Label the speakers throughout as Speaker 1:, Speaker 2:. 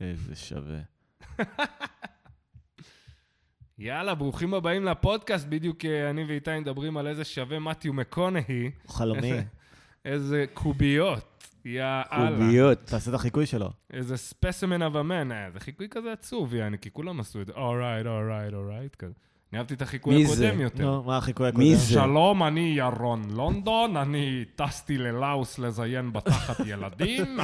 Speaker 1: איזה שווה.
Speaker 2: יאללה, ברוכים הבאים לפודקאסט. בדיוק אה, אני ואיתי מדברים על איזה שווה מתיו מקונהי,
Speaker 3: חלומי,
Speaker 2: איזה קוביות. יאללה.
Speaker 3: קוביות.
Speaker 1: תעשה את החיקוי שלו.
Speaker 2: איזה ספסימן of a man. אה, זה חיקוי כזה עצוב, יעני, כי כולם עשו את זה. אורייט, אורייט, אורייט, כזה. אני אהבתי את החיקוי
Speaker 3: מי זה?
Speaker 2: הקודם יותר.
Speaker 1: נו, מה החיקוי הקודם?
Speaker 3: מי זה?
Speaker 2: שלום, אני ירון לונדון, אני טסתי ללאוס לזיין בתחת ילדים.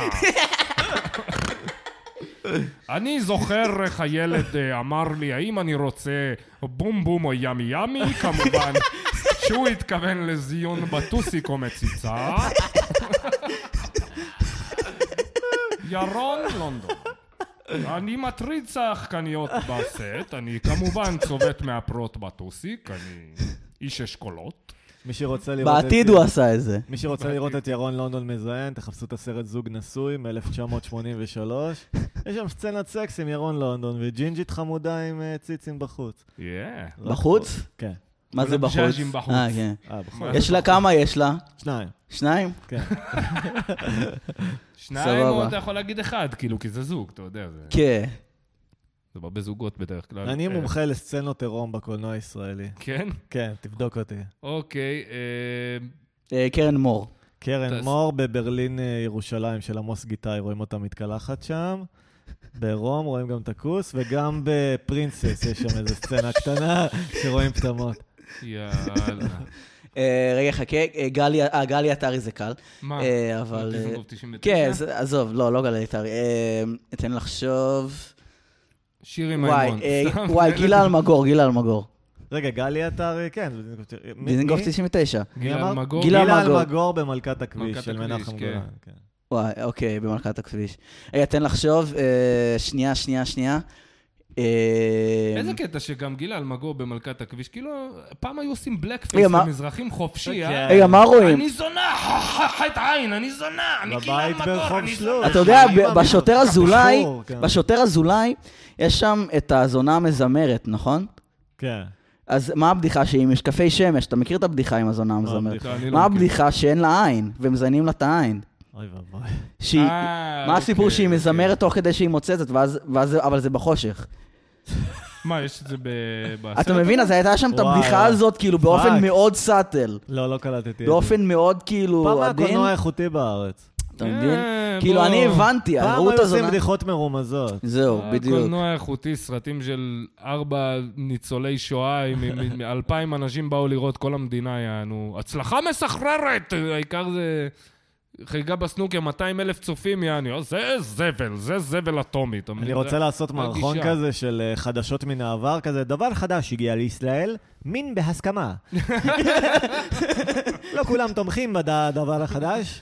Speaker 2: אני זוכר איך הילד אה, אמר לי, האם אני רוצה בום בום או ימי ימי, כמובן שהוא התכוון לזיון בטוסיק או מציצה. ירון לונדון. אני מטריד שחקניות בסט, אני כמובן צובט מהפרוט בטוסיק, אני איש אשכולות.
Speaker 1: מי שרוצה לראות את...
Speaker 3: בעתיד הוא עשה את זה.
Speaker 1: מי שרוצה לראות את ירון לונדון מזיין, תחפשו את הסרט זוג נשוי מ-1983. יש שם סצנת סקס עם ירון לונדון וג'ינג'ית חמודה עם אה, ציצים בחוץ.
Speaker 2: יאה.
Speaker 3: בחוץ?
Speaker 1: כן.
Speaker 3: מה זה בחוץ?
Speaker 2: ז'אז'ים בחוץ.
Speaker 3: אה, כן.
Speaker 1: אה, בחוץ.
Speaker 3: יש לה כמה יש לה?
Speaker 1: שניים.
Speaker 3: שניים?
Speaker 2: שניים,
Speaker 3: סבבה.
Speaker 2: או אתה יכול להגיד אחד, כאילו, כי זה זוג, אתה יודע, זה-
Speaker 3: כן.
Speaker 2: זה בא בזוגות בדרך כלל.
Speaker 1: אני
Speaker 2: אה,
Speaker 1: מומחה לסצנות עירום בקולנוע הישראלי.
Speaker 2: כן?
Speaker 1: כן, תבדוק אותי.
Speaker 2: אוקיי, אה,
Speaker 3: אה, קרן מור.
Speaker 1: קרן
Speaker 2: תעש-
Speaker 1: מור בברלין אה, ירושלים של עמוס גיטאי, רואים אותה מתקלחת שם. ברום רואים גם את הכוס, וגם בפרינסס יש שם איזו סצנה קטנה שרואים פטמות.
Speaker 2: יאללה.
Speaker 3: אה, רגע, חכה. אה, גלי- אה, גלי עטרי זה קל.
Speaker 2: מה?
Speaker 3: אה, אבל... אה,
Speaker 2: דיזנגוף 99?
Speaker 3: כן, זה- עזוב, לא, לא גלי עטרי. אה, תן לחשוב.
Speaker 2: שירי
Speaker 3: וואי,
Speaker 2: מימון.
Speaker 3: אה,
Speaker 2: סתם.
Speaker 3: וואי, גילה אלמגור, גילה אלמגור.
Speaker 1: רגע, גלי עטרי, כן. זה דיזנגוף תשע- מי-
Speaker 3: דיזנגוף
Speaker 1: מי?
Speaker 3: 99.
Speaker 2: גילה
Speaker 1: אמר?
Speaker 2: אלמגור.
Speaker 3: גילה-
Speaker 1: גילה
Speaker 3: אלמגור.
Speaker 1: אלמגור במלכת הכביש
Speaker 2: מלכת
Speaker 1: של
Speaker 2: הכביש,
Speaker 1: מנחם
Speaker 2: כן.
Speaker 1: גולן. כן.
Speaker 3: וואי, אוקיי, במלכת הכביש. רגע, תן לחשוב. אה, שנייה, שנייה, שנייה. אה,
Speaker 2: איזה קטע שגם גילה אלמגור במלכת הכביש, כאילו, פעם היו עושים בלק פייס
Speaker 3: רגע, מה-
Speaker 2: למזרחים חופשי,
Speaker 1: אוקיי.
Speaker 2: אה?
Speaker 3: רגע, מה רואים?
Speaker 2: אני זונה, חת עין, אני זונה, אני גילה
Speaker 1: בבית
Speaker 2: אלמגור,
Speaker 1: ברחוב
Speaker 2: אני
Speaker 1: שלו.
Speaker 2: זונה.
Speaker 3: אתה יודע,
Speaker 1: אני מאמין.
Speaker 3: ב- בשוטר אזולאי,
Speaker 1: קשור, כן.
Speaker 3: בשוטר אזולאי, יש שם את הזונה המזמרת, נכון?
Speaker 1: כן.
Speaker 3: אז מה הבדיחה שהיא עם משקפי שמש? אתה מכיר את הבדיחה עם הזונה המזמרת?
Speaker 1: הבדיחה?
Speaker 2: לא, אני לא
Speaker 3: מה
Speaker 2: מכיר.
Speaker 3: הבדיחה שאין לה עין, ומזיינים לה את העין?
Speaker 1: אוי ואבוי.
Speaker 3: שהיא-
Speaker 2: אה,
Speaker 3: מה הסיפור
Speaker 2: אוקיי,
Speaker 3: שהיא
Speaker 2: אוקיי.
Speaker 3: מזמרת תוך כדי שהיא מוצצת, ואז- ואז- אבל זה בחושך.
Speaker 2: מה, יש את זה ב...
Speaker 3: אתה
Speaker 2: בסרט?
Speaker 3: מבין? אז הייתה שם את
Speaker 1: וואי,
Speaker 3: הבדיחה
Speaker 1: וואי.
Speaker 3: הזאת, כאילו, באופן
Speaker 1: פאק.
Speaker 3: מאוד סאטל.
Speaker 1: לא, לא קלטתי
Speaker 2: כן.
Speaker 1: את זה.
Speaker 3: באופן מאוד,
Speaker 1: פעם
Speaker 3: כאילו,
Speaker 1: היה
Speaker 3: עדין.
Speaker 1: קולנוע איכותי בארץ.
Speaker 3: אתה מבין?
Speaker 2: אה,
Speaker 3: כאילו,
Speaker 2: בוא.
Speaker 3: אני הבנתי,
Speaker 1: פעם
Speaker 3: ראו
Speaker 1: היו
Speaker 3: את
Speaker 1: עושים
Speaker 3: הזונה.
Speaker 1: בדיחות מרומזות.
Speaker 3: זהו,
Speaker 2: אה,
Speaker 3: לא, בדיוק.
Speaker 2: קולנוע איכותי, סרטים של ארבע ניצולי שואה, עם- עם עם אלפיים אנשים באו לראות, כל המדינה יענו, הצלחה מסחררת, העיקר זה... חגיגה בסנוקר, 200 אלף צופים, יעני, "אה, זה זבל, זה זבל אטומי. אתה
Speaker 1: אני
Speaker 2: מבין?
Speaker 1: רוצה
Speaker 2: זה-
Speaker 1: לעשות מערכון
Speaker 2: הגישה.
Speaker 1: כזה של אה, חדשות מן העבר, כזה דבר חדש הגיע לישראל, מין בהסכמה. לא כולם תומכים בדבר החדש.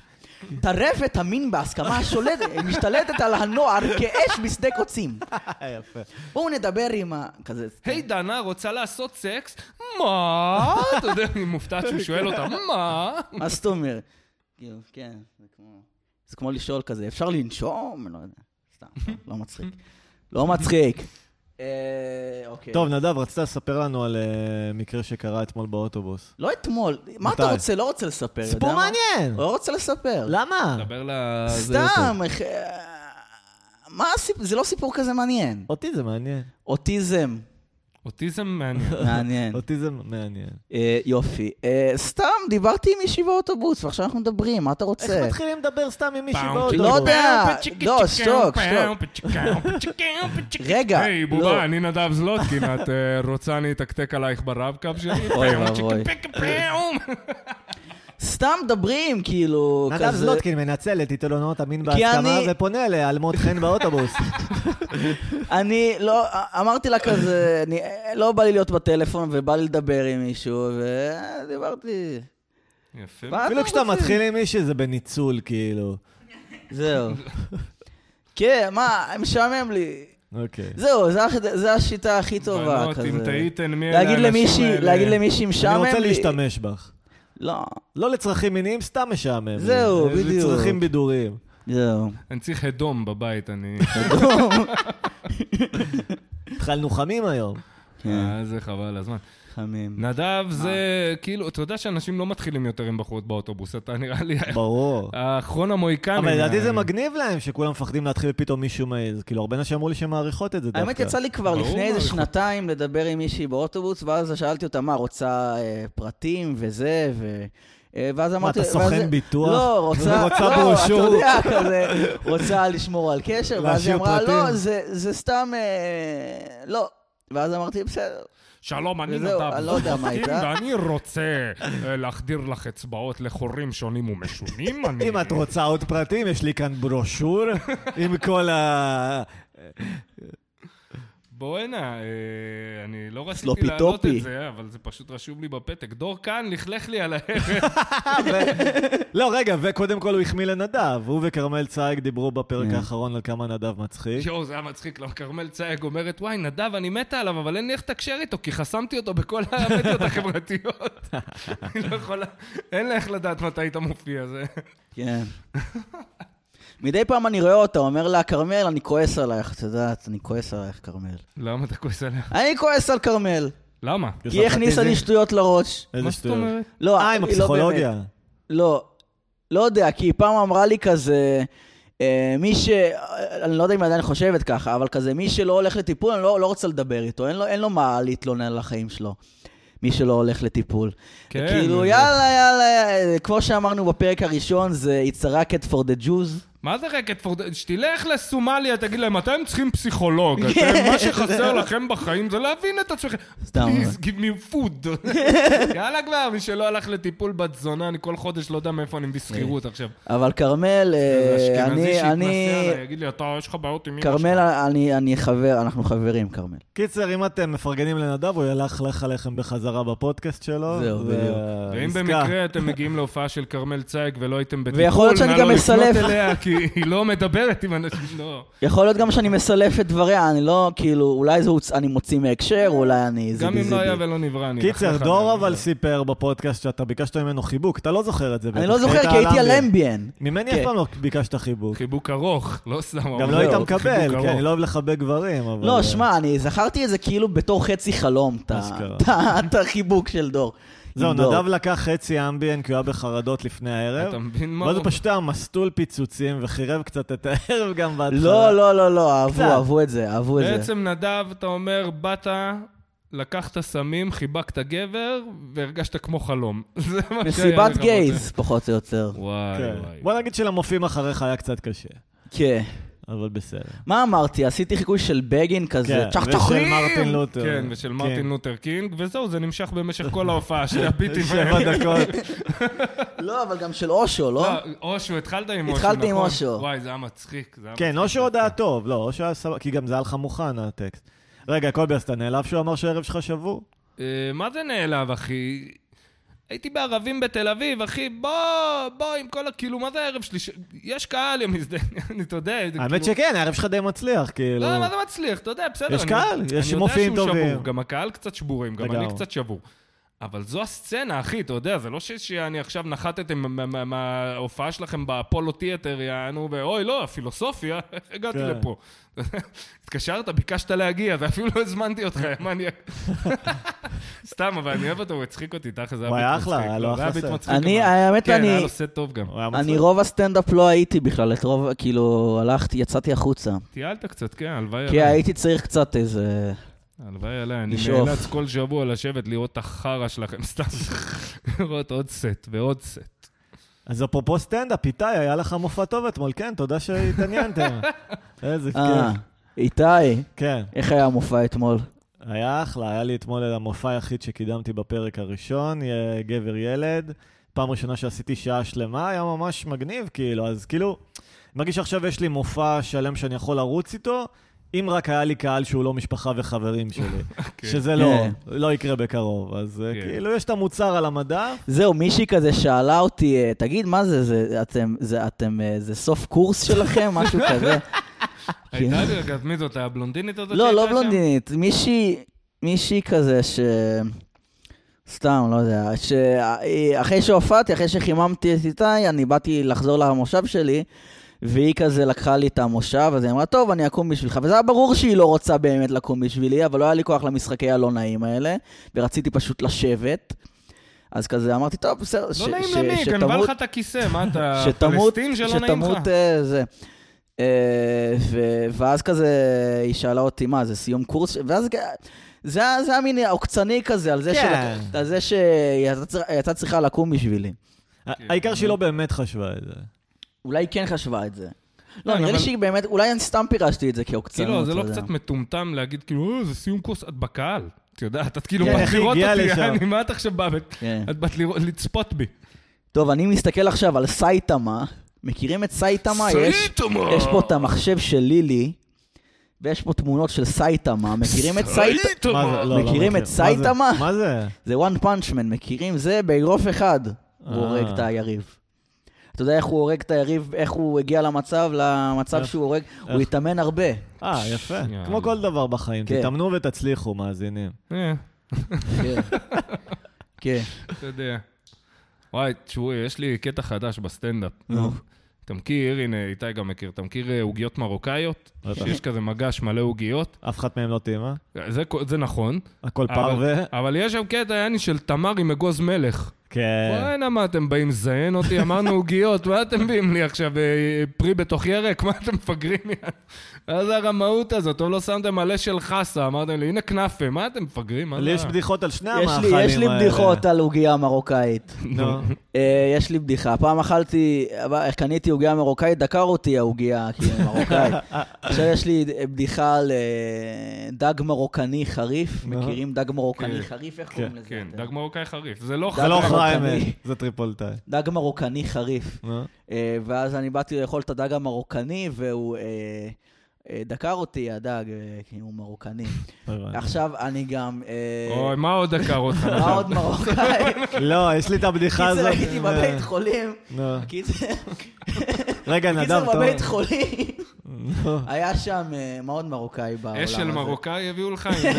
Speaker 3: טרפת המין בהסכמה שולטת, משתלטת על הנוער כאש בשדה קוצים.
Speaker 1: אה, יפה.
Speaker 3: בואו נדבר עם ה... כזה...
Speaker 2: היי, דנה, רוצה לעשות סקס? מה? אתה יודע, אני מופתע שהוא שואל אותה, מה?
Speaker 3: מה זאת אומרת? כאילו, כן, זה כמו... זה כמו לשאול כזה, אפשר לנשום? לא יודע. סתם, סתם, לא מצחיק. לא מצחיק. אה, אוקיי.
Speaker 1: טוב, נדב, רצית לספר לנו על אה, מקרה שקרה אתמול באוטובוס.
Speaker 3: לא אתמול. מה
Speaker 1: מתי?
Speaker 3: אתה רוצה? לא רוצה לספר. אתה יודע
Speaker 1: סיפור
Speaker 3: מה?
Speaker 1: מעניין!
Speaker 3: לא רוצה לספר.
Speaker 1: למה?
Speaker 2: דבר ל... זה
Speaker 3: סתם. איך- מה הסיפור? זה לא סיפור כזה מעניין.
Speaker 1: אותי זה מעניין.
Speaker 3: אוטיזם.
Speaker 2: אוטיזם מעניין.
Speaker 3: מעניין.
Speaker 1: אותי זה מעניין.
Speaker 3: אה, יופי. אה, סתם, דיברתי עם מישהי באוטובוס, ועכשיו אנחנו מדברים, מה אתה
Speaker 1: איך
Speaker 3: רוצה?
Speaker 1: מתחילים לדבר סתם עם מישהו
Speaker 2: פעם,
Speaker 3: לא
Speaker 1: באוטובוס?
Speaker 3: יודע, לא, שתוק,
Speaker 2: שתוק.
Speaker 3: רגע,
Speaker 2: היי,
Speaker 3: לא.
Speaker 2: בובה, אני נדב זלוטקין, את אה, רוצה אני אתקתק עלייך ברב-קו שלי?
Speaker 3: אוי ואבוי. סתם מדברים, כאילו,
Speaker 1: נדב לא-
Speaker 3: כזה...
Speaker 1: זלוטקין מנצל את עיתונאות המין
Speaker 3: כי
Speaker 1: בהסכמה
Speaker 3: אני-
Speaker 1: ופונה לאלמות חן באוטובוס.
Speaker 3: אני לא, אמרתי לה כזה, אני, לא בא לי להיות בטלפון, ובא לי לדבר עם מישהו, ודיברתי.
Speaker 2: יפה.
Speaker 3: מה
Speaker 1: אפילו
Speaker 3: אתם
Speaker 1: כשאתה
Speaker 3: רוצים?
Speaker 1: מתחיל עם מישהו זה בניצול, כאילו.
Speaker 3: זהו. כן, מה, משעמם לי.
Speaker 1: אוקיי.
Speaker 3: זהו, זה הח- זה השיטה הכי טובה,
Speaker 2: בנות,
Speaker 3: כזה.
Speaker 2: אם תהיתם מי אלה
Speaker 3: להגיד
Speaker 2: האנשים
Speaker 3: למישהי,
Speaker 2: האלה.
Speaker 3: להגיד למישהי משעמם
Speaker 1: אני
Speaker 3: לי.
Speaker 1: רוצה להשתמש בך.
Speaker 3: לא,
Speaker 1: לא לצרכים מיניים, סתם משעמם. לי.
Speaker 3: זהו,
Speaker 1: אה,
Speaker 3: בדיוק.
Speaker 1: לצרכים בידוריים.
Speaker 3: זהו.
Speaker 2: אני צריך אדום בבית, אני...
Speaker 1: התחלנו חמים היום.
Speaker 3: כן,
Speaker 2: אה, זה חבל הזמן.
Speaker 3: חמים.
Speaker 1: אה.
Speaker 2: נדב זה כאילו, אתה יודע שאנשים לא מתחילים יותר עם בחורות באוטובוס, אתה נראה לי
Speaker 1: ברור.
Speaker 2: האחרון אה, המוהיקני.
Speaker 1: אבל לדעתי זה מגניב להם שכולם מפחדים להתחיל ופתאום מישהו מעז. כאילו, הרבה נשים אמרו לי שהן מעריכות את זה דווקא.
Speaker 3: האמת יצא לי כבר
Speaker 2: ברור,
Speaker 3: לפני איזה
Speaker 2: מעריכות.
Speaker 3: שנתיים לדבר עם מישהי באוטובוס, ואז שאלתי אותה, מה, רוצה אה, פרטים וזה, ו... אה, ואז אמרתי...
Speaker 1: מה, אתה
Speaker 3: ואז-
Speaker 1: סוכן ביטוח?
Speaker 3: לא, רוצה...
Speaker 1: רוצה
Speaker 3: לא,
Speaker 1: ברושור?
Speaker 3: אתה יודע, כזה, רוצה לשמור על קשר, ואז
Speaker 1: להשאיר
Speaker 3: היא אמרה, לא,
Speaker 1: פרטים.
Speaker 3: זה זה סתם... אה, לא. ואז אמרתי, בסדר.
Speaker 2: שלום, אני
Speaker 3: וזהו,
Speaker 2: נדב.
Speaker 3: אני לא יודע מה
Speaker 2: זקן,
Speaker 3: הייתה.
Speaker 2: ואני רוצה אה, להחדיר לך אצבעות לחורים שונים ומשונים. אני-
Speaker 1: אם את רוצה עוד פרטים, יש לי כאן ברושור עם כל ה...
Speaker 2: בואנה, אה, אני לא רציתי
Speaker 3: סלופי
Speaker 2: להעלות
Speaker 3: טופי.
Speaker 2: את זה, אבל זה פשוט רשום לי בפתק. דור כאן לכלך לי על הערך.
Speaker 1: אה, לא, רגע, וקודם כל הוא החמיא לנדב. הוא וכרמל צייג דיברו בפרק
Speaker 3: כן.
Speaker 1: האחרון על כמה נדב מצחיק.
Speaker 2: יואו, זה היה מצחיק, למה כרמל צייג אומרת, וואי, נדב, אני מתה עליו, אבל אין לי איך לתקשר איתו, כי חסמתי אותו בכל המדיות החברתיות. אני לא יכולה, אין לי איך לדעת מתי אתה מופיע, זה...
Speaker 3: כן. מדי פעם אני רואה אותה, אומר לה, כרמל, אני כועס עלייך, את יודעת, אני כועס עלייך, כרמל.
Speaker 2: למה אתה כועס עליה?
Speaker 3: אני כועס על כרמל,
Speaker 2: למה?
Speaker 3: כי היא הכניסה לי שטויות לראש.
Speaker 1: איזה
Speaker 2: מה זאת
Speaker 1: שטויות.
Speaker 2: אומרת?
Speaker 3: לא,
Speaker 1: אה, עם
Speaker 3: היא לא באמת.
Speaker 1: הפסיכולוגיה.
Speaker 3: לא, לא יודע, כי היא פעם אמרה לי כזה, אה, מי ש... אני לא יודע אם היא עדיין חושבת ככה, אבל כזה, מי שלא הולך לטיפול, אני לא, לא רוצה לדבר איתו, אין לו, אין לו מה להתלונן על החיים שלו. מי שלא הולך לטיפול.
Speaker 2: כן,
Speaker 3: כאילו,
Speaker 2: זה-
Speaker 3: יאללה, יאללה, אה, כמו שאמרנו בפרק הראשון, זה It's a racket for the Jews.
Speaker 2: מה זה רקט פורד? שתלך לסומליה, תגיד להם, אתם צריכים פסיכולוג. אתם, מה שחסר לכם בחיים זה להבין את עצמכם.
Speaker 3: סתם.
Speaker 2: Please give me food. יאללה כבר, מי שלא הלך לטיפול בת זונה, אני כל חודש לא יודע מאיפה אני בשכירות עכשיו.
Speaker 3: אבל כרמל, אה,
Speaker 2: איזה אשכנזי
Speaker 3: אני,
Speaker 2: שיתנסה
Speaker 3: אני,
Speaker 2: עליי, יגיד לי, אתה, יש לך בעיות עם אמא שלך.
Speaker 3: כרמל, אני, אני חבר, אנחנו חברים, כרמל.
Speaker 1: קיצר, אם אתם מפרגנים לנדב, הוא ילך לך עליכם בחזרה בפודקאסט שלו.
Speaker 3: זהו,
Speaker 1: זה
Speaker 3: בדיוק.
Speaker 2: ואם
Speaker 1: עסקה.
Speaker 2: במקרה אתם מגיעים להופעה של כרמל צייג ולא הייתם בטיפול,
Speaker 3: ויכול להיות שאני
Speaker 2: נא
Speaker 3: גם
Speaker 2: לא
Speaker 3: מסלף.
Speaker 2: לפנות אליה, כי היא לא מדברת עם אנשים, לא.
Speaker 3: יכול להיות גם שאני מסלף את דבריה, אני לא, כאילו, אולי זה הוצ... אני מוציא מהקשר, אולי אני... זה
Speaker 2: גם
Speaker 3: בי,
Speaker 2: אם
Speaker 3: זה
Speaker 2: לא
Speaker 3: בי.
Speaker 2: היה ולא נברא, אני...
Speaker 1: קיצר,
Speaker 2: אלך לך
Speaker 1: דור
Speaker 2: על-
Speaker 1: אבל סיפר בפודקאסט שאתה ביקשת ממנו חיבוק, אתה לא זוכר את זה בטח.
Speaker 3: אני לא זוכר,
Speaker 1: היית
Speaker 3: כי הייתי
Speaker 1: על
Speaker 3: על
Speaker 1: אמבי.
Speaker 3: אמביאן.
Speaker 1: ממני
Speaker 3: כן.
Speaker 1: אף פעם לא ביקשת חיבוק.
Speaker 2: חיבוק ארוך, לא סתם.
Speaker 1: גם לא
Speaker 2: אבל
Speaker 1: היית
Speaker 2: חיבוק
Speaker 1: מקבל,
Speaker 2: ארוך.
Speaker 1: כי אני לא אוהב לחבק גברים, אבל...
Speaker 3: לא, שמע, אני זכרתי את זה כאילו בתור חצי חלום, את ה-
Speaker 1: אשכרה.
Speaker 3: את ה- את החיבוק של דור.
Speaker 1: זהו,
Speaker 3: עם דור.
Speaker 1: נדב לקח חצי אמביאן, כי הוא היה בחרדות לפני הערב.
Speaker 2: אתה מבין מה?
Speaker 1: ואז הוא פשוט היה מסטול פיצוצים וחירב קצת את הערב גם בהתחלה.
Speaker 3: לא, לא, לא, לא, אהבו,
Speaker 1: קצת.
Speaker 3: אהבו את זה, אהבו את זה.
Speaker 2: בעצם נדב, אתה אומר, באת, לקחת סמים, חיבקת גבר, והרגשת כמו חלום. זה מה שהיה לך.
Speaker 3: מסיבת
Speaker 2: בזה.
Speaker 3: גייז, פחות או יותר.
Speaker 2: וואי,
Speaker 1: כן.
Speaker 2: וואי.
Speaker 1: בוא נגיד שלמופעים אחריך היה קצת קשה,
Speaker 3: כן.
Speaker 1: אבל בסדר.
Speaker 3: מה אמרתי? עשיתי חיקוי של בגין כזה,
Speaker 1: כן,
Speaker 3: צ'ח
Speaker 1: ושל
Speaker 3: צ'חרים!
Speaker 1: מרטין לותר.
Speaker 2: כן, ושל מרטין לותר קינג, וזהו, זה נמשך במשך כל ההופעה, שתי הביטים האלה.
Speaker 1: שבע דקות.
Speaker 3: לא, אבל גם של אושו, לא?
Speaker 2: לא, אושו, התחלת עם אושו,
Speaker 3: התחלתי עם
Speaker 2: נכון?
Speaker 3: אושו.
Speaker 2: וואי, זה היה מצחיק. זה היה
Speaker 1: כן,
Speaker 2: מצחיק.
Speaker 1: אושר עוד היה טוב, לא, אושר היה סבבה, כי גם זה היה לך מוכן, הטקסט. רגע, קובי, אז אתה נעלב שהוא אמר שהערב שלך שבור?
Speaker 2: אה, מה זה נעלב, אחי? הייתי בערבים בתל אביב, אחי, בוא, בוא, עם כל ה... כאילו, מה זה הערב שלי? ש- יש קהל, יא מזדהה, אני, אתה יודע, זה
Speaker 1: האמת
Speaker 2: כאילו-
Speaker 1: שכן, הערב שלך די מצליח, כאילו.
Speaker 2: לא, מה זה מצליח? אתה יודע, בסדר.
Speaker 1: יש
Speaker 2: אני-
Speaker 1: קהל, יש מופיעים
Speaker 2: אני יודע שהוא
Speaker 1: טובים.
Speaker 2: שבור, גם הקהל קצת שבורים, גם
Speaker 1: לגמרי.
Speaker 2: אני קצת שבור. אבל זו הסצנה, אחי, אתה יודע, זה לא ש- שאני עכשיו נחתתם מה- מה- מההופעה שלכם באפולו תיאטר, יענו, ואוי, לא, הפילוסופיה, איך הגעתי
Speaker 1: כן.
Speaker 2: לפה? התקשרת, ביקשת להגיע, ואפילו לא הזמנתי אותך, יא מניאק. סתם, אבל אני אוהב אותו, הוא הצחיק אותי, תכל'ס, זה היה
Speaker 1: הוא היה
Speaker 2: ביט מצחיק.
Speaker 1: אחלה, היה לו
Speaker 2: לא, זה היה
Speaker 1: אחלה
Speaker 2: ביט
Speaker 1: סט.
Speaker 2: מצחיק,
Speaker 3: אני,
Speaker 2: אבל-
Speaker 3: האמת,
Speaker 2: כן, היה
Speaker 3: אני...
Speaker 2: לו סט טוב גם.
Speaker 1: הוא היה
Speaker 3: אני
Speaker 1: מצליח.
Speaker 3: רוב הסטנדאפ לא הייתי בכלל, את רוב, כאילו, הלכתי, יצאתי החוצה.
Speaker 2: טיילת קצת, כן, הלוואי
Speaker 3: כי
Speaker 2: עליי.
Speaker 3: הייתי צריך קצת איזה...
Speaker 2: הלוואי עליי, אני
Speaker 3: לשאוף.
Speaker 2: נאלץ כל שבוע לשבת לראות את החרא שלכם, סתם לראות עוד סט ועוד
Speaker 3: כן.
Speaker 2: סט.
Speaker 1: אז אפרופו סטנדאפ, איתי, היה לך מופע טוב אתמול, כן, תודה שהתעניינתם. איזה
Speaker 3: אה,
Speaker 1: כיף.
Speaker 3: איתי,
Speaker 1: כן,
Speaker 3: איך היה המופע אתמול?
Speaker 1: היה אחלה, היה לי אתמול המופע היחיד שקידמתי בפרק הראשון, אה, גבר ילד. פעם ראשונה שעשיתי שעה שלמה, היה ממש מגניב, כאילו, אז כאילו, אני מרגיש שעכשיו יש לי מופע שלם שאני יכול לרוץ איתו, אם רק היה לי קהל שהוא לא משפחה וחברים שלי. שזה לא,
Speaker 3: כן.
Speaker 1: לא יקרה בקרוב. אז אה,
Speaker 2: כן.
Speaker 1: כאילו, יש את המוצר על המדף.
Speaker 3: זהו, מישהי כזה שאלה אותי, אה, תגיד, מה זה, זה אתם, זה אתם, אה, זה סוף קורס שלכם? משהו כזה.
Speaker 2: הייתה לי רגע, מי זאת, הבלונדינית הזאת
Speaker 3: לא,
Speaker 2: שהייתה
Speaker 3: לא
Speaker 2: שם?
Speaker 3: בלונדינית, מישהי, מישהי כזה ש... סתם, לא יודע, אה, שאחרי שהופעתי, אחרי שחיממתי את איתי, אני באתי לחזור למושב שלי, והיא כזה לקחה לי את המושב, אז היא אמרה, טוב, אני אקום בשבילך. וזה היה ברור שהיא לא רוצה באמת לקום בשבילי, אבל לא היה לי כוח למשחקי הלא נעים האלה, ורציתי פשוט לשבת. אז כזה אמרתי, טוב, בסדר, ש-
Speaker 2: לא נעים
Speaker 3: ש-
Speaker 2: למי, גנבה
Speaker 3: שתמות-
Speaker 2: לך את הכיסא, מה אתה
Speaker 3: שתמות,
Speaker 2: פלסטין שלא נעים לך?
Speaker 3: שתמות אה, זה. אה, ו- ואז כזה היא שאלה אותי, מה, זה סיום קורס? ואז כ- זה היה זה היה מין עוקצני כזה, על זה
Speaker 1: כן.
Speaker 3: של- על זה שהיא הייתה צר- הייתה צריכה לקום בשבילי.
Speaker 2: כן.
Speaker 1: העיקר שהיא לא באמת חשבה את זה.
Speaker 3: אולי היא כן חשבה את זה.
Speaker 2: כן,
Speaker 3: לא, נראה
Speaker 2: אבל-
Speaker 3: לי שהיא באמת, אולי אני סתם פירשתי את זה כעוקצנות.
Speaker 2: כאילו, זה לא
Speaker 3: אתה יודע.
Speaker 2: קצת מטומטם להגיד, כאילו, "אה, זה סיום קורס, את בקהל. את יודעת, את כאילו
Speaker 1: כן,
Speaker 2: באת
Speaker 1: איך היא
Speaker 2: לראות
Speaker 1: הגיעה
Speaker 2: אותי,
Speaker 1: לשם?
Speaker 2: אני, מה את עכשיו באה? ו-
Speaker 3: כן.
Speaker 2: את באת לראות- לצפות בי.
Speaker 3: טוב, אני מסתכל עכשיו על סייטמה. מכירים את סייטמה? יש-
Speaker 2: סייטמה!
Speaker 3: יש פה את המחשב של לילי, ויש פה תמונות של סייטמה. מכירים את סייטמה?
Speaker 1: מה זה? לא, לא
Speaker 3: מכירים
Speaker 1: מכיר.
Speaker 3: את
Speaker 1: מה זה-
Speaker 3: סייטמה?
Speaker 1: מה זה?
Speaker 3: זה one punch man, מכירים? זה באגרוף אחד הוא
Speaker 1: אה.
Speaker 3: הורג את היריב. אתה יודע איך הוא הורג את היריב, איך הוא הגיע למצב, למצב
Speaker 1: איך?
Speaker 3: שהוא הורג?
Speaker 1: איך?
Speaker 3: הוא התאמן הרבה.
Speaker 1: אה, יפה.
Speaker 2: יאללה.
Speaker 1: כמו כל דבר בחיים,
Speaker 3: כן.
Speaker 1: תתאמנו ותצליחו, מאזינים.
Speaker 2: אה,
Speaker 3: כן. כן.
Speaker 2: אתה יודע. וואי, תשמעו, יש לי קטע חדש בסטנדאפ.
Speaker 3: נו.
Speaker 2: אתה מכיר, הנה, איתי גם מכיר, אתה מכיר אה, עוגיות מרוקאיות?
Speaker 1: בטח.
Speaker 2: שיש כזה מגש מלא עוגיות?
Speaker 1: אף אחת מהם לא טעימה,
Speaker 2: זה זה נכון.
Speaker 1: הכל
Speaker 2: אבל-
Speaker 1: פרווה.
Speaker 2: אבל יש שם קטע, יעני, של תמר עם אגוז מלך.
Speaker 1: כן.
Speaker 2: וואי, למה אתם באים לזיין אותי? אמרנו עוגיות, מה אתם מביאים לי עכשיו? אה, פרי בתוך ירק? מה אתם מפגרים? מה זה הרמאות הזאת? טוב, לא שמתם מלא של חסה, אמרתם לי, הנה כנאפה, מה אתם מפגרים? מה
Speaker 1: לי
Speaker 2: זה
Speaker 1: יש
Speaker 2: ה-
Speaker 1: בדיחות על שני
Speaker 3: יש
Speaker 1: המאכלים
Speaker 3: לי-
Speaker 1: האלה.
Speaker 3: יש לי בדיחות על עוגיה מרוקאית.
Speaker 1: נו,
Speaker 3: אה, יש לי בדיחה. פעם אכלתי, אבל קניתי עוגיה מרוקאית, דקר אותי העוגיה, כי היא מרוקאית. עכשיו יש לי בדיחה על אה, דג מרוקני חריף.
Speaker 1: נו.
Speaker 3: מכירים דג
Speaker 2: כן.
Speaker 3: מרוקני חריף? איך
Speaker 1: כן,
Speaker 3: קוראים לזה?
Speaker 2: כן,
Speaker 3: אתם?
Speaker 2: דג מרוקאי חריף. זה לא
Speaker 1: זה
Speaker 2: חריף.
Speaker 1: לא
Speaker 3: דג
Speaker 1: חריימה,
Speaker 3: מרוקני.
Speaker 1: זה טריפולטאי.
Speaker 3: דג מרוקני חריף.
Speaker 1: נו.
Speaker 3: אה, ואז אני באתי לאכול את הדג המרוקני, והוא אה, אה, דקר אותי, הדג, אה, כי הוא מרוקני.
Speaker 1: הבנתי.
Speaker 3: עכשיו אני גם... אה,
Speaker 2: אוי, מה עוד דקר אותך?
Speaker 1: אה,
Speaker 3: מה עוד מרוקאי?
Speaker 1: לא, יש לי את הבדיחה
Speaker 3: קיצר,
Speaker 1: הזאת.
Speaker 3: הייתי בבית
Speaker 1: אה.
Speaker 3: חולים.
Speaker 1: נו.
Speaker 3: קיצר,
Speaker 1: רגע, נדב,
Speaker 3: קיצר,
Speaker 1: כן, טוב. לא.
Speaker 3: בבית חולים.
Speaker 1: נו.
Speaker 3: היה שם אה, מאוד מרוקאי בעולם הזה.
Speaker 2: אש של מרוקאי הביאו לך עם-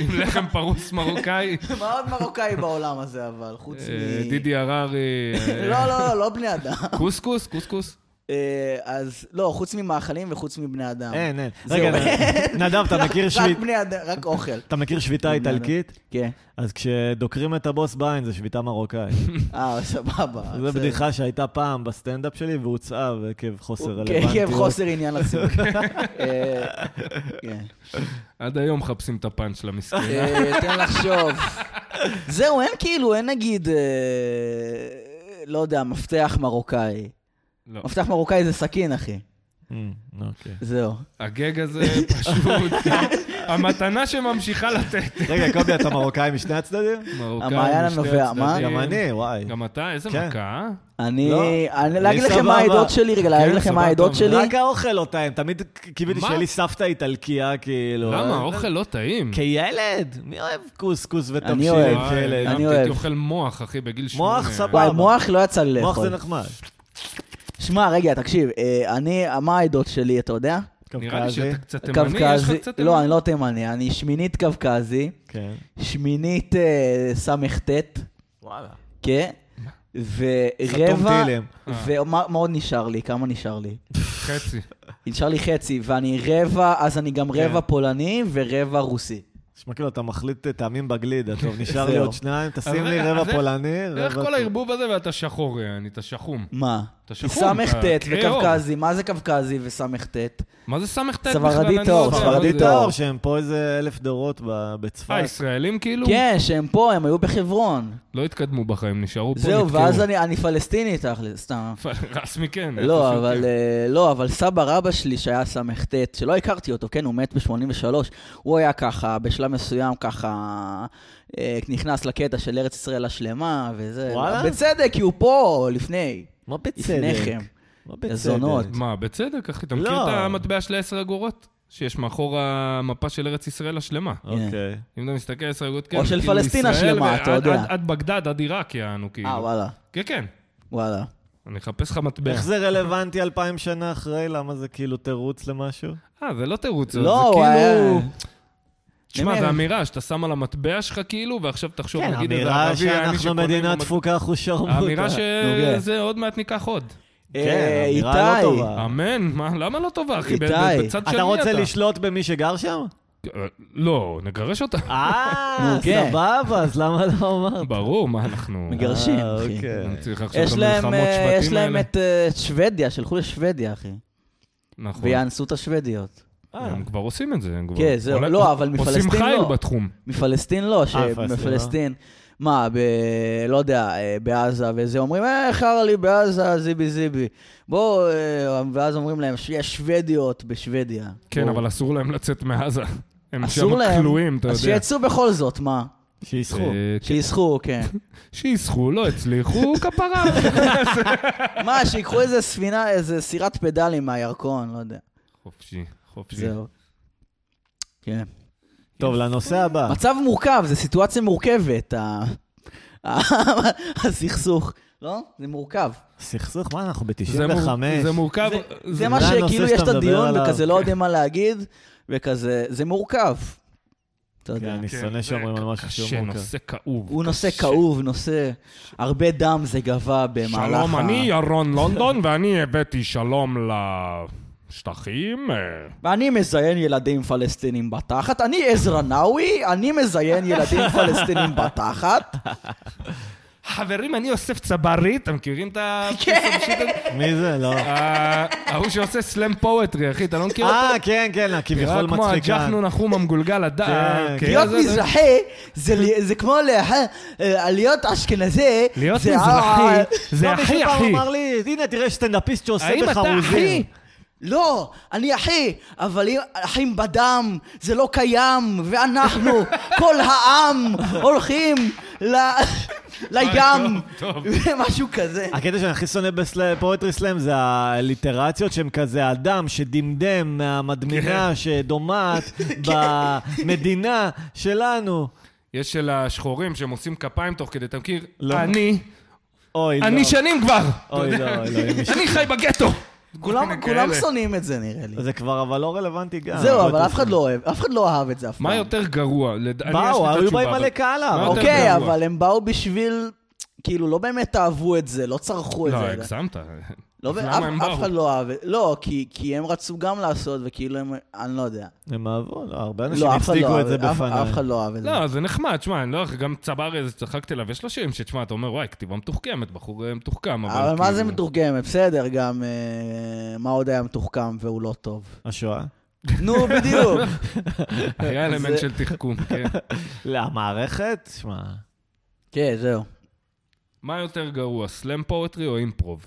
Speaker 2: עם לחם פרוס מרוקאי.
Speaker 3: מאוד מרוקאי בעולם הזה, אבל חוץ
Speaker 2: אה,
Speaker 3: מ...
Speaker 2: דידי הררי. אה,
Speaker 3: לא, לא, לא, לא בני אדם.
Speaker 2: קוסקוס? קוסקוס?
Speaker 3: אה, אז לא, חוץ ממאכלים וחוץ מבני אדם.
Speaker 1: אין, אין.
Speaker 3: זהו.
Speaker 1: רגע, נדב, אתה
Speaker 3: רק-
Speaker 1: מכיר
Speaker 3: רק
Speaker 1: שביתה-
Speaker 3: בני אדם, רק אוכל.
Speaker 1: אתה מכיר שביתה
Speaker 3: בני אדם.
Speaker 1: איטלקית?
Speaker 3: כן.
Speaker 1: אז כשדוקרים את הבוס בעין זה שביתה מרוקאית.
Speaker 3: אה, סבבה.
Speaker 1: זו בדיחה שהייתה פעם בסטנדאפ שלי והוצאה עקב חוסר רלוונטיות.
Speaker 3: כאב אוקיי, כן, חוסר עניין לציבור. אה, כן.
Speaker 2: עד היום מחפשים את הפאנץ' למסכן.
Speaker 3: אה, תן לחשוב. זהו, אין כאילו, אין נגיד, אה, לא יודע, מפתח מרוקאי.
Speaker 2: לא.
Speaker 3: מפתח מרוקאי זה סכין, אחי.
Speaker 1: Mm, אוקיי.
Speaker 3: זהו.
Speaker 2: הגג הזה פשוט, המתנה שממשיכה לתת.
Speaker 1: רגע, קובי, אתה מרוקאי משני הצדדים?
Speaker 2: מרוקאים
Speaker 3: המעיין
Speaker 2: משני
Speaker 3: הנובע, מה?
Speaker 2: הצדדים.
Speaker 1: גם אני, וואי.
Speaker 2: גם אתה, איזה
Speaker 1: כן.
Speaker 2: מכה.
Speaker 3: אני,
Speaker 1: לא,
Speaker 3: אני
Speaker 1: אני
Speaker 3: להגיד לכם
Speaker 1: סבבה. כן,
Speaker 3: מה העדות שלי, רגע, להגיד לכם
Speaker 2: סבבה,
Speaker 3: מה העדות
Speaker 2: טוב.
Speaker 3: שלי.
Speaker 1: רק האוכל לא טעים, תמיד קיוויתי
Speaker 2: מה?
Speaker 1: שיהיה לי סבתא איטלקייה, כאילו.
Speaker 2: למה?
Speaker 1: אה,
Speaker 2: האוכל לא טעים.
Speaker 3: כן,
Speaker 1: כילד, מי אוהב קוסקוס
Speaker 3: אני
Speaker 1: ותבשיל אה,
Speaker 3: אוהב.
Speaker 1: עם כילד?
Speaker 3: אני
Speaker 2: אני
Speaker 3: אוהב.
Speaker 2: אוהב. הייתי אוכל מוח, אחי, בגיל שמונה.
Speaker 1: כן, מוח, סבבה.
Speaker 3: וואי, מוח לא יצא לי
Speaker 1: אה, מוח
Speaker 3: לאכול.
Speaker 1: זה נכון. נחמד.
Speaker 3: שמע, רגע, תקשיב, אה, אני, מה העדות שלי, אתה יודע?
Speaker 2: נראה לי
Speaker 1: קווקזי.
Speaker 2: שאתה קצת תימני, יש לך קצת
Speaker 3: לא,
Speaker 2: תימני.
Speaker 3: אני לא תימני, אני שמינית קווקזי,
Speaker 1: כן.
Speaker 3: שמינית אה, סט,
Speaker 1: וואלה.
Speaker 3: כן? ורבע,
Speaker 1: סתום טילים.
Speaker 2: אה.
Speaker 3: ומה מה עוד נשאר לי? כמה נשאר לי?
Speaker 2: חצי.
Speaker 3: נשאר לי חצי, ואני רבע, אז אני גם רבע
Speaker 2: כן.
Speaker 3: פולני ורבע רוסי.
Speaker 1: נשמע כאילו אתה מחליט טעמים בגלידה, טוב, נשאר
Speaker 3: זהו.
Speaker 1: לי עוד שניים, תשים לי
Speaker 2: רגע, אז
Speaker 1: רבע
Speaker 2: איך-
Speaker 1: פולני,
Speaker 2: איך
Speaker 1: רבע...
Speaker 2: כל הערבוב הזה ואתה שחור, אני, אתה שחום.
Speaker 3: מה?
Speaker 2: אתה שחום, אתה
Speaker 3: סט
Speaker 2: קרי אור.
Speaker 3: וקווקזי, מה זה קווקזי וסט?
Speaker 2: מה זה סט בכלל?
Speaker 3: ספרדי
Speaker 2: אני
Speaker 3: טהור,
Speaker 2: לא יודע,
Speaker 3: ספרדי
Speaker 2: מה זה?
Speaker 3: טהור.
Speaker 1: טוב, שהם פה איזה אלף דורות ב- בצפת.
Speaker 2: אה, ישראלים כאילו?
Speaker 3: כן, שהם פה, הם היו בחברון.
Speaker 2: לא התקדמו בחיים, נשארו פה,
Speaker 3: זהו,
Speaker 2: נתקעו.
Speaker 3: ואז אני אני פלסטיני תכל'ס, סתם.
Speaker 2: רסמי כן.
Speaker 3: לא,
Speaker 2: איפשהו
Speaker 3: אבל
Speaker 2: כן.
Speaker 3: אה, לא, אבל סבא רבא שלי שהיה סט, שלא הכרתי אותו, כן, הוא מת ב-83, הוא היה ככה, בשלב מסוים ככה, אה, נכנס לקטע של ארץ ישראל השלמה וזה.
Speaker 1: וואלה?
Speaker 3: בצדק, כי הוא פה לפני, כן.
Speaker 1: מה
Speaker 3: לפניכם.
Speaker 1: בצדק? כן. מה בצדק?
Speaker 3: זונות.
Speaker 2: מה, בצדק, אחי. אתה מכיר
Speaker 1: לא.
Speaker 2: את המטבע של 10 אגורות? שיש מאחור המפה של ארץ ישראל השלמה.
Speaker 1: אוקיי.
Speaker 2: אם אתה מסתכל על 10 אגורות, כן.
Speaker 3: או של
Speaker 2: כאילו,
Speaker 3: פלסטין
Speaker 2: ישראל
Speaker 3: השלמה,
Speaker 2: ועד-
Speaker 3: אתה יודע.
Speaker 2: עד- עד בגדד, עד עיראק, יענו, כאילו.
Speaker 3: אה, וואלה,
Speaker 2: כן, כן.
Speaker 3: וואלה.
Speaker 2: אני אחפש לך מטבע.
Speaker 1: איך זה רלוונטי אלפיים שנה אחרי? למה זה כאילו תירוץ למשהו?
Speaker 2: אה, זה לא תירוץ, זה
Speaker 3: לא, הוא
Speaker 2: כאילו...
Speaker 3: היה-
Speaker 2: תשמע,
Speaker 3: באמת.
Speaker 2: זו אמירה שאתה שם על המטבע שלך, כאילו, ועכשיו תחשוב,
Speaker 1: כן,
Speaker 2: נגיד, איזה
Speaker 1: אמירה
Speaker 2: ערבי, יעני,
Speaker 1: שאנחנו
Speaker 2: שקונה
Speaker 1: מדינה
Speaker 2: במטבע.
Speaker 1: תפוקה אחושרמוטה.
Speaker 2: האמירה
Speaker 3: נו, כן.
Speaker 2: שזה עוד מעט ניקח עוד.
Speaker 1: כן,
Speaker 3: אה,
Speaker 1: אמירה לא
Speaker 3: איתי.
Speaker 1: טובה.
Speaker 2: אמן, מה, למה לא טובה, אחי? ב- ב-
Speaker 3: איתי,
Speaker 2: בצד של מי
Speaker 1: אתה רוצה לשלוט במי שגר שם?
Speaker 2: אה, לא, נגרש אותה.
Speaker 1: אה,
Speaker 3: נו, כן.
Speaker 1: סבבה, אז למה לא אמרת?
Speaker 2: ברור, מה אנחנו...
Speaker 3: מגרשים,
Speaker 1: אה,
Speaker 3: אחי.
Speaker 1: אוקיי.
Speaker 2: אני צריך עכשיו
Speaker 3: אה, יש
Speaker 2: את
Speaker 3: להם,
Speaker 2: המלחמות
Speaker 3: אה, יש
Speaker 2: שבטים
Speaker 3: להם
Speaker 2: האלה.
Speaker 3: את אה, שוודיה, שלחו לשוודיה, אחי.
Speaker 2: נכון.
Speaker 3: ויאנסו את השוודיות.
Speaker 1: אה,
Speaker 2: הם כבר עושים את זה, הם כבר...
Speaker 3: כן, זהו,
Speaker 2: אולי-
Speaker 3: לא, אבל מפלסטין
Speaker 2: עושים
Speaker 3: לא.
Speaker 2: חיל בתחום.
Speaker 3: מפלסטין לא,
Speaker 2: אה,
Speaker 1: פלסטין,
Speaker 3: שמפלסטין, מה, ב... לא יודע, אה, בעזה וזה, אומרים, אה, חרא לי בעזה, זיבי זיבי. בואו, אה, ואז אומרים להם, "ש- יש שוודיות בשוודיה.
Speaker 2: כן,
Speaker 3: בואו.
Speaker 2: אבל אסור להם לצאת מעזה. הם שם
Speaker 3: אסור להם,
Speaker 2: כלואים, אתה
Speaker 3: אז
Speaker 2: יודע.
Speaker 3: שיצאו בכל זאת, מה?
Speaker 1: שיסחו.
Speaker 2: אה, כן.
Speaker 3: שיסחו, כן.
Speaker 2: שיסחו, לא הצליחו, כפרה.
Speaker 3: מה, שיקחו איזה ספינה, איזה סירת פדלים מהירקון, לא יודע.
Speaker 2: חופשי, חופשי.
Speaker 3: זהו. כן.
Speaker 1: טוב, לנושא
Speaker 2: אה.
Speaker 1: הבא.
Speaker 3: מצב מורכב, זו סיטואציה מורכבת, ה- ה- הסכסוך. לא? זה מורכב.
Speaker 1: סכסוך, מה, אנחנו
Speaker 2: זה מור-
Speaker 1: ב-95.
Speaker 2: זה מורכב.
Speaker 3: זה, זה מה
Speaker 1: זה הנושא
Speaker 3: שכאילו יש את
Speaker 1: שאתה מדבר
Speaker 3: הדיון
Speaker 1: עליו.
Speaker 3: וכזה לא יודעים מה להגיד, וכזה, זה מורכב. אתה יודע.
Speaker 1: אני
Speaker 2: כן,
Speaker 1: שונא
Speaker 2: זה
Speaker 1: שאומרים על משהו שהוא
Speaker 2: קשה,
Speaker 1: מורכב.
Speaker 2: נושא כאוב.
Speaker 3: הוא נושא
Speaker 2: קשה.
Speaker 3: כאוב, נושא... הרבה דם זה גבה במהלך
Speaker 2: שלום,
Speaker 3: ה...
Speaker 2: אני ירון לונדון, ואני הבאתי שלום לשטחים. אה,
Speaker 3: ואני מזיין ילדים פלסטינים בתחת, אני עזרא נאווי, אני מזיין ילדים פלסטינים בתחת.
Speaker 2: חברים, אני יוסף צברי, אתם מכירים את ה...
Speaker 3: כן.
Speaker 1: מי זה? לא.
Speaker 2: אה, ההוא שעושה סלאם פואטרי, אחי, אתה לא מכיר אותו?
Speaker 1: אה, כן, כן, הכביכול
Speaker 2: כמו
Speaker 1: מצחיקן.
Speaker 2: הג'חנון החום המגולגל, הד-
Speaker 1: כן,
Speaker 2: אה,
Speaker 1: כן.
Speaker 2: כן,
Speaker 3: להיות
Speaker 2: זה- זה-
Speaker 3: מזרחי זה ל- זה כמו ל- אה, להיות אשכנזי.
Speaker 2: להיות
Speaker 3: זה ה-
Speaker 2: מזרחי,
Speaker 1: לא,
Speaker 2: זה
Speaker 1: מישהו
Speaker 2: הכי
Speaker 1: פעם
Speaker 2: הכי.
Speaker 1: אמר לי, הנה, תראה סטנדאפיסט שעושה
Speaker 2: האם
Speaker 1: בך
Speaker 2: אתה אחי?
Speaker 1: רוזים.
Speaker 3: לא, אני אחי, אבל אם- אחים בדם, זה לא קיים, ואנחנו, כל העם, הולכים ל- לים,
Speaker 2: טוב, טוב.
Speaker 3: ומשהו כזה.
Speaker 1: הקטע שאני הכי שונא בפואטרי סלאם זה הליטרציות שהן כזה אדם שדמדם
Speaker 2: כן.
Speaker 1: מהמדמינה שדומעת במדינה שלנו.
Speaker 2: יש של השחורים שהם עושים כפיים תוך כדי, אתה מכיר?
Speaker 1: לא.
Speaker 2: אני,
Speaker 1: אוי, לא.
Speaker 2: אני שנים כבר! אתה
Speaker 1: אוי,
Speaker 2: יודע.
Speaker 1: לא, אלוהים ישמור.
Speaker 2: אני חי בגטו! כל
Speaker 3: כולם
Speaker 2: מיני
Speaker 3: כולם
Speaker 2: כאלה. אה,
Speaker 3: שונאים את זה, נראה לי.
Speaker 1: זה כבר אבל לא רלוונטי גם.
Speaker 3: זהו, אבל
Speaker 1: פואטרי
Speaker 3: אף אחד לא אוהב, אף אחד לא אהב את זה אף פעם.
Speaker 2: מה יותר גרוע? לד- אני, יש לי את
Speaker 1: באו, היו
Speaker 2: התשובה,
Speaker 1: באים
Speaker 2: אבל-
Speaker 1: מלא קהל
Speaker 2: מה
Speaker 1: אבל.
Speaker 2: יותר
Speaker 3: אוקיי,
Speaker 2: גרוע?
Speaker 3: אבל הם באו בשביל... כאילו, לא באמת אהבו את זה, לא צרכו את
Speaker 2: לא,
Speaker 3: זה.
Speaker 2: הגזמת.
Speaker 3: לא,
Speaker 2: אז
Speaker 3: ו-
Speaker 2: למה
Speaker 3: אף-
Speaker 2: הם
Speaker 3: אף
Speaker 2: באו?
Speaker 3: אחד לא אהב, לא, כי, כי הם רצו גם לעשות, וכאילו הם, אני לא יודע.
Speaker 1: הם אהבו, לא, הרבה אנשים
Speaker 3: לא, אף אחד לא
Speaker 1: הצדיקו
Speaker 3: אהב
Speaker 1: את זה
Speaker 3: אף-
Speaker 1: בפניי.
Speaker 3: אף אחד לא אהב את זה.
Speaker 2: לא, זה נחמד, שמע, אני לא איך, גם צברי איזה צחקתי עליו, יש לו שירים שתשמע, אתה אומר, וואי, כתיבה מתוחכמת, בחור אה, מתוחכם, אבל...
Speaker 3: אבל מה
Speaker 2: כאילו-
Speaker 3: זה מתורגמת? בסדר, גם אה, מה עוד היה מתוחכם והוא לא טוב.
Speaker 1: השואה.
Speaker 3: נו, בדיוק.
Speaker 2: היה אלמנט של תחכום, כן.
Speaker 1: לא, המערכת? שמע,
Speaker 3: כן, זהו.
Speaker 2: מה יותר גרוע, סלאם פואטרי או אימפרוב?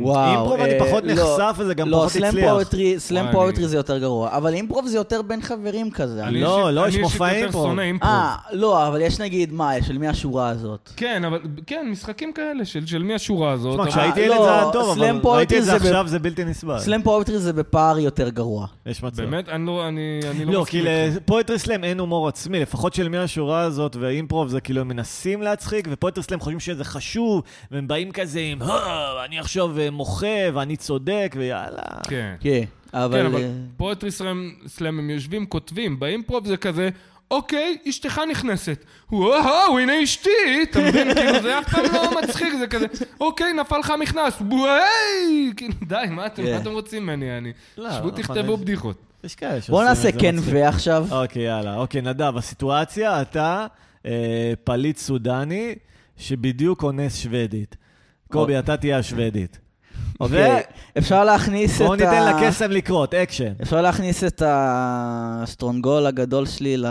Speaker 3: וואו.
Speaker 1: אימפרוב אני
Speaker 3: אה,
Speaker 1: פחות
Speaker 3: לא.
Speaker 1: נחשף וזה גם
Speaker 3: לא,
Speaker 1: פחות
Speaker 3: סלאם
Speaker 1: הצליח.
Speaker 3: פואטרי, סלאם
Speaker 2: וואי,
Speaker 3: פואטרי
Speaker 2: אני-
Speaker 3: זה יותר גרוע, אבל אימפרוב זה יותר בין חברים כזה.
Speaker 2: אני
Speaker 3: אני-
Speaker 1: לא,
Speaker 2: אישית-
Speaker 1: לא, יש מופעי
Speaker 2: אני אישית יותר
Speaker 1: אימפרוב.
Speaker 2: שונא אימפרוב.
Speaker 3: אה, לא, אבל יש נגיד, מה, של מי השורה הזאת?
Speaker 2: כן, אבל, כן, משחקים כאלה, של של מי השורה הזאת.
Speaker 1: שמע,
Speaker 2: אבל-
Speaker 1: כשהייתי
Speaker 3: אה,
Speaker 1: ילד
Speaker 3: לא,
Speaker 1: זה היה טוב,
Speaker 3: סלאם
Speaker 1: אבל ראיתי
Speaker 3: פואטרי
Speaker 1: את זה
Speaker 3: זה ב-
Speaker 1: עכשיו, זה בלתי נסבל.
Speaker 3: סלאם פואטרי זה בפער יותר גרוע.
Speaker 1: יש מצב.
Speaker 2: באמת, אני לא, אני, אני לא
Speaker 1: לא, כי
Speaker 2: מסכים.
Speaker 1: לפואטרי סלאם אין הומור עצמי, לפחות של מי השורה הזאת והאימפרוב זה כאילו הם מנסים להצחיק, ופואטרי סלאם חושבים שזה חשוב, והם באים כזה עם, "הא, אני עכשיו אה, מוחה ואני צודק, ויאללה.
Speaker 2: כן.
Speaker 3: כן,
Speaker 2: כן,
Speaker 3: אבל...
Speaker 2: אבל
Speaker 3: אה,
Speaker 2: פואטרי סלאם, סלאם הם יושבים, כותבים, באימפרוב זה כזה, אוקיי, אשתך נכנסת. וואו, הנה אשתי! אתה מבין? כאילו, זה אף פעם לא מצחיק, זה כזה, אוקיי, נפל לך מכנס, וואי! כאילו, די, מה אתם מה
Speaker 3: כן.
Speaker 2: אתם רוצים ממני, אני?
Speaker 1: לא,
Speaker 2: שבו
Speaker 1: נכון,
Speaker 2: תכתבו
Speaker 1: יש-
Speaker 2: בדיחות.
Speaker 1: יש כאלה שעושים
Speaker 3: בוא
Speaker 1: את
Speaker 3: נעשה
Speaker 1: זה
Speaker 3: כן
Speaker 1: מצחיק.
Speaker 3: ועכשיו.
Speaker 1: אוקיי, יאללה. אוקיי, נדב, הסיטואציה, אתה אה, פליט סודני שבדיוק אונס שוודית. קובי, אתה תהיה השוודית.
Speaker 3: אוקיי. אפשר להכניס את ה...
Speaker 1: בואו ניתן לקסם לקרות, אקשן.
Speaker 3: אפשר להכניס את הסטרונגול הגדול שלי ל-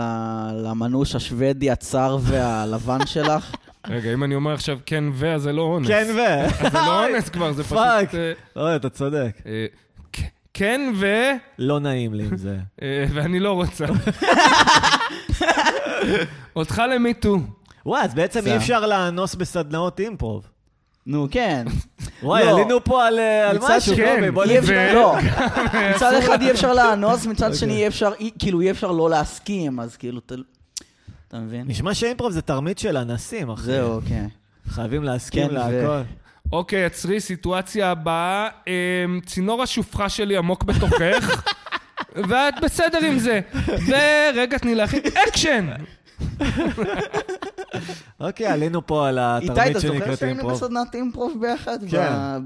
Speaker 3: למנוש השוודי הצר והלבן שלך.
Speaker 2: רגע, אם אני אומר עכשיו כן ו, אז זה לא אונס.
Speaker 1: כן ו...
Speaker 2: אז זה לא אונס כבר, זה פשוט...
Speaker 1: פאק.
Speaker 2: אה,
Speaker 1: אוי, אתה צודק.
Speaker 2: אה, כ- כן ו...
Speaker 1: לא נעים לי עם זה.
Speaker 2: אה, ואני לא רוצה. אותך למיטו.
Speaker 1: וואי, אז בעצם אי אפשר לאנוס בסדנאות אימפרוב.
Speaker 3: נו, כן.
Speaker 1: וואי,
Speaker 3: לא.
Speaker 1: עלינו פה על אה, על
Speaker 3: מצד
Speaker 1: משהו,
Speaker 2: שני,
Speaker 1: קובי, בוא
Speaker 3: אי
Speaker 1: נ...
Speaker 2: כן, ו-
Speaker 3: אפשר, לא. מצד אחד אי אפשר לאנוס, מצד
Speaker 1: אוקיי.
Speaker 3: שני אי אפשר, אי- כאילו אי אפשר לא להסכים, אז כאילו, אתה- אתה מבין?
Speaker 1: נשמע שאימפרוב זה תרמית של אנסים, אחי.
Speaker 3: זהו, כן.
Speaker 1: חייבים להסכים
Speaker 3: כן, ו-
Speaker 1: להכל.
Speaker 2: אוקיי, עצרי, סיטואציה הבאה. אמ, צינור השופחה שלי עמוק בתוכך, ואת בסדר עם זה. ורגע, תני להכין. אקשן!
Speaker 1: אוקיי, עלינו פה על
Speaker 3: איתי,
Speaker 1: התרמית
Speaker 3: אתה זוכר
Speaker 1: שנקראת
Speaker 3: שהיינו
Speaker 1: אימפרוב.
Speaker 3: בסדנת אימפרוב ביחד?
Speaker 1: כן.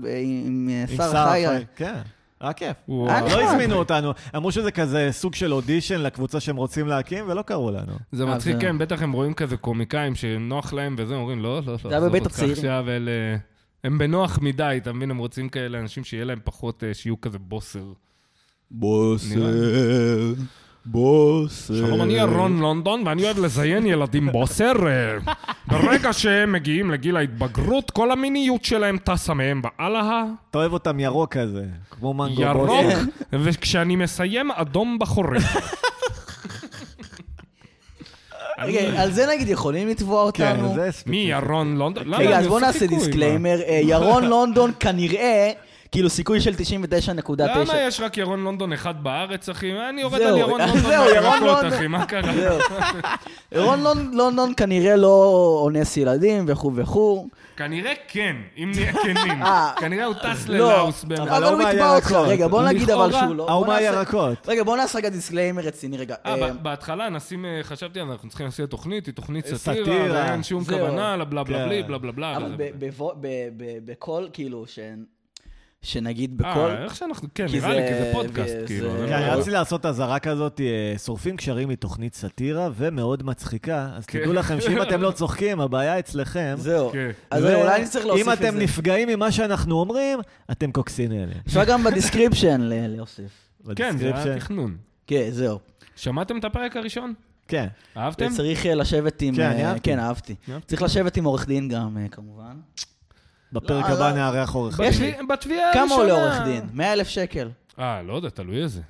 Speaker 3: ב- עם אה,
Speaker 1: עם
Speaker 3: שר
Speaker 1: שרה
Speaker 3: חיה.
Speaker 1: חי- כן, היה כיף.
Speaker 2: וואו.
Speaker 3: אה,
Speaker 1: לא
Speaker 3: נחמד.
Speaker 1: הזמינו אותנו, אמרו שזה כזה סוג של אודישן לקבוצה שהם רוצים להקים, ולא קראו לנו.
Speaker 2: זה
Speaker 3: אה,
Speaker 2: מצחיק,
Speaker 3: זה-
Speaker 2: כן, בטח הם רואים כזה קומיקאים שנוח להם וזה, אומרים, לא, לא, לא.
Speaker 3: היה בבית
Speaker 2: עזוב אותך
Speaker 3: הצעירים.
Speaker 2: עכשיו, אלה... הם בנוח מדי, אתה מבין? הם רוצים כאלה אנשים שיהיה להם פחות, אה, שיהיו כזה בוסר. נראה
Speaker 3: בוסר, בוסר.
Speaker 2: שלום, אני
Speaker 3: אה.
Speaker 2: רון לונדון, ואני אוהב לזיין ילדים בוסר. אה, ברגע שהם מגיעים לגיל ההתבגרות, כל המיניות שלהם טסה מהם והלאה,
Speaker 1: אתה אוהב אותם ירוק כזה, כמו מנגו
Speaker 2: ירוק,
Speaker 3: כן.
Speaker 1: בוסר.
Speaker 2: וכשאני מסיים, אדום בחורף.
Speaker 3: רגע, אוקיי, על זה נגיד יכולים לתבוע
Speaker 1: כן,
Speaker 3: אותנו?
Speaker 1: זה ספציפי.
Speaker 2: מי ירון לונדון? לא, למה?
Speaker 3: רגע,
Speaker 2: אני
Speaker 3: אוקיי, אז בואו
Speaker 2: עושה
Speaker 3: נעשה
Speaker 2: חיקוי, מה?
Speaker 3: דיסקליימר. אה, ירון לונדון כנראה, כאילו סיכוי של 99.9.
Speaker 2: למה יש רק ירון לונדון אחד בארץ, אחי? אני יורד
Speaker 3: זהו,
Speaker 2: על ירון לונדון
Speaker 3: זהו, ירון
Speaker 2: מהרקות,
Speaker 3: לונדון.
Speaker 2: אחי, מה קרה?
Speaker 3: זהו. ירון לונ- לונדון לא- כנראה לא אונס ילדים וכו' וכו'.
Speaker 2: כנראה כן, אם נהיה כנים.
Speaker 3: אה.
Speaker 2: כנראה הוא טס
Speaker 3: לא,
Speaker 2: ללאוס באמת.
Speaker 1: אבל
Speaker 3: אבל הוא
Speaker 1: הוא
Speaker 3: יתבע
Speaker 1: מהירקות.
Speaker 3: אותך. רגע, בוא נגיד אבל
Speaker 2: לכאורה,
Speaker 3: שהוא לא.
Speaker 1: ההוא
Speaker 3: בוא נעשה-
Speaker 1: מהירקות.
Speaker 3: רגע, בוא נעשה רגע דיסקליימר רציני רגע.
Speaker 2: אה,
Speaker 3: אה,
Speaker 2: ב- בהתחלה נשים, אה, חשבתי, אנחנו צריכים לעשות תוכנית, היא תוכנית
Speaker 1: סאטירה.
Speaker 2: סאטירה, ואין שום
Speaker 3: אה, זהו.
Speaker 2: כוונה, לבלה בלה בלה
Speaker 1: כן.
Speaker 2: בלי, בלה בלה בלה.
Speaker 3: אבל
Speaker 2: וזה-
Speaker 3: ב- בבוא- ב- ב- בכל, כאילו, ש- שנגיד בכל...
Speaker 2: אה, איך שאנחנו, כן,
Speaker 3: כי
Speaker 2: נראה לי,
Speaker 3: זה-
Speaker 2: כי זה פודקאסט,
Speaker 3: וזה-
Speaker 2: כאילו.
Speaker 3: כן,
Speaker 2: זה
Speaker 1: כן,
Speaker 2: לא-
Speaker 1: אני רציתי לעשות אזהרה כזאת, אה, שורפים קשרים מתוכנית סאטירה ומאוד מצחיקה, אז
Speaker 2: כן.
Speaker 1: תדעו לכם שאם אתם לא צוחקים, הבעיה אצלכם.
Speaker 3: זהו.
Speaker 2: כן.
Speaker 3: אז
Speaker 1: ו-
Speaker 3: אולי נצטרך להוסיף
Speaker 1: אם
Speaker 3: את זה.
Speaker 1: אתם נפגעים ממה שאנחנו אומרים, אתם קוקסינלים.
Speaker 3: אפשר גם בדיסקריפשן ל- להוסיף.
Speaker 2: כן, זה
Speaker 1: בדיסקריפשן.
Speaker 2: היה תכנון.
Speaker 3: כן, זהו.
Speaker 2: שמעתם את הפרק הראשון?
Speaker 1: כן.
Speaker 2: אהבתם?
Speaker 3: צריך אה, לשבת עם...
Speaker 1: כן,
Speaker 3: אה,
Speaker 1: אני אהבתי.
Speaker 3: כן, אהבתי.
Speaker 2: אהבתי.
Speaker 3: צריך לשבת עם עורך דין גם, אה, כמובן.
Speaker 1: בפרק
Speaker 3: לא,
Speaker 1: הבא
Speaker 3: לא.
Speaker 1: נארח עורך
Speaker 3: יש
Speaker 1: דין.
Speaker 3: לי-
Speaker 2: בתביע- בתביעה הראשונה.
Speaker 3: כמה עולה עורך דין? 100 אלף שקל.
Speaker 2: אה, לא יודע, תלוי איזה.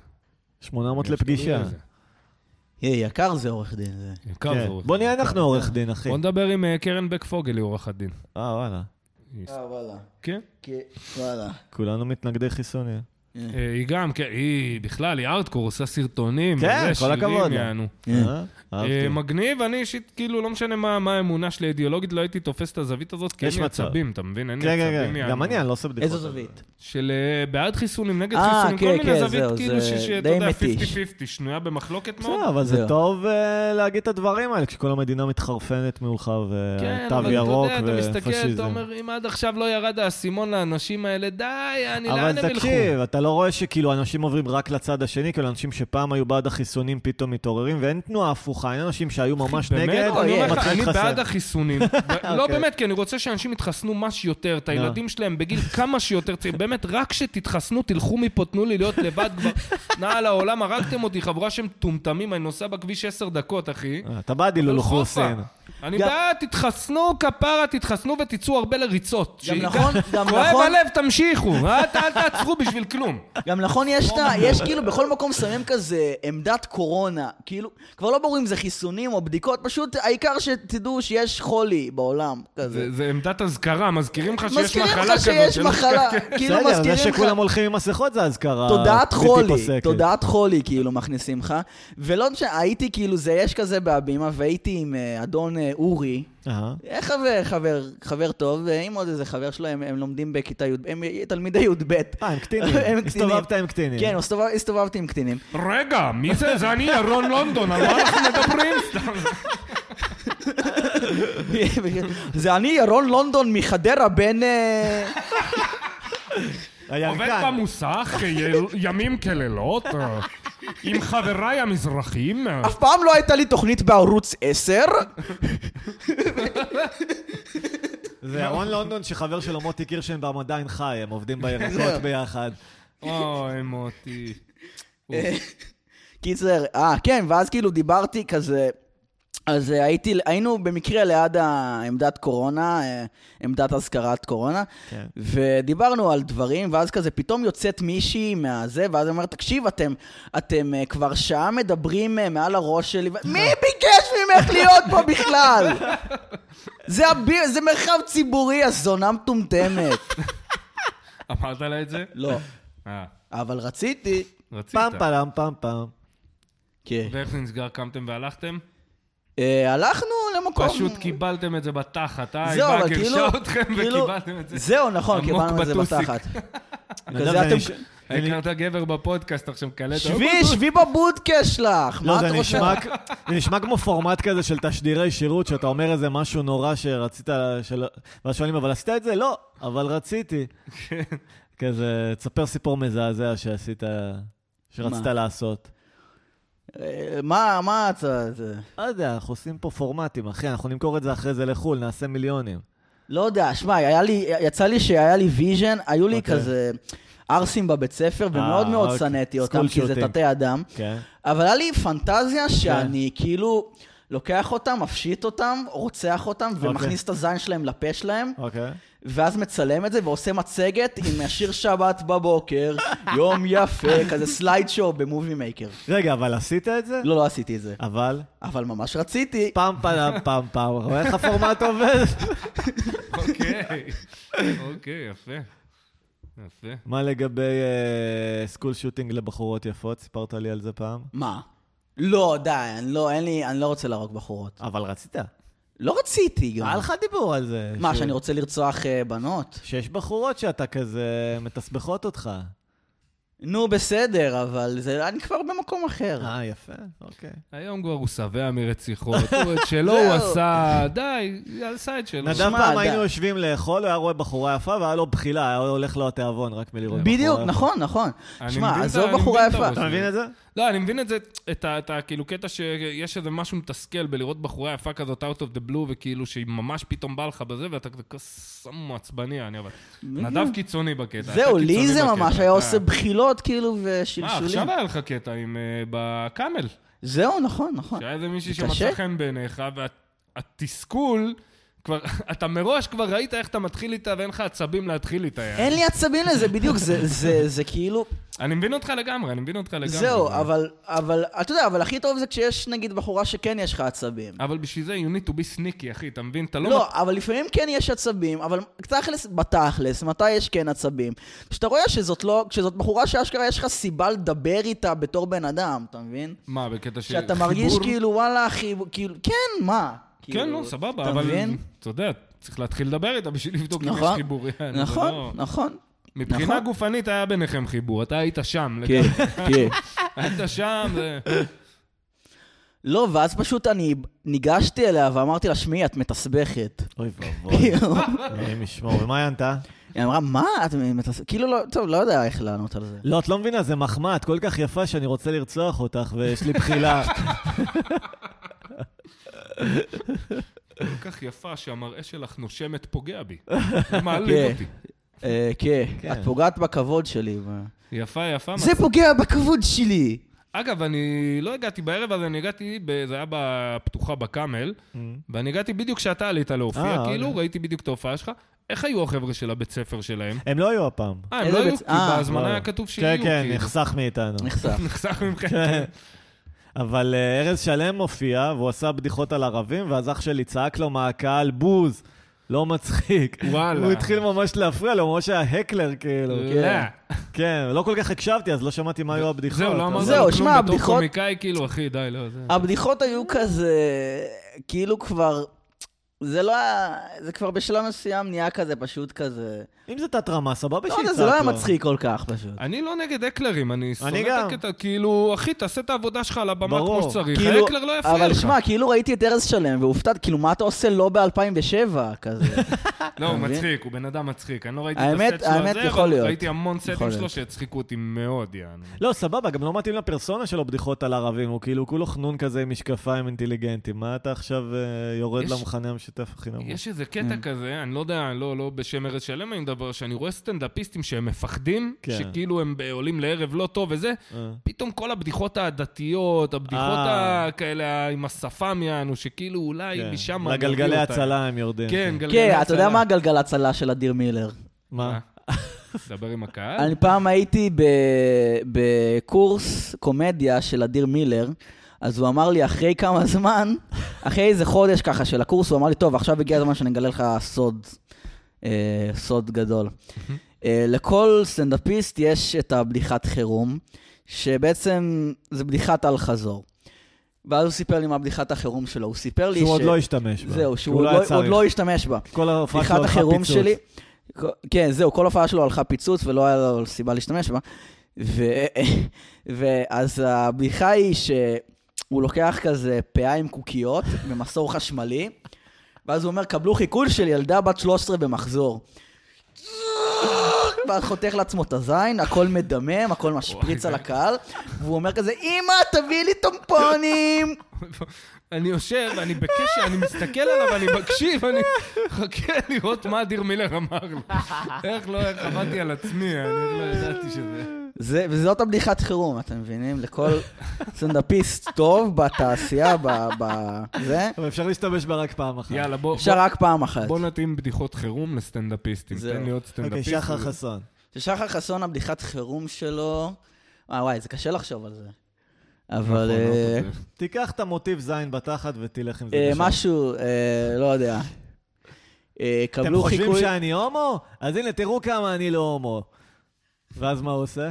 Speaker 1: 800
Speaker 2: יש,
Speaker 1: לפגישה.
Speaker 2: תלוי איזה.
Speaker 3: יהיה, יקר זה עורך דין. זה.
Speaker 2: יקר
Speaker 1: כן.
Speaker 2: זה עורך
Speaker 1: בוא
Speaker 2: דין.
Speaker 1: נהיה אנחנו עורך דין, אחי.
Speaker 2: בוא נדבר עם אה, קרן בק פוגל, היא עורכת דין.
Speaker 1: אה, וואלה.
Speaker 3: אה, וואלה.
Speaker 2: כן?
Speaker 3: כי- וואלה.
Speaker 1: כולנו מתנגדי חיסונים.
Speaker 2: אה, היא גם, כן, היא בכלל, היא ארטקור, עושה סרטונים.
Speaker 1: כן,
Speaker 2: וזה,
Speaker 1: כל
Speaker 2: שירים,
Speaker 1: הכבוד לה.
Speaker 2: יענו.
Speaker 1: אה?
Speaker 2: אה,
Speaker 1: אהבתי.
Speaker 2: מגניב, אני אישית, כאילו, לא משנה מה מה האמונה שלי האידיאולוגית, לא הייתי תופס את הזווית הזאת, כי אין
Speaker 1: יש
Speaker 2: לי
Speaker 1: מצב.
Speaker 2: עצבים, אתה מבין? אין לי
Speaker 1: כן,
Speaker 2: עצבים.
Speaker 1: כן, כן.
Speaker 2: יענו.
Speaker 1: גם אני, אני לא עושה בדיחות.
Speaker 3: איזו זווית?
Speaker 2: של אה, בעד חיסונים, נגד
Speaker 3: אה,
Speaker 2: חיסונים,
Speaker 3: כן,
Speaker 2: כל מיני
Speaker 3: כן,
Speaker 2: זווית,
Speaker 3: זהו,
Speaker 2: כאילו,
Speaker 3: זה
Speaker 2: שאתה
Speaker 3: די
Speaker 2: יודע, 50-50,
Speaker 3: מתיש.
Speaker 2: שנויה במחלוקת מאוד.
Speaker 1: בסדר, אבל זה
Speaker 3: זהו.
Speaker 1: טוב אה, להגיד את הדברים האלה, כשכל המדינה מתחרפנת מולך
Speaker 2: כן,
Speaker 1: ותו
Speaker 2: אבל
Speaker 1: ירוק
Speaker 2: אתה יודע, אתה מסתכל, אתה
Speaker 1: ופשיזם.
Speaker 2: אומר, אם עד עכשיו לא ירד האסימון לאנשים האלה, די, אני, לאן הם
Speaker 1: אבל
Speaker 2: ילכו?
Speaker 1: תקשיב, אתה לא רואה שכאילו אנשים עוברים רק לצד השני, כאילו אנשים שפעם היו בעד החיסונים פתאום מתעוררים, ואין תנועה הפוכה, אין אנשים שהיו ממש
Speaker 2: באמת,
Speaker 1: נגד,
Speaker 2: לא, אני אומר לך,
Speaker 1: מתחילים
Speaker 2: אני
Speaker 1: להתחסן.
Speaker 2: בעד החיסונים. לא,
Speaker 1: אוקיי.
Speaker 2: באמת, כי אני רוצה שאנשים יתחסנו מה שיותר, את הילדים שלהם בגיל כמה שיותר צעירים. באמת, רק שתתחסנו, תלכו מפה, תנו לי להיות לבד כבר. נעל העולם, הרגתם אותי, חבורה של מטומטמים, אני נוסע בכביש עשר דקות, אחי.
Speaker 1: אה, אתה בעד הילול
Speaker 2: חופה.
Speaker 1: חוסן.
Speaker 2: אני
Speaker 3: גם-
Speaker 2: בעד, תתחסנו, כפרה, תתחסנו ותצאו הרבה לריצות.
Speaker 3: גם
Speaker 2: שיגע-
Speaker 3: נכון, גם
Speaker 2: כואב
Speaker 3: נכון.
Speaker 2: הלב, תמשיכו, אל ת- אל תעצרו בשביל כלום.
Speaker 3: גם נכון, יש את ה... יש כאילו, בכל מקום שמים כזה עמדת קורונה. כאילו, כבר לא ברור אם זה חיסונים או בדיקות, פשוט העיקר שתדעו שיש חולי בעולם. כזה.
Speaker 2: זה זה עמדת אזכרה, מזכירים לך שיש
Speaker 3: מזכירים
Speaker 2: מחלה
Speaker 3: לך
Speaker 2: כזאת. לא-
Speaker 3: שיש
Speaker 2: שלא-
Speaker 3: מחלה. כאילו,
Speaker 1: בסדר, זה
Speaker 3: מזכירים לך...
Speaker 1: שכולם הולכים עם מסכות זה אזכרה
Speaker 3: תודעת
Speaker 1: בלתי
Speaker 3: חולי,
Speaker 1: פוסקת.
Speaker 3: תודעת חולי כאילו מכניסים לך. ולא משנה, הייתי כאילו, זה יש כזה בהבימה, והייתי עם אה, אדון אה, אורי,
Speaker 1: אהה.
Speaker 3: אה, חבר, חבר, חבר טוב, ועם עוד איזה חבר שלו, הם, הם לומדים בכיתה י"ב, הם תלמידי י"ב.
Speaker 1: אה, הם קטינים. הסתובבת עם קטינים.
Speaker 3: כן, הסתובב, הסתובבתי עם קטינים.
Speaker 2: רגע, מי זה? זה אני, ירון לונדון, על מה אנחנו מדברים? סתם.
Speaker 3: זה אני, ירון לונדון מחדרה בן... אה,
Speaker 2: עובד
Speaker 1: הירקן.
Speaker 2: במוסך אה, יל- ימים כלילות, אה, עם חבריי המזרחים. אה.
Speaker 3: אף פעם לא הייתה לי תוכנית בערוץ 10.
Speaker 1: זה ירון לונדון שחבר שלו מוטי קירשנבאום עדיין חי, הם עובדים בירקות ביחד.
Speaker 2: אוי, מוטי.
Speaker 3: אה, קיצר, אה, כן, ואז כאילו דיברתי כזה... אז אה, הייתי, היינו במקרה ליד העמדת קורונה, אה, עמדת אזכרת קורונה,
Speaker 1: כן.
Speaker 3: ודיברנו על דברים, ואז כזה פתאום יוצאת מישהי מהזה, ואז היא אומרת, תקשיב, אתם, אתם אה, כבר שעה מדברים אה, מעל הראש שלי, ו- מי ביקש ממך להיות פה בכלל? זה, הב... זה מרחב ציבורי, הזונה מטומטמת.
Speaker 2: אמרת לה את זה?
Speaker 3: לא,
Speaker 2: אה,
Speaker 3: אבל רציתי.
Speaker 2: רצית.
Speaker 1: פעם פעם פעם פעם.
Speaker 3: כן.
Speaker 2: ואיך זה נסגר? קמתם והלכתם?
Speaker 3: אה, הלכנו למקום...
Speaker 2: פשוט קיבלתם את זה בתחת, אה?
Speaker 3: זהו,
Speaker 2: היא באה,
Speaker 3: אבל כאילו...
Speaker 2: גירשה אתכם
Speaker 3: כאילו-
Speaker 2: וקיבלתם את זה.
Speaker 3: זהו, נכון,
Speaker 2: עמוק
Speaker 3: קיבלנו את זה
Speaker 2: בטוסיק.
Speaker 3: בתחת.
Speaker 1: אני לא יודע,
Speaker 3: כזה אתם-
Speaker 1: ואני ש-
Speaker 2: הכרת גבר בפודקאסט, עכשיו מקלט.
Speaker 3: שבי, שבי בבודקה שלך,
Speaker 1: לא,
Speaker 3: מה
Speaker 1: זה
Speaker 3: את רוצה?
Speaker 1: נשמע, כ- זה נשמע כמו פורמט כזה של תשדירי שירות, שאתה אומר איזה משהו נורא שרצית, של... ואז שואלים, אבל עשית את זה? לא, אבל רציתי. כן. כזה, תספר סיפור מזעזע שעשית, שרצית
Speaker 3: מה?
Speaker 1: לעשות.
Speaker 3: אה, מה, מה אתה... זה-
Speaker 1: לא יודע, אנחנו עושים פה פורמטים, אחי, אנחנו נמכור את זה אחרי זה לחו"ל, נעשה מיליונים.
Speaker 3: לא יודע, שמע, היה לי, יצא לי שהיה לי ויז'ן, היו לי
Speaker 1: אוקיי.
Speaker 3: כזה ערסים בבית ספר, ומאוד
Speaker 1: אה,
Speaker 3: מאוד
Speaker 1: אוקיי.
Speaker 3: שנאתי
Speaker 1: school
Speaker 3: אותם, כי זה
Speaker 1: shooting.
Speaker 3: תתי אדם.
Speaker 1: כן?
Speaker 3: אבל היה לי פנטזיה שאני כאילו לוקח אותם, מפשיט אותם, רוצח אותם,
Speaker 1: אוקיי.
Speaker 3: ומכניס את הזין שלהם לפה שלהם,
Speaker 1: אוקיי.
Speaker 3: ואז מצלם את זה ועושה מצגת עם השיר שבת בבוקר, יום יפה, כזה סלייד שואו במובי מייקר.
Speaker 1: רגע, אבל עשית את זה?
Speaker 3: לא, לא עשיתי את זה.
Speaker 1: אבל?
Speaker 3: אבל ממש רציתי.
Speaker 1: פעם, פעם, פעם, פעם, רואה איך הפורמט עובד?
Speaker 2: אוקיי, אוקיי, יפה. יפה.
Speaker 1: מה לגבי סקול שוטינג לבחורות יפות? סיפרת לי על זה פעם.
Speaker 3: מה? לא, די, אני לא, אין לי, אני לא רוצה להרוג בחורות.
Speaker 1: אבל רצית.
Speaker 3: לא רציתי גם.
Speaker 1: היה לך דיבור על זה.
Speaker 3: מה,
Speaker 1: ש-
Speaker 3: שאני רוצה לרצוח אה, בנות?
Speaker 1: שיש בחורות שאתה כזה, מתסבכות אותך.
Speaker 3: נו, בסדר, אבל זה, אני כבר במקום אחר.
Speaker 1: אה, יפה, אוקיי.
Speaker 2: היום כבר הוא שבע מרציחות, הוא את שלו הוא
Speaker 3: זהו.
Speaker 2: עשה, די, הוא עשה את שלו.
Speaker 1: נדב
Speaker 3: שמע,
Speaker 1: פעם
Speaker 3: די.
Speaker 1: היינו יושבים לאכול, הוא היה רואה בחורה יפה והיה לו בחילה, היה הולך לו התיאבון רק מלראות בחורה
Speaker 3: בדיוק,
Speaker 1: יפה.
Speaker 3: נכון, נכון.
Speaker 2: אני מבין
Speaker 3: שמע,
Speaker 2: את ה-
Speaker 3: עזוב
Speaker 2: אני
Speaker 3: בחורה
Speaker 2: מבין את
Speaker 3: יפה.
Speaker 2: הראש.
Speaker 1: אתה מבין את זה?
Speaker 2: לא, אני מבין את זה, את ה- את ה- כאילו קטע שיש איזה משהו מתסכל בלראות בחורה יפה כזאת out of the blue, וכאילו שהיא ממש פתאום באה לך בזה, ואתה כזה סמו עצבני, אני אבל. נדב קיצוני בקטע. אתה
Speaker 3: זהו, לי
Speaker 2: קיצוני
Speaker 3: זה
Speaker 2: בקטע.
Speaker 3: ממש היה עושה
Speaker 2: אה.
Speaker 3: בחילות, כאילו,
Speaker 2: מה, עכשיו
Speaker 3: ושלשולים.
Speaker 2: היה לך קטע עם... אה, בקאמל.
Speaker 3: זהו, נכון, נכון.
Speaker 2: שהיה איזה מישהי
Speaker 3: זה קשה?
Speaker 2: שמצא חן בעיניך, והתסכול, כבר, אתה מראש כבר ראית איך אתה מתחיל איתה ואין לך עצבים להתחיל איתה. יעני.
Speaker 3: אין לי עצבים לזה, בדיוק, זה- זה- זה כאילו...
Speaker 2: אני מבין אותך לגמרי, אני מבין אותך לגמרי.
Speaker 3: זהו, אבל, אבל, אתה יודע, אבל הכי טוב זה כשיש נגיד בחורה שכן יש לך עצבים.
Speaker 2: אבל בשביל זה you need to be sneaky, אחי, אתה מבין? אתה לא...
Speaker 3: לא, אבל לפעמים כן יש עצבים, אבל תכלס, בתכלס, מתי יש כן עצבים? כשאתה רואה שזאת לא, כשזאת בחורה שאשכרה יש לך סיבה לדבר איתה בתור בן אדם, אתה מבין?
Speaker 2: מה, בקטע של
Speaker 3: שאתה מרגיש כאילו, וואלה, חיבור, כאילו, כן, מה?
Speaker 2: כן,
Speaker 3: כאילו,
Speaker 2: לא, סבבה,
Speaker 3: אתה
Speaker 2: אבל...
Speaker 3: מבין?
Speaker 2: אתה יודע, צריך להתחיל לדבר איתה בשביל לבדוק אם יש
Speaker 3: נכון,
Speaker 2: חיבור. יעני, זה לא-
Speaker 3: נכון, נכון.
Speaker 2: מבחינה
Speaker 3: נכון.
Speaker 2: גופנית היה ביניכם חיבור, אתה היית שם.
Speaker 3: כן,
Speaker 2: לגמרי.
Speaker 3: כן.
Speaker 2: היית שם, זה...
Speaker 3: לא, ואז פשוט אני ניגשתי אליה ואמרתי לה, שמי, את מתסבכת.
Speaker 1: אוי ואבוי,
Speaker 3: כאילו,
Speaker 1: אלוהים ישמור. ומה היא ענתה?
Speaker 3: היא אמרה, מה את מתסבכת? כאילו, לא, טוב, לא יודע איך לענות על זה.
Speaker 1: לא, את לא מבינה, זה מחמאה, את כל כך יפה שאני רוצה לרצוח אותך ויש לי בחילה.
Speaker 2: כל כך יפה שהמראה שלך נושמת פוגע בי. זה מעליב
Speaker 3: כן.
Speaker 2: אותי.
Speaker 3: אה,
Speaker 1: כן.
Speaker 3: כן, את פוגעת בכבוד שלי. ו-
Speaker 2: יפה, יפה.
Speaker 3: זה פוגע בכבוד שלי.
Speaker 2: אגב, אני לא הגעתי בערב הזה, אני הגעתי, ב- זה היה בפתוחה בקאמל, ואני הגעתי בדיוק כשאתה עלית להופיע,
Speaker 1: אה,
Speaker 2: כאילו,
Speaker 1: אוקיי.
Speaker 2: ראיתי בדיוק את ההופעה שלך. איך היו החבר'ה של הבית ספר שלהם?
Speaker 1: הם לא היו הפעם.
Speaker 2: אה, הם
Speaker 3: איזה
Speaker 2: לא היו,
Speaker 3: בית-
Speaker 2: כי
Speaker 3: אה,
Speaker 2: בהזמנה
Speaker 1: לא.
Speaker 2: היה כתוב שיהיו.
Speaker 1: כן, כן,
Speaker 2: כאילו.
Speaker 1: נחסך מאיתנו.
Speaker 3: נחשף.
Speaker 2: נחסך ממכם.
Speaker 1: כן.
Speaker 3: כן.
Speaker 1: אבל אה, ארז שלם הופיע, והוא עשה בדיחות על ערבים, ואז אח שלי צעק לו מהקהל בוז, לא מצחיק.
Speaker 2: וואלה.
Speaker 1: הוא התחיל ממש להפריע לו, הוא ממש היה הקלר כאילו.
Speaker 3: אוקיי.
Speaker 2: לא.
Speaker 1: כן. כן, לא כל כך הקשבתי, אז לא שמעתי מה היו הבדיחות.
Speaker 2: זהו, לא אמרת
Speaker 1: אבל-
Speaker 3: זהו,
Speaker 2: לו
Speaker 3: שמע,
Speaker 2: כלום בתור
Speaker 3: הבדיחות- אה.
Speaker 2: קומיקאי, כאילו, אחי, די, לא, זה...
Speaker 3: הבדיחות היו כזה, כאילו כבר, זה לא היה, זה כבר בשלב מסוים נהיה כזה, פשוט כזה.
Speaker 1: אם זה תת-רמה, סבבה
Speaker 3: לא
Speaker 1: שיצעק לו.
Speaker 3: יודע, זה לא היה מצחיק כל כך פשוט.
Speaker 2: אני לא נגד אקלרים, אני שונא
Speaker 1: אני
Speaker 2: את
Speaker 1: גם.
Speaker 2: הקטע, כאילו, אחי, תעשה את העבודה שלך על הבמה
Speaker 1: ברור.
Speaker 2: כמו שצריך,
Speaker 3: כאילו,
Speaker 2: האקלר לא יפריע לך.
Speaker 3: אבל שמע, כאילו ראיתי את ארז שלם והופתעתי, כאילו, מה אתה עושה לא ב-2007 כזה?
Speaker 2: לא,
Speaker 3: כן,
Speaker 2: הוא
Speaker 3: אתה מבין?
Speaker 2: מצחיק, הוא בן אדם מצחיק. אני לא ראיתי
Speaker 3: האמת-
Speaker 2: את הסט שלו הזה,
Speaker 3: האמת, יכול
Speaker 2: אבל
Speaker 3: להיות.
Speaker 2: ראיתי המון סטים
Speaker 3: יכול
Speaker 2: שלו
Speaker 3: להיות.
Speaker 2: שהצחיקו אותי מאוד, יענו.
Speaker 1: לא, סבבה, גם לא מתאים לפרסונה שלו בדיחות על ערבים, הוא כאילו כולו חנון כזה עם משקפיים אינטליגנטיים. מה אתה עכשיו אה, יורד
Speaker 2: יש-
Speaker 1: למכנה המשותף הכי נמוך?
Speaker 2: יש איזה קטע
Speaker 1: Mm.
Speaker 2: כזה, אני לא יודע, לא לא בשם ארץ שלם אני מדבר, שאני רואה סטנדאפיסטים שהם מפחדים,
Speaker 1: כן.
Speaker 2: שכאילו הם ב- עולים לערב לא טוב וזה,
Speaker 1: אה.
Speaker 2: פתאום כל הבדיחות הדתיות, הבדיחות
Speaker 1: אה.
Speaker 2: הכאלה עם השפם יענו, שכאילו אולי
Speaker 1: כן.
Speaker 2: משם... אני
Speaker 1: לגלגלי
Speaker 2: אביא אותה.
Speaker 1: הצלה הם יורדים.
Speaker 2: כן, גלגלי הצלה.
Speaker 3: כן, אתה יודע מה הגלגל הצלה של אדיר מילר?
Speaker 2: אה.
Speaker 1: מה?
Speaker 2: דבר עם הקהל?
Speaker 3: אני
Speaker 1: כן.
Speaker 3: פעם הייתי ב- בקורס קומדיה של אדיר מילר, אז הוא אמר לי אחרי כמה זמן, אחרי איזה חודש ככה של הקורס, הוא אמר לי, טוב, עכשיו הגיע הזמן שאני אגלה לך סוד, אה, סוד גדול. אה, לכל סטנדאפיסט יש את הבדיחת חירום, שבעצם זה בדיחת אל-חזור. ואז הוא סיפר לי מה בדיחת החירום שלו, הוא סיפר לי
Speaker 1: שהוא עוד
Speaker 3: ש-
Speaker 1: לא השתמש בה.
Speaker 3: זהו, שהוא עוד
Speaker 1: היה
Speaker 3: לא- עוד
Speaker 1: צריך.
Speaker 3: לא השתמש בה.
Speaker 1: כל ההופעה שלו
Speaker 3: פתיחת
Speaker 1: הלכה
Speaker 3: החירום
Speaker 1: פיצוץ.
Speaker 3: שלי. כן, זהו, כל הופעה שלו הלכה פיצוץ ולא היה לו סיבה להשתמש בה. ו- ואז הבדיחה היא שהוא לוקח כזה פאה עם קוקיות במסור חשמלי, ואז הוא אומר, קבלו חיקוי של ילדה בת 13 במחזור. ואז חותך לעצמו את הזין, הכל מדמם, הכל משפריץ על הקהל, והוא אומר כזה, אמא, תביאי לי טומפונים!
Speaker 2: אני יושב, אני בקשר, אני מסתכל עליו, אני מקשיב, אני מחכה לראות מה אדיר מילר אמר לו. איך לא, איך עבדתי על עצמי, אני לא ידעתי שזה...
Speaker 3: זה, וזאת הבדיחת חירום, אתם מבינים? לכל סנדאפיסט טוב בתעשייה, ב... ב- זה,
Speaker 1: אבל אפשר להשתמש בה רק פעם אחת.
Speaker 2: יאללה, בוא...
Speaker 3: אפשר רק פעם אחת.
Speaker 2: בוא נתאים בדיחות חירום לסטנדאפיסטים.
Speaker 3: זהו.
Speaker 2: תן לי עוד
Speaker 1: אוקיי,
Speaker 2: סטנדאפיסט.
Speaker 1: שחר חסון.
Speaker 3: ששחר חסון, הבדיחת חירום שלו... אה, וואי, זה קשה לחשוב על זה. אבל...
Speaker 2: נכון,
Speaker 3: אה,
Speaker 2: נכון, זה-
Speaker 1: תיקח את המוטיב זין בתחת ותלך עם זה.
Speaker 3: אה,
Speaker 1: לשם.
Speaker 3: משהו, אה, לא יודע. אה,
Speaker 1: אתם
Speaker 3: קבלו
Speaker 1: חושבים
Speaker 3: חיקוי,
Speaker 1: שאני הומו? אז הנה, תראו כמה אני לא הומו. ואז מה הוא עושה?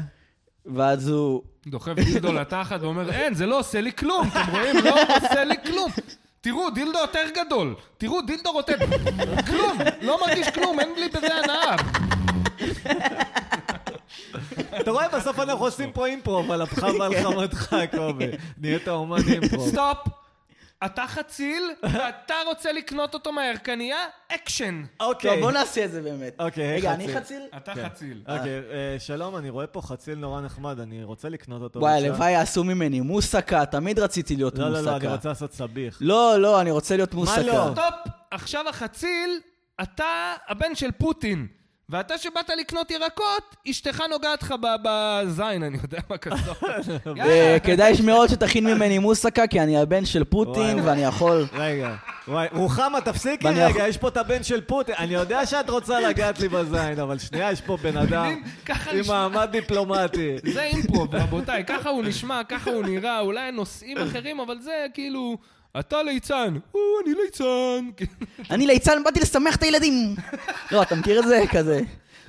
Speaker 3: ואז הוא...
Speaker 2: דוחף דילדו לתחת ואומר, אין, זה לא עושה לי כלום, אתם רואים? לא עושה לי כלום. תראו, דילדו יותר גדול. תראו, דילדו רוטט. כלום, לא מרגיש כלום, אין לי בזה הנאה.
Speaker 1: אתה רואה, בסוף אנחנו עושים פה אימפרוב על אפך ועל
Speaker 3: כן.
Speaker 1: חמתך, קובי. נהיית אומן אימפרוב.
Speaker 2: סטופ. אתה חציל, אתה רוצה לקנות אותו מהירקניה? אקשן.
Speaker 1: אוקיי.
Speaker 3: טוב, בוא נעשה את זה באמת.
Speaker 1: אוקיי,
Speaker 3: רגע,
Speaker 1: חציל.
Speaker 3: אני חציל?
Speaker 2: אתה
Speaker 1: כן.
Speaker 2: חציל.
Speaker 1: אוקיי, אה, שלום, אני רואה פה חציל נורא נחמד, אני לא רוצה לקנות אותו.
Speaker 3: וואי,
Speaker 1: בבקשה.
Speaker 3: הלוואי יעשו ממני מוסקה, תמיד רציתי להיות
Speaker 1: לא, לא, לא, אני
Speaker 3: מוסקה.
Speaker 1: רוצה לעשות סביח.
Speaker 3: לא, לא, אני רוצה להיות
Speaker 1: לא?
Speaker 3: מוסקה.
Speaker 2: סטופ, עכשיו החציל, אתה הבן של פוטין. ואתה שבאת לקנות ירקות, אשתך נוגעת לך ב- בזין, אני יודע מה כזאת.
Speaker 3: אה, כדאי מאוד שתכין ממני מוסקה, כי אני הבן של
Speaker 1: וואי,
Speaker 3: פוטין
Speaker 1: וואי.
Speaker 3: ואני יכול...
Speaker 1: רגע, וואי, רוחמה, תפסיקי
Speaker 3: ואני יכול-
Speaker 1: רגע, יש פה את הבן של פוטין. אני יודע שאת רוצה לגעת לי בזין, אבל שנייה, יש פה בן אדם
Speaker 2: מבינים? ככה
Speaker 1: עם
Speaker 2: נשמע.
Speaker 1: מעמד דיפלומטי.
Speaker 2: זה אימפרוב, רבותיי, ככה הוא נשמע, ככה הוא נראה, אולי נושאים אחרים, אבל זה כאילו, אתה ליצן, או, אני ליצן.
Speaker 3: אני ליצן, באתי לשמח את הילדים. לא, אתה מכיר את זה? כזה.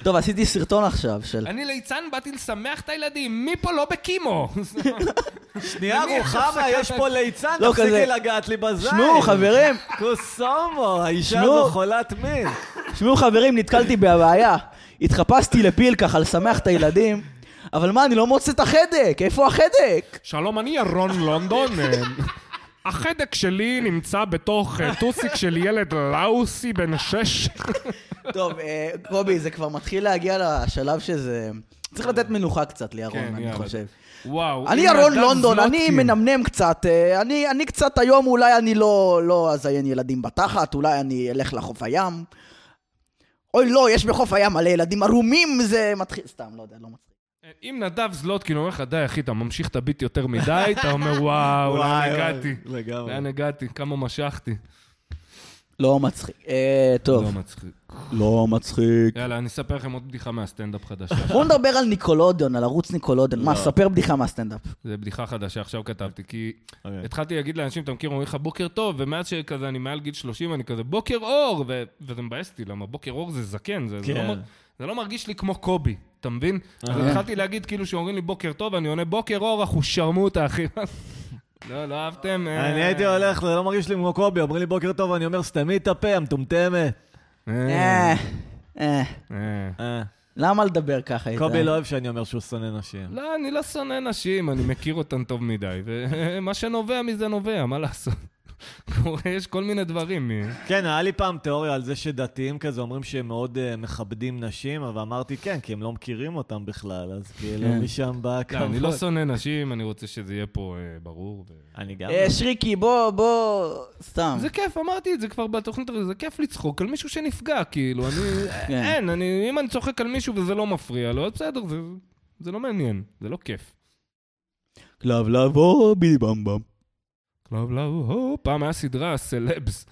Speaker 3: טוב, עשיתי סרטון עכשיו של...
Speaker 2: אני ליצן, באתי לשמח את הילדים, מי פה לא בקימו?
Speaker 1: שנייה,
Speaker 2: אני-
Speaker 1: רוחמה, יש פה ליצן,
Speaker 3: לא,
Speaker 1: תפסיקי
Speaker 3: כזה-
Speaker 1: לגעת לי בזין.
Speaker 3: שמעו, חברים,
Speaker 1: קוסומו, האישה
Speaker 3: שמעו.
Speaker 1: הזו חולת מין.
Speaker 3: שמעו חברים, נתקלתי בבעיה. התחפשתי לפיל ככה לשמח את הילדים, אבל מה, אני לא מוצא את החדק, איפה החדק?
Speaker 2: שלום, אני ירון לונדון. אה, החדק שלי נמצא בתוך אה, טוסיק של ילד לאוסי בן שש.
Speaker 3: טוב, אה, קובי, זה כבר מתחיל להגיע לשלב שזה... צריך לתת מנוחה קצת לירון,
Speaker 2: כן,
Speaker 3: אני
Speaker 2: יאללה.
Speaker 3: חושב.
Speaker 2: וואו.
Speaker 3: אני
Speaker 2: הנה
Speaker 3: ירון
Speaker 2: אדם
Speaker 3: לונדון, אני
Speaker 2: זלוטקין.
Speaker 3: מנמנם קצת, אה, אני אני קצת היום, אולי אני לא לא אזיין ילדים בתחת, אולי אני אלך לחוף הים. אוי, לא, יש בחוף הים מלא ילדים ערומים, זה מתחיל... סתם, לא יודע, לא מצחיק.
Speaker 2: אם נדב זלוטקין אומר לך, די, אחי, אתה ממשיך את הביט יותר מדי, אתה אומר, וואו, לאן
Speaker 1: וואי, לא. וואי,
Speaker 2: הגעתי?
Speaker 1: לגמרי.
Speaker 2: לאן הגעתי? כמה משכתי?
Speaker 3: לא מצחיק. אה,
Speaker 2: לא
Speaker 3: טוב.
Speaker 2: מצחיק.
Speaker 3: לא מצחיק.
Speaker 2: יאללה, אני אספר לכם עוד בדיחה מהסטנדאפ חדשה.
Speaker 3: בואו נדבר על ניקולודיון, על ערוץ ניקולודיון. מה, ספר בדיחה מהסטנדאפ.
Speaker 2: זו בדיחה חדשה, עכשיו כתבתי, כי
Speaker 1: אוקיי.
Speaker 2: התחלתי להגיד לאנשים, אתה מכיר, אומרים לך בוקר טוב, ומאז שכזה אני מעל גיל 30, אני כזה בוקר אור, ו- וזה מבאס אותי, למה בוקר אור זה זקן, זה, זה,
Speaker 1: כן. אוקיי.
Speaker 2: לא, מר- זה לא מרגיש לי כמו קובי, אתה מבין? אז התחלתי להגיד, כאילו, שאומרים לי בוקר טוב, אני עונה בוקר אור, אנחנו שרמוטה, אחי. לא, לא אהבתם? אה,
Speaker 1: אני הייתי הולך, זה לא מרגיש לי כמו קובי, אומרים לי בוקר טוב, אני אומר, סתמי את הפה, המטומטמת.
Speaker 2: אה,
Speaker 3: אה, אה.
Speaker 2: אה.
Speaker 1: אה,
Speaker 3: למה לדבר ככה איתה?
Speaker 1: קובי לא אוהב שאני אומר שהוא שונא נשים.
Speaker 2: לא, אני לא שונא נשים, אני מכיר אותן טוב מדי, ומה שנובע מזה נובע, מה לעשות? יש כל מיני דברים.
Speaker 1: כן, היה לי פעם תיאוריה על זה שדתיים כזה אומרים שהם מאוד אה, מכבדים נשים, אבל אמרתי כן, כי הם לא מכירים אותם בכלל, אז כאילו
Speaker 3: כן.
Speaker 1: משם בא
Speaker 2: לא, אני לא
Speaker 1: הכבוד.
Speaker 2: שונא נשים, אני רוצה שזה יהיה פה אה, ברור. ו-
Speaker 1: אני גם... לא-
Speaker 3: אה, שריקי, בוא, בוא... סתם.
Speaker 2: זה כיף, אמרתי את זה כבר בתוכנית, זה כיף לצחוק על מישהו שנפגע, כאילו, אני...
Speaker 3: כן.
Speaker 2: אין, אני, אם אני צוחק על מישהו וזה לא מפריע לו, אז בסדר, זה, זה לא מעניין, זה לא כיף.
Speaker 3: כלב לבוא, בידי במבם.
Speaker 2: כלב לאו, הו, פעם היה סדרה, סלבס,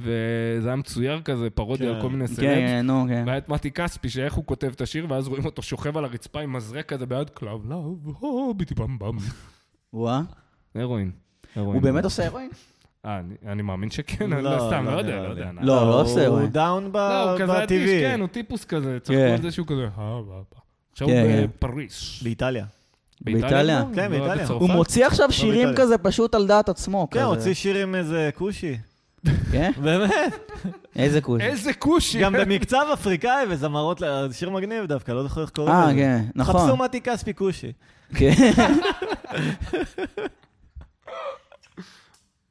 Speaker 2: וזה היה מצויר כזה, פרודיה
Speaker 1: כן.
Speaker 2: על כל מיני
Speaker 3: כן,
Speaker 2: סלבס.
Speaker 3: כן, נו, כן.
Speaker 2: והיה את מתי כספי, שאיך הוא כותב את השיר, ואז רואים אותו שוכב על הרצפה עם מזרק כזה ביד, כלב לאו, הו, ביטי במבם.
Speaker 3: וואה.
Speaker 2: הרואין. הרואין.
Speaker 3: הוא באמת עושה הירואין?
Speaker 2: אה, אני- אני מאמין שכן,
Speaker 1: לא,
Speaker 2: אני לא סתם,
Speaker 1: לא
Speaker 2: לא יודע,
Speaker 1: נראה
Speaker 2: לא
Speaker 1: לי.
Speaker 2: יודע.
Speaker 3: לא, לא עושה,
Speaker 1: הוא
Speaker 3: וואי.
Speaker 1: דאון ב-
Speaker 2: לא, הוא כזה אדיש,
Speaker 1: בטבעי.
Speaker 2: כן, הוא טיפוס כזה, צחקו
Speaker 3: כן.
Speaker 2: על זה שהוא כזה, אה, אה, אה. עכשיו הוא
Speaker 3: כן, כן.
Speaker 2: בפריס.
Speaker 1: באיטליה.
Speaker 3: באיטליה?
Speaker 2: לא?
Speaker 1: כן,
Speaker 2: לא,
Speaker 1: באיטליה.
Speaker 2: בצרפת?
Speaker 3: הוא מוציא עכשיו שירים
Speaker 1: באיטליה.
Speaker 3: כזה פשוט על דעת עצמו.
Speaker 1: לא כן,
Speaker 3: כזה.
Speaker 1: הוציא שיר עם איזה כושי.
Speaker 3: כן?
Speaker 1: באמת,
Speaker 3: איזה כושי.
Speaker 2: איזה כושי.
Speaker 1: גם במקצב אפריקאי וזמרות, ל- שיר מגניב דווקא, לא זוכר איך קוראים
Speaker 3: אה,
Speaker 1: לזה.
Speaker 3: כן,
Speaker 1: חפשו
Speaker 3: נכון.
Speaker 1: מתי כספי כושי.
Speaker 3: כן.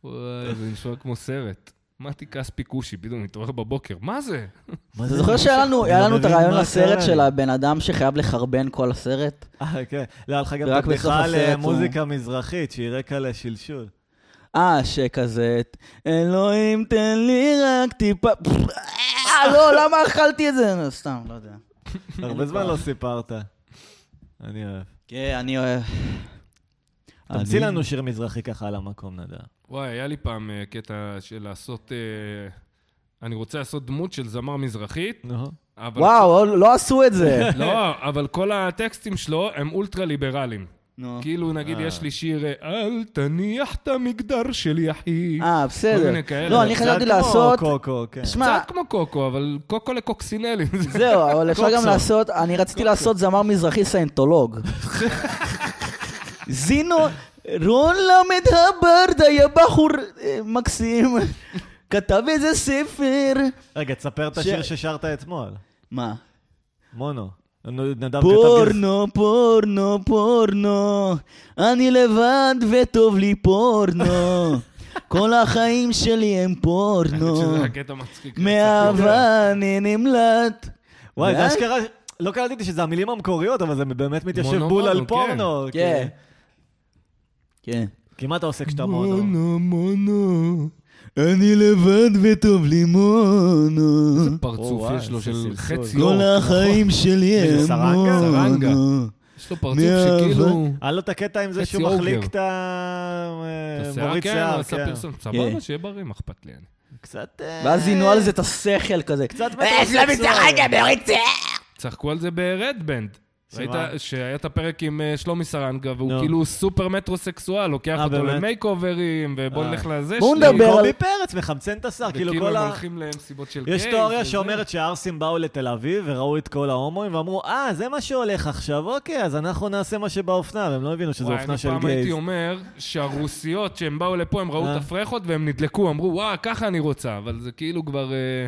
Speaker 2: וואי, זה נשמע כמו סרט. מתי כספי כושי, פתאום מתעורר בבוקר, מה זה?
Speaker 1: מה
Speaker 3: אתה
Speaker 1: זה?
Speaker 3: זוכר שהיה לנו-
Speaker 1: אני
Speaker 3: היה
Speaker 1: לא
Speaker 3: לנו את
Speaker 1: מבין
Speaker 3: הרעיון
Speaker 1: מה
Speaker 3: לסרט
Speaker 1: קרה
Speaker 3: של
Speaker 1: לי.
Speaker 3: הבן אדם שחייב לחרבן כל הסרט?
Speaker 1: אה, כן. לא, היה לך גם את
Speaker 3: ורק בסוף
Speaker 1: הבדיחה
Speaker 3: הסרט
Speaker 1: למוזיקה מזרחית, שהיא רקע לשלשול.
Speaker 3: אה, שכזה, אלוהים תן לי רק טיפה... אה, לא, למה אכלתי את זה? נו, סתם, לא יודע.
Speaker 1: הרבה זמן לא סיפרת. אני אוהב.
Speaker 3: כן, אני אוהב.
Speaker 1: תמציא
Speaker 3: אני-
Speaker 1: לנו שיר מזרחי ככה על המקום, נדע.
Speaker 2: וואי, היה לי פעם אה, קטע של לעשות... אה, אני רוצה לעשות דמות של זמר מזרחית,
Speaker 1: נו.
Speaker 2: אבל...
Speaker 3: וואו, עוד לא עשו את זה.
Speaker 2: לא, אבל כל הטקסטים שלו הם אולטרה-ליברליים.
Speaker 3: נו.
Speaker 2: כאילו, נגיד,
Speaker 1: אה.
Speaker 2: יש לי שיר, אה, אל תניח את המגדר שלי, אחי.
Speaker 3: אה,
Speaker 2: כל
Speaker 3: בסדר.
Speaker 2: מיני כאלה.
Speaker 3: לא, אני
Speaker 1: קצת
Speaker 3: חשבתי
Speaker 1: כמו
Speaker 3: לעשות...
Speaker 1: קוקו, כן.
Speaker 3: שמע,
Speaker 2: קצת כמו קוקו, אבל קוקו לקוקסינלים.
Speaker 3: זהו, אבל אפשר גם
Speaker 2: קוקסו.
Speaker 3: לעשות... אני רציתי לעשות זמר מזרחי סיינטולוג. זינו, רון למד הברד היה בחור אה, מקסים, כתב איזה ספר.
Speaker 1: רגע, תספר את
Speaker 3: ש-
Speaker 1: השיר ששרת אתמול.
Speaker 3: מה?
Speaker 1: מונו. נו, נדב כתב... גרס-
Speaker 3: פורנו, פורנו, פורנו, אני לבד וטוב לי פורנו. כל החיים שלי הם
Speaker 2: האמת
Speaker 3: פורנו.
Speaker 2: שזה הקטע מצחיק.
Speaker 3: מאהבה אני נמלט. אה?
Speaker 1: וואי, זה
Speaker 3: ואז-
Speaker 1: אשכרה... לא קלטתי שזה המילים המקוריות, אבל זה באמת מתיישב
Speaker 2: מונו,
Speaker 1: בול
Speaker 2: מונו,
Speaker 1: על פורנו.
Speaker 3: כן.
Speaker 1: כי-
Speaker 3: כן.
Speaker 1: כי מה אתה עושה כשאתה מונו?
Speaker 2: מונו.
Speaker 3: אני לבד וטוב לי מונו.
Speaker 2: איזה
Speaker 1: או,
Speaker 2: פרצוף
Speaker 1: וואי,
Speaker 2: יש לו
Speaker 1: איזה סלסול.
Speaker 2: של חצי
Speaker 1: כל
Speaker 2: אור.
Speaker 3: כל החיים שלי
Speaker 1: וזה
Speaker 3: הם
Speaker 1: סרנגה?
Speaker 2: סרנגה.
Speaker 3: מונו.
Speaker 2: יש לו פרצוף
Speaker 3: מאהבה.
Speaker 2: שכאילו...
Speaker 1: היה לו את הקטע עם זה
Speaker 2: חצי
Speaker 1: שהוא
Speaker 2: אוגר.
Speaker 1: מחליק את ה...
Speaker 2: את
Speaker 1: אה,
Speaker 2: השיער,
Speaker 1: מוריד
Speaker 2: כן, הוא
Speaker 1: שיער,
Speaker 2: עשה
Speaker 1: כן.
Speaker 2: פרסום.
Speaker 3: כן.
Speaker 2: סבבה, שיהיה בריא, מה אכפת לי. אני.
Speaker 1: קצת... אה,
Speaker 3: ואז זינו על זה את השכל כזה.
Speaker 1: קצת
Speaker 3: אה, זה לא
Speaker 1: מטרוסקסואל.
Speaker 3: משחק, אני מוריד שיער.
Speaker 2: צחקו על זה ברדבנד.
Speaker 1: שמה?
Speaker 2: ראית שהיה את הפרק עם אה, שלומי סרנגה,
Speaker 1: נו.
Speaker 2: והוא כאילו סופר מטרוסקסואל, לוקח
Speaker 1: אה,
Speaker 2: אותו
Speaker 1: באמת?
Speaker 2: למייק אוברים, ובוא
Speaker 1: אה.
Speaker 2: נלך לזה
Speaker 3: בואו
Speaker 2: שלי.
Speaker 3: נדבר.
Speaker 1: קובי פרץ מחמצן את השיער, כאילו
Speaker 2: וכאילו
Speaker 1: כל
Speaker 2: הם
Speaker 1: ה...
Speaker 2: הולכים למסיבות של
Speaker 1: יש
Speaker 2: קיי,
Speaker 1: תיאוריה
Speaker 2: וזה.
Speaker 1: שאומרת שהערסים באו לתל אביב וראו את כל ההומואים ואמרו, אה, זה מה שהולך עכשיו, אוקיי, אז אנחנו נעשה מה שבאופנה, והם לא הבינו שזו
Speaker 2: וואי,
Speaker 1: אופנה
Speaker 2: אני
Speaker 1: של
Speaker 2: פעם
Speaker 1: גייז.
Speaker 2: הייתי אומר שהרוסיות, שהם באו לפה, הם
Speaker 1: אה.
Speaker 2: ראו את הפרחות והם נדלקו, אמרו, וואה, ככה אני רוצה, אבל זה כאילו כבר... אה,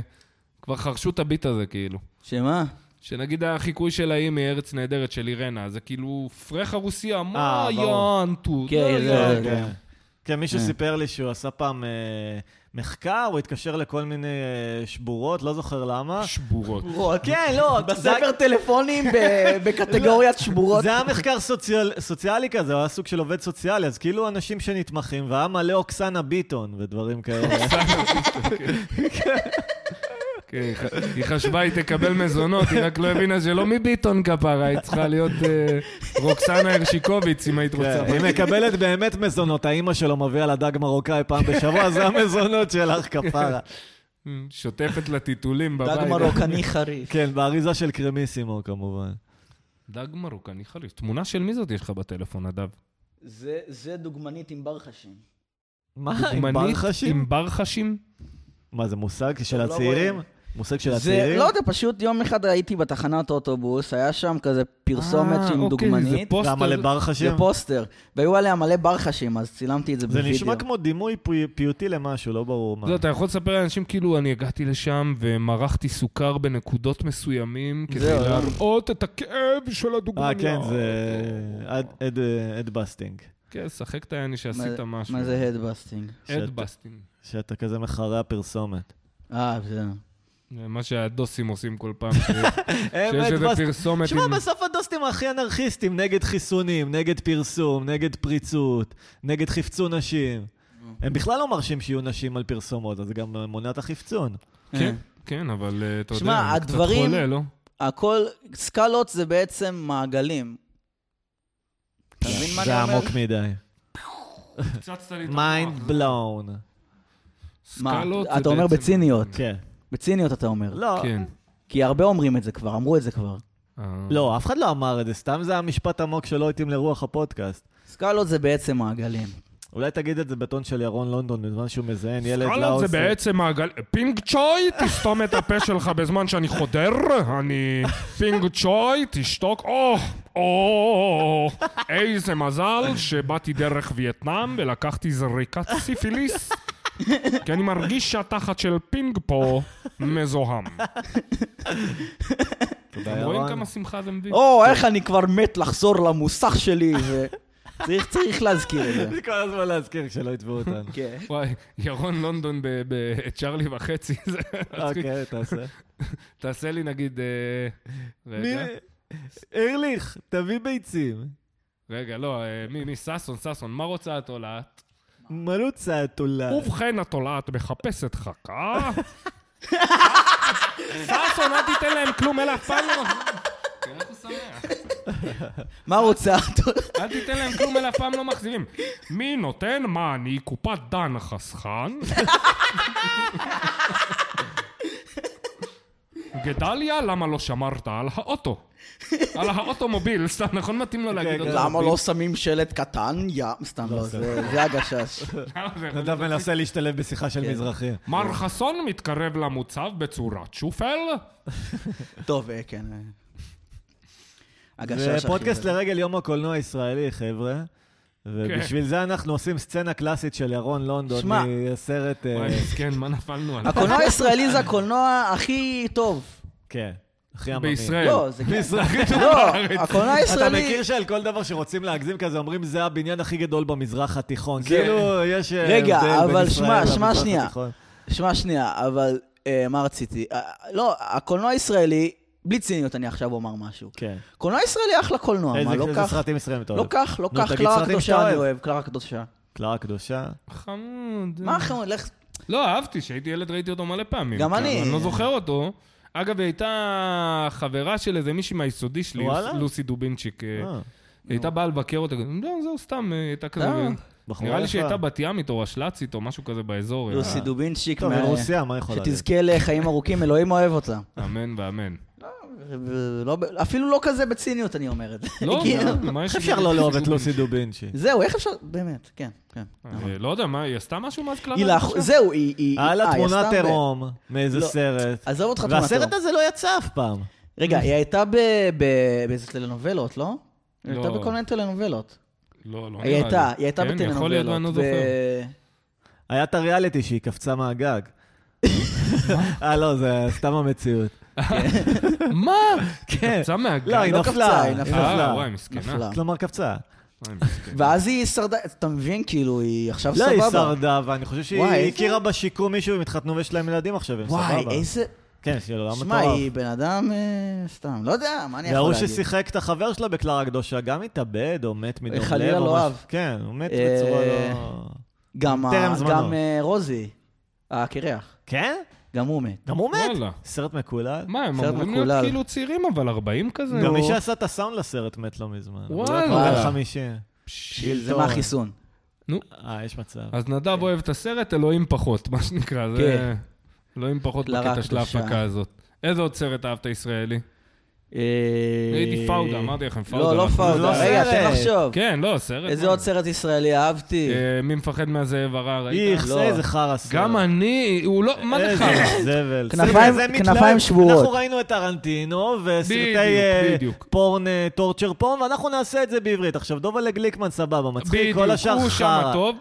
Speaker 2: כבר חרשו את הביט הזה, כאילו.
Speaker 3: שמה?
Speaker 2: שנגיד החיקוי של ההיא מארץ נהדרת של אירנה, זה כאילו פרחה רוסיה, מה
Speaker 1: אה, ברור.
Speaker 2: יאנטו?
Speaker 3: כן,
Speaker 2: לא
Speaker 3: זה-
Speaker 2: יאנטו.
Speaker 1: כן, כן. כן, מישהו
Speaker 3: כן.
Speaker 1: סיפר לי שהוא עשה פעם אה, מחקר, הוא התקשר לכל מיני אה, שבורות, לא זוכר למה.
Speaker 2: שבורות.
Speaker 1: כן, לא, זה-
Speaker 3: בספר טלפונים ב- בקטגוריית שבורות.
Speaker 1: זה היה מחקר סוציאל, סוציאלי כזה, הוא היה סוג של עובד סוציאלי, אז כאילו אנשים שנתמכים, והיה מלא אוקסנה ביטון ודברים כאלה.
Speaker 2: כן, היא חשבה היא תקבל מזונות, היא רק לא הבינה שלא מביטון כפרה, היא צריכה להיות אה, רוקסנה הרשיקוביץ אם היית רוצה.
Speaker 1: כן, היא מקבלת באמת מזונות, האימא שלו מביאה לה דג מרוקאי פעם בשבוע, זה המזונות שלך, כפרה.
Speaker 2: שוטפת לה טיטולים בבית.
Speaker 3: דג מרוקני חריף.
Speaker 1: כן, באריזה של קרמיסימו כמובן.
Speaker 2: דג מרוקני חריף. תמונה של מי זאת יש לך בטלפון, נדב?
Speaker 3: זה, זה דוגמנית עם בר חשים.
Speaker 1: מה, עם בר חשים?
Speaker 2: עם בר חשים?
Speaker 1: מה, זה מושג של
Speaker 3: לא רואים.
Speaker 1: הצעירים? מושג של
Speaker 3: זה,
Speaker 1: הצעירים?
Speaker 3: לא יודע, פשוט יום אחד הייתי בתחנת אוטובוס, היה שם כזה פרסומת
Speaker 2: אה,
Speaker 3: עם
Speaker 2: אוקיי, זה
Speaker 3: דוגמנית,
Speaker 2: פוסטר.
Speaker 1: למה לבר
Speaker 3: זה
Speaker 1: חשים?
Speaker 3: פוסטר, והיו עליה מלא בר חשים, אז צילמתי את זה
Speaker 1: זה
Speaker 3: בווידאו.
Speaker 1: נשמע כמו דימוי פי- פיוטי למשהו, לא ברור מה.
Speaker 2: לא, אתה יכול לספר לאנשים, כאילו, אני הגעתי לשם ומרחתי סוכר בנקודות מסוימים כדי
Speaker 3: זהו,
Speaker 2: להראות את הכאב של
Speaker 1: אה,
Speaker 2: הדוגמניות.
Speaker 1: כן, זה
Speaker 2: לא.
Speaker 1: אד- אד- אד בסטינג.
Speaker 2: כן, שחק את העניין
Speaker 3: מה-
Speaker 2: שעשית משהו.
Speaker 3: מה זה הדבסטינג?
Speaker 1: שאתה-
Speaker 2: אדבסטינג.
Speaker 1: שאתה כזה מחרה הפרסומת.
Speaker 3: אה, בסדר.
Speaker 2: זה מה שהדוסים עושים כל פעם, ש- שיש איזה
Speaker 1: Adbusting.
Speaker 2: פרסומת
Speaker 1: שמע,
Speaker 2: עם...
Speaker 1: בסוף הדוסטים הכי אנרכיסטים, נגד חיסונים, נגד פרסום, נגד פריצות, נגד חפצו נשים. הם בכלל לא מרשים שיהיו נשים על פרסומות, אז זה גם מונע את החפצון.
Speaker 2: כן, כן, אבל אה, אתה
Speaker 3: שמע,
Speaker 2: יודע, זה קצת
Speaker 3: הדברים-
Speaker 2: חולה, לא?
Speaker 3: אה, הכל, סקלות זה בעצם מעגלים. אתה מבין מה
Speaker 1: זה
Speaker 3: אני
Speaker 1: עמוק
Speaker 3: אומר?
Speaker 1: מדי.
Speaker 2: פצצת לי את
Speaker 1: מיינד בלון.
Speaker 3: מה,
Speaker 2: סקלות זה
Speaker 3: אתה אומר
Speaker 2: בעצם-
Speaker 3: בציניות.
Speaker 1: כן.
Speaker 3: בציניות אתה אומר.
Speaker 1: לא,
Speaker 2: כן.
Speaker 3: כי הרבה אומרים את זה כבר, אמרו את זה כבר.
Speaker 2: אה.
Speaker 1: לא, אף אחד לא אמר את זה, סתם זה המשפט עמוק שלא התאים לרוח הפודקאסט.
Speaker 3: סקלות זה בעצם מעגלים.
Speaker 1: אולי תגיד את זה בטון של ירון לונדון בזמן שהוא מזיין ילד
Speaker 2: סקלות
Speaker 1: לאוסר.
Speaker 2: זה בעצם מעגל... פינג צ'וי, תסתום את הפה שלך בזמן שאני חודר, אני... פינג צ'וי, תשתוק, או, או, איזה מזל שבאתי דרך וייטנאם ולקחתי זריקת סיפיליס כי אני מרגיש שהתחת של פינג פה מזוהם.
Speaker 1: תודה,
Speaker 2: אתם רואים
Speaker 1: ירון.
Speaker 2: כמה שמחה זה מביא?
Speaker 3: או, איך אני כבר מת לחזור למוסך שלי, ו... צריך, צריך להזכיר את זה.
Speaker 1: זה כל הזמן להזכיר כשלא יתבעו אותנו.
Speaker 3: כן.
Speaker 2: וואי, ירון לונדון ב- בצ'ארלי וחצי, זה מצחיק.
Speaker 1: אוקיי, תעשה.
Speaker 2: תעשה לי נגיד... אה, רגע,
Speaker 1: מי- ארליך, תביא ביצים.
Speaker 2: רגע, לא, אה, מי, מי? ששון, ששון, מה רוצה התולעת?
Speaker 1: מלוצה התולה.
Speaker 2: ובכן, התולעת מחפשת חכה. ששון, אל תיתן להם כלום, אלה אף פעם לא... תראה איך הוא שמח.
Speaker 3: מה רוצה?
Speaker 2: אל תיתן להם כלום, אלה אף פעם לא מחזירים. מי נותן? מה, אני קופת דן החסכן? גדליה, למה לא שמרת על האוטו? על האוטומוביל, סתם, נכון מתאים לו להגיד
Speaker 1: כן,
Speaker 2: אותו.
Speaker 3: למה לא שמים שלט קטן? יא, סתם לא, זה זה הגשש.
Speaker 1: נדב מנסה להשתלב בשיחה
Speaker 3: כן.
Speaker 1: של מזרחים.
Speaker 2: מר חסון מתקרב למוצב בצורת שופל?
Speaker 1: אה.
Speaker 3: טוב, אה, כן. אה. הגשש
Speaker 1: זה
Speaker 3: הכי
Speaker 1: פודקאסט
Speaker 3: גדול.
Speaker 1: לרגל יום הקולנוע הישראלי, חבר'ה.
Speaker 2: כן.
Speaker 1: ובשביל זה אנחנו עושים סצנה קלאסית של ירון לונדון
Speaker 3: שמע.
Speaker 1: מהסרט... אה,
Speaker 2: וואי, מסכן, מה נפלנו עליו?
Speaker 3: הקולנוע הישראלי זה הקולנוע הכי טוב.
Speaker 1: כן, הכי עממי.
Speaker 2: בישראל.
Speaker 3: לא, זה כן.
Speaker 1: מזרחי.
Speaker 3: לא, הקולנוע
Speaker 1: אתה
Speaker 3: הישראלי...
Speaker 1: מכיר שעל כל דבר שרוצים להגזים כזה, אומרים זה הבניין הכי גדול במזרח התיכון.
Speaker 3: כן.
Speaker 1: כאילו, יש אה,
Speaker 3: רגע,
Speaker 1: הבדל בין
Speaker 3: אבל
Speaker 1: ישראל
Speaker 3: שמע, שמע
Speaker 1: למזרח
Speaker 3: שנייה.
Speaker 1: התיכון.
Speaker 3: שמע שנייה, אבל אה, מה רציתי? אה, לא, הקולנוע הישראלי, בלי ציניות אני עכשיו אומר משהו.
Speaker 1: כן.
Speaker 3: קולנוע ישראלי אחלה קולנוע, מה,
Speaker 1: איזה
Speaker 3: לא
Speaker 1: איזה
Speaker 3: כך?
Speaker 1: סרטים ישראלים אתה
Speaker 3: לא
Speaker 1: אוהב?
Speaker 3: כך, לא
Speaker 1: נו,
Speaker 3: כך,
Speaker 1: תגיד
Speaker 3: קלרה
Speaker 1: סרטים
Speaker 3: הקדושה
Speaker 1: שאתה
Speaker 3: אני
Speaker 1: אוהב.
Speaker 3: אוהב, קלרה הקדושה.
Speaker 1: קלרה הקדושה.
Speaker 2: חמוד.
Speaker 3: מה אחר, לך...
Speaker 2: לא, אהבתי, כשהייתי ילד ראיתי אותו מלא פעמים.
Speaker 3: גם
Speaker 2: כאילו,
Speaker 3: אני.
Speaker 2: אני לא זוכר אותו. אגב, היא הייתה חברה של איזה מישהי מהיסודי שלי,
Speaker 1: וואלה?
Speaker 2: לוסי דובינצ'יק. אה,
Speaker 1: אה,
Speaker 2: היא הייתה באה לבקר אותה, כזה, לא, זהו, סתם, אה, היא הייתה כזה...
Speaker 3: אה,
Speaker 1: בחורה
Speaker 2: נראה לי
Speaker 1: יפה.
Speaker 2: שהיא הייתה בת ימית או אשלצית או משהו כזה באזור. אה,
Speaker 3: לוסי דובינצ'יק,
Speaker 1: טוב,
Speaker 3: מה-
Speaker 1: אה. לא, מרוסיה, מה יכול להגיד?
Speaker 3: שתזכה לחיים ארוכים, אלוהים אוהב אותה.
Speaker 2: אמן ואמן.
Speaker 3: לא ב- אפילו לא כזה בציניות אני אומר את זה.
Speaker 2: לא,
Speaker 3: כאילו,
Speaker 2: מה יש
Speaker 1: איך אפשר
Speaker 2: לי-
Speaker 1: לא לאהוב את לוסי דובינצ'י?
Speaker 3: זהו, איך אפשר... באמת, כן, כן.
Speaker 1: אה.
Speaker 2: אני לא יודע, מה, היא עשתה משהו מאז קלרה?
Speaker 3: היא לאחור... זהו, היא... היא-
Speaker 1: היה לה
Speaker 3: אה, היא
Speaker 1: תמונת
Speaker 3: עשתה ב-
Speaker 1: עירום מאיזה
Speaker 3: לא,
Speaker 1: סרט.
Speaker 3: עזוב אותך תמונת עירום.
Speaker 1: והסרט הזה לא יצא אף פעם.
Speaker 3: רגע, היא הייתה ב- ב- באיזה טלנובלות, לא? היא
Speaker 2: לא.
Speaker 3: הייתה בכל מיני טלנובלות.
Speaker 2: לא, לא נראה לי.
Speaker 3: היא הייתה, היא הייתה
Speaker 2: כן, יכול להיות, ואני לא
Speaker 3: בטלנובלות.
Speaker 2: זוכר.
Speaker 3: ב-
Speaker 1: היה את הריאליטי שהיא קפצה מהגג. אה, לא, זה סתם המציאות.
Speaker 2: מה?
Speaker 1: כן.
Speaker 2: יצא מהגן?
Speaker 1: לא, היא
Speaker 3: אוקיי, לא
Speaker 1: נפלה,
Speaker 3: קפצה, היא
Speaker 1: היא
Speaker 3: נפלה.
Speaker 2: אה,
Speaker 1: נפלה.
Speaker 2: וואי, מסכנה.
Speaker 3: נפלה.
Speaker 1: כלומר, קפצה.
Speaker 2: וואי, מסכנה.
Speaker 3: ואז היא שרדה, אתה מבין? כאילו, היא עכשיו
Speaker 1: לא,
Speaker 3: סבבה.
Speaker 1: היא שרדה, ואני חושב
Speaker 3: וואי,
Speaker 1: שהיא
Speaker 3: איזה-
Speaker 1: הכירה בשיקום מישהו, הם התחתנו ויש להם ילדים עכשיו, הם סבבה.
Speaker 3: וואי, איזה...
Speaker 1: כן, שיהיה לו
Speaker 3: שמע,
Speaker 1: מטורף.
Speaker 3: היא בן אדם... אה, סתם, לא יודע, מה אני יכול
Speaker 1: וההוא
Speaker 3: להגיד?
Speaker 1: ששיחק את החבר שלה בקלרה הקדושה, גם התאבד או מת מדום לב.
Speaker 3: חלילה
Speaker 1: או
Speaker 3: לא
Speaker 1: משהו.
Speaker 3: אהב.
Speaker 1: כן, הוא מת
Speaker 3: אה,
Speaker 1: בצורה לא...
Speaker 3: גם ה-
Speaker 1: טרם זמנו.
Speaker 3: גם, אה, רוזי, הקרח,
Speaker 1: כן?
Speaker 3: גם הוא מת.
Speaker 1: גם הוא מת.
Speaker 2: וואלה.
Speaker 1: סרט מקולל.
Speaker 2: מה, הם
Speaker 3: סרט
Speaker 2: אמורים להיות
Speaker 3: מקולל.
Speaker 2: כאילו צעירים, אבל 40 כזה?
Speaker 1: גם
Speaker 2: או-
Speaker 1: מי שעשה את הסאונד לסרט מת לא מזמן. הוא
Speaker 2: וואלה.
Speaker 1: כבר בן 50.
Speaker 3: זה
Speaker 1: טוב.
Speaker 3: מהחיסון.
Speaker 1: אה, יש מצב.
Speaker 2: אז נדב אוהב את הסרט, אלוהים פחות, מה שנקרא.
Speaker 3: כן.
Speaker 2: זה... אלוהים פחות
Speaker 3: קלרה
Speaker 2: בקטע של
Speaker 3: הקדושה.
Speaker 2: ההפקה הזאת. איזה עוד סרט אהבת ישראלי?
Speaker 3: הייתי
Speaker 1: אה,
Speaker 2: הייתי פאודה, אמרתי לכם, פאודה.
Speaker 3: לא, לא
Speaker 2: אנחנו-
Speaker 1: זה לא
Speaker 3: פאודה. רגע,
Speaker 1: סרט.
Speaker 3: תן לחשוב.
Speaker 2: כן, לא, סרט.
Speaker 3: איזה
Speaker 2: מה?
Speaker 3: עוד סרט ישראלי אהבתי?
Speaker 2: אה, מי מפחד מהזאב הרע? ראית?
Speaker 1: איך, זה
Speaker 3: לא.
Speaker 1: איזה חרא סרט.
Speaker 2: גם אני, הוא לא, מה זה חרא?
Speaker 1: איזה זבל.
Speaker 3: כנפיים-
Speaker 1: זה מתלהב.
Speaker 3: כנפיים שבורות.
Speaker 1: אנחנו ראינו את טרנטינו וסרטי
Speaker 2: בדיוק,
Speaker 1: אה,
Speaker 2: בדיוק.
Speaker 1: פורן, אה, טורצ'ר פורן, ואנחנו נעשה את זה בעברית. עכשיו, דובלה גליקמן סבבה, מצחיק,
Speaker 2: בדיוק,
Speaker 1: כל השאר
Speaker 2: הוא שם
Speaker 1: חרא.
Speaker 2: טוב.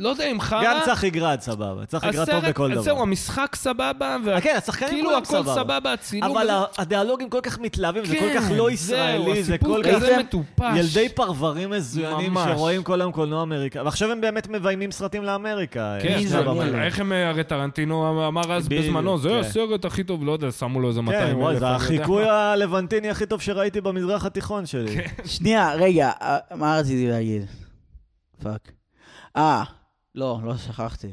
Speaker 2: לא יודע אם חרא.
Speaker 1: גם צחי גרד סבבה, צחי גרד טוב
Speaker 2: הסרט-
Speaker 1: בכל
Speaker 2: אז
Speaker 1: דבר.
Speaker 2: זהו, המשחק סבבה, וה-
Speaker 1: אה, כן, השחקנים
Speaker 2: כאילו
Speaker 1: כולם
Speaker 2: הכל
Speaker 1: סבבה.
Speaker 2: סבבה, הצילום.
Speaker 1: אבל
Speaker 2: וזה-
Speaker 1: ה- הדיאלוגים כל כך מתלהבים, זה כל
Speaker 2: כן,
Speaker 1: כך לא
Speaker 2: זהו,
Speaker 1: ישראלי, זה
Speaker 2: הסיפור
Speaker 1: כל כך...
Speaker 2: כזה מטופש.
Speaker 1: ילדי פרברים מזוינים
Speaker 2: ממש.
Speaker 1: שרואים כל היום קולנוע אמריקאי. ועכשיו הם באמת מביימים סרטים לאמריקה.
Speaker 2: כן,
Speaker 1: אה,
Speaker 3: מי
Speaker 2: עכשיו,
Speaker 3: זה?
Speaker 1: סבבה.
Speaker 2: אבל איך הם, הרי טרנטינו אמר אז
Speaker 1: בדיוק,
Speaker 2: בזמנו,
Speaker 1: כן.
Speaker 2: זה הסרט הכי טוב, לא יודע, שמו לו איזה 200 אלף.
Speaker 1: כן, וואי, זה החיקוי הלבנטיני הכי טוב שראיתי במזרח התיכון שלי.
Speaker 2: כן.
Speaker 3: שנייה, רגע, אה, מה רציתי להגיד? פאק. אה, לא, לא שכחתי.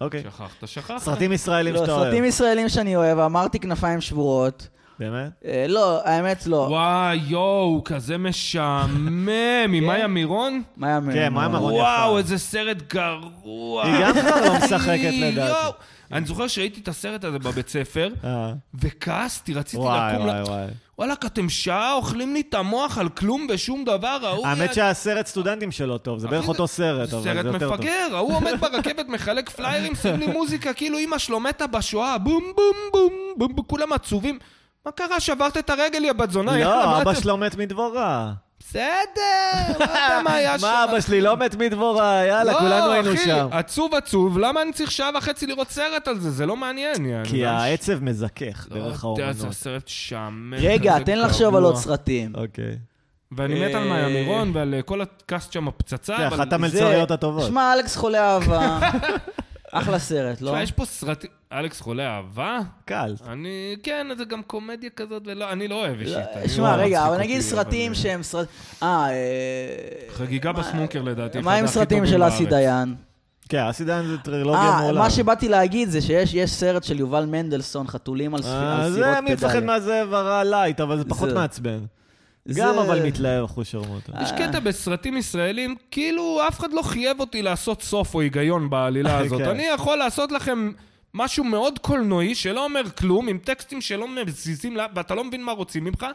Speaker 1: אוקיי.
Speaker 2: שכחת, שכחת.
Speaker 1: סרטים ישראלים
Speaker 3: לא,
Speaker 1: שאתה אוהב.
Speaker 3: סרטים ישראלים שאני אוהב, אמרתי כנפיים שבורות.
Speaker 1: באמת?
Speaker 3: אה, לא, האמת לא.
Speaker 2: וואי, יואו, כזה משעמם, עם מאיה מירון?
Speaker 3: מה היה מ...
Speaker 1: כן, מה היה מרון? כן. יפה.
Speaker 2: וואו, איזה סרט גרוע.
Speaker 1: היא גם כבר לא משחקת, לדעתי.
Speaker 2: יואו. אני זוכר שראיתי את הסרט הזה בבית ספר,
Speaker 1: אה,
Speaker 2: וכעסתי, רציתי
Speaker 1: וואי,
Speaker 2: לקום
Speaker 1: וואי,
Speaker 2: ל...
Speaker 1: וואי.
Speaker 2: וואלכ, אתם שעה אוכלים לי את המוח על כלום ושום דבר, ההוא...
Speaker 1: האמת
Speaker 2: יד-
Speaker 1: שהסרט סטודנטים שלו טוב, זה בערך
Speaker 2: אחי,
Speaker 1: אותו סרט, אבל זה
Speaker 2: סרט
Speaker 1: יותר טוב.
Speaker 2: מפגר, ההוא עומד ברכבת, מחלק פליירים, שים לי מוזיקה, כאילו אמא שלו מתה בשואה, בום בום בום בום, בום, כולם עצובים. מה קרה, שברת את הרגל, יא בת זונה? יאללה,
Speaker 1: לא,
Speaker 2: מה
Speaker 1: אבא
Speaker 2: אתם-
Speaker 1: שלו מת מדבורה.
Speaker 2: בסדר, לא יודע מה היה שם. לא,
Speaker 1: מה, אבא שלי לא מת מדבורה, יאללה, כולנו היינו שם.
Speaker 2: אחי, אה, עצוב עצוב, למה אני צריך שעה וחצי לראות סרט על זה? זה לא מעניין, יעני.
Speaker 1: כי
Speaker 2: זה
Speaker 1: העצב מזכך
Speaker 2: לא יודע,
Speaker 1: דרך האומנות.
Speaker 2: זה סרט שמן.
Speaker 3: רגע,
Speaker 2: כזה
Speaker 3: תן לחשוב על
Speaker 2: גרוע.
Speaker 3: עוד סרטים.
Speaker 1: אוקיי.
Speaker 2: ואני מת על
Speaker 3: אה,
Speaker 2: מאיה מירון ועל אה, כל הקאסט שם הפצצה.
Speaker 1: כן,
Speaker 2: אבל-
Speaker 1: אחת
Speaker 2: תשמע,
Speaker 1: המלצריות הטובות.
Speaker 3: שמע, אלכס חולה אהבה. אחלה סרט, לא?
Speaker 2: יש פה סרטים... אלכס חולה אהבה?
Speaker 1: קל.
Speaker 2: אני... כן, זה גם קומדיה כזאת, ולא... אני לא אוהב אישית. אני
Speaker 3: אה, שמע,
Speaker 2: לא
Speaker 3: רגע,
Speaker 2: מצחיק
Speaker 3: אבל נגיד
Speaker 2: אותי,
Speaker 3: סרטים
Speaker 2: אבל-
Speaker 3: שהם סרט... אה... אה,
Speaker 2: חגיגה
Speaker 3: מה-
Speaker 2: בסנוקר לדעתי.
Speaker 3: מה עם סרטים של אסי דיין?
Speaker 1: כן, אסי דיין זה טרילוגיה
Speaker 3: אה,
Speaker 1: מעולה.
Speaker 3: מה שבאתי להגיד זה שיש יש סרט של יובל מנדלסון, חתולים על ספ- על סירות
Speaker 1: זה
Speaker 3: פדליה.
Speaker 1: אה, מי מפחד מהזאב הרע לייט, אבל זה פחות
Speaker 3: אה, זה-
Speaker 1: מעצבן.
Speaker 3: זה- אה,
Speaker 1: גם אבל מתלהב אחוש שרמוטה.
Speaker 2: יש קטע בסרטים ישראלים, כאילו אף אחד לא חייב אותי לעשות סוף או היגיון בעלילה הזאת.
Speaker 1: כן.
Speaker 2: אני יכול לעשות לכם משהו מאוד קולנועי, שלא אומר כלום, עם טקסטים שלא מזיזים, לה- ואתה לא מבין מה רוצים ממך,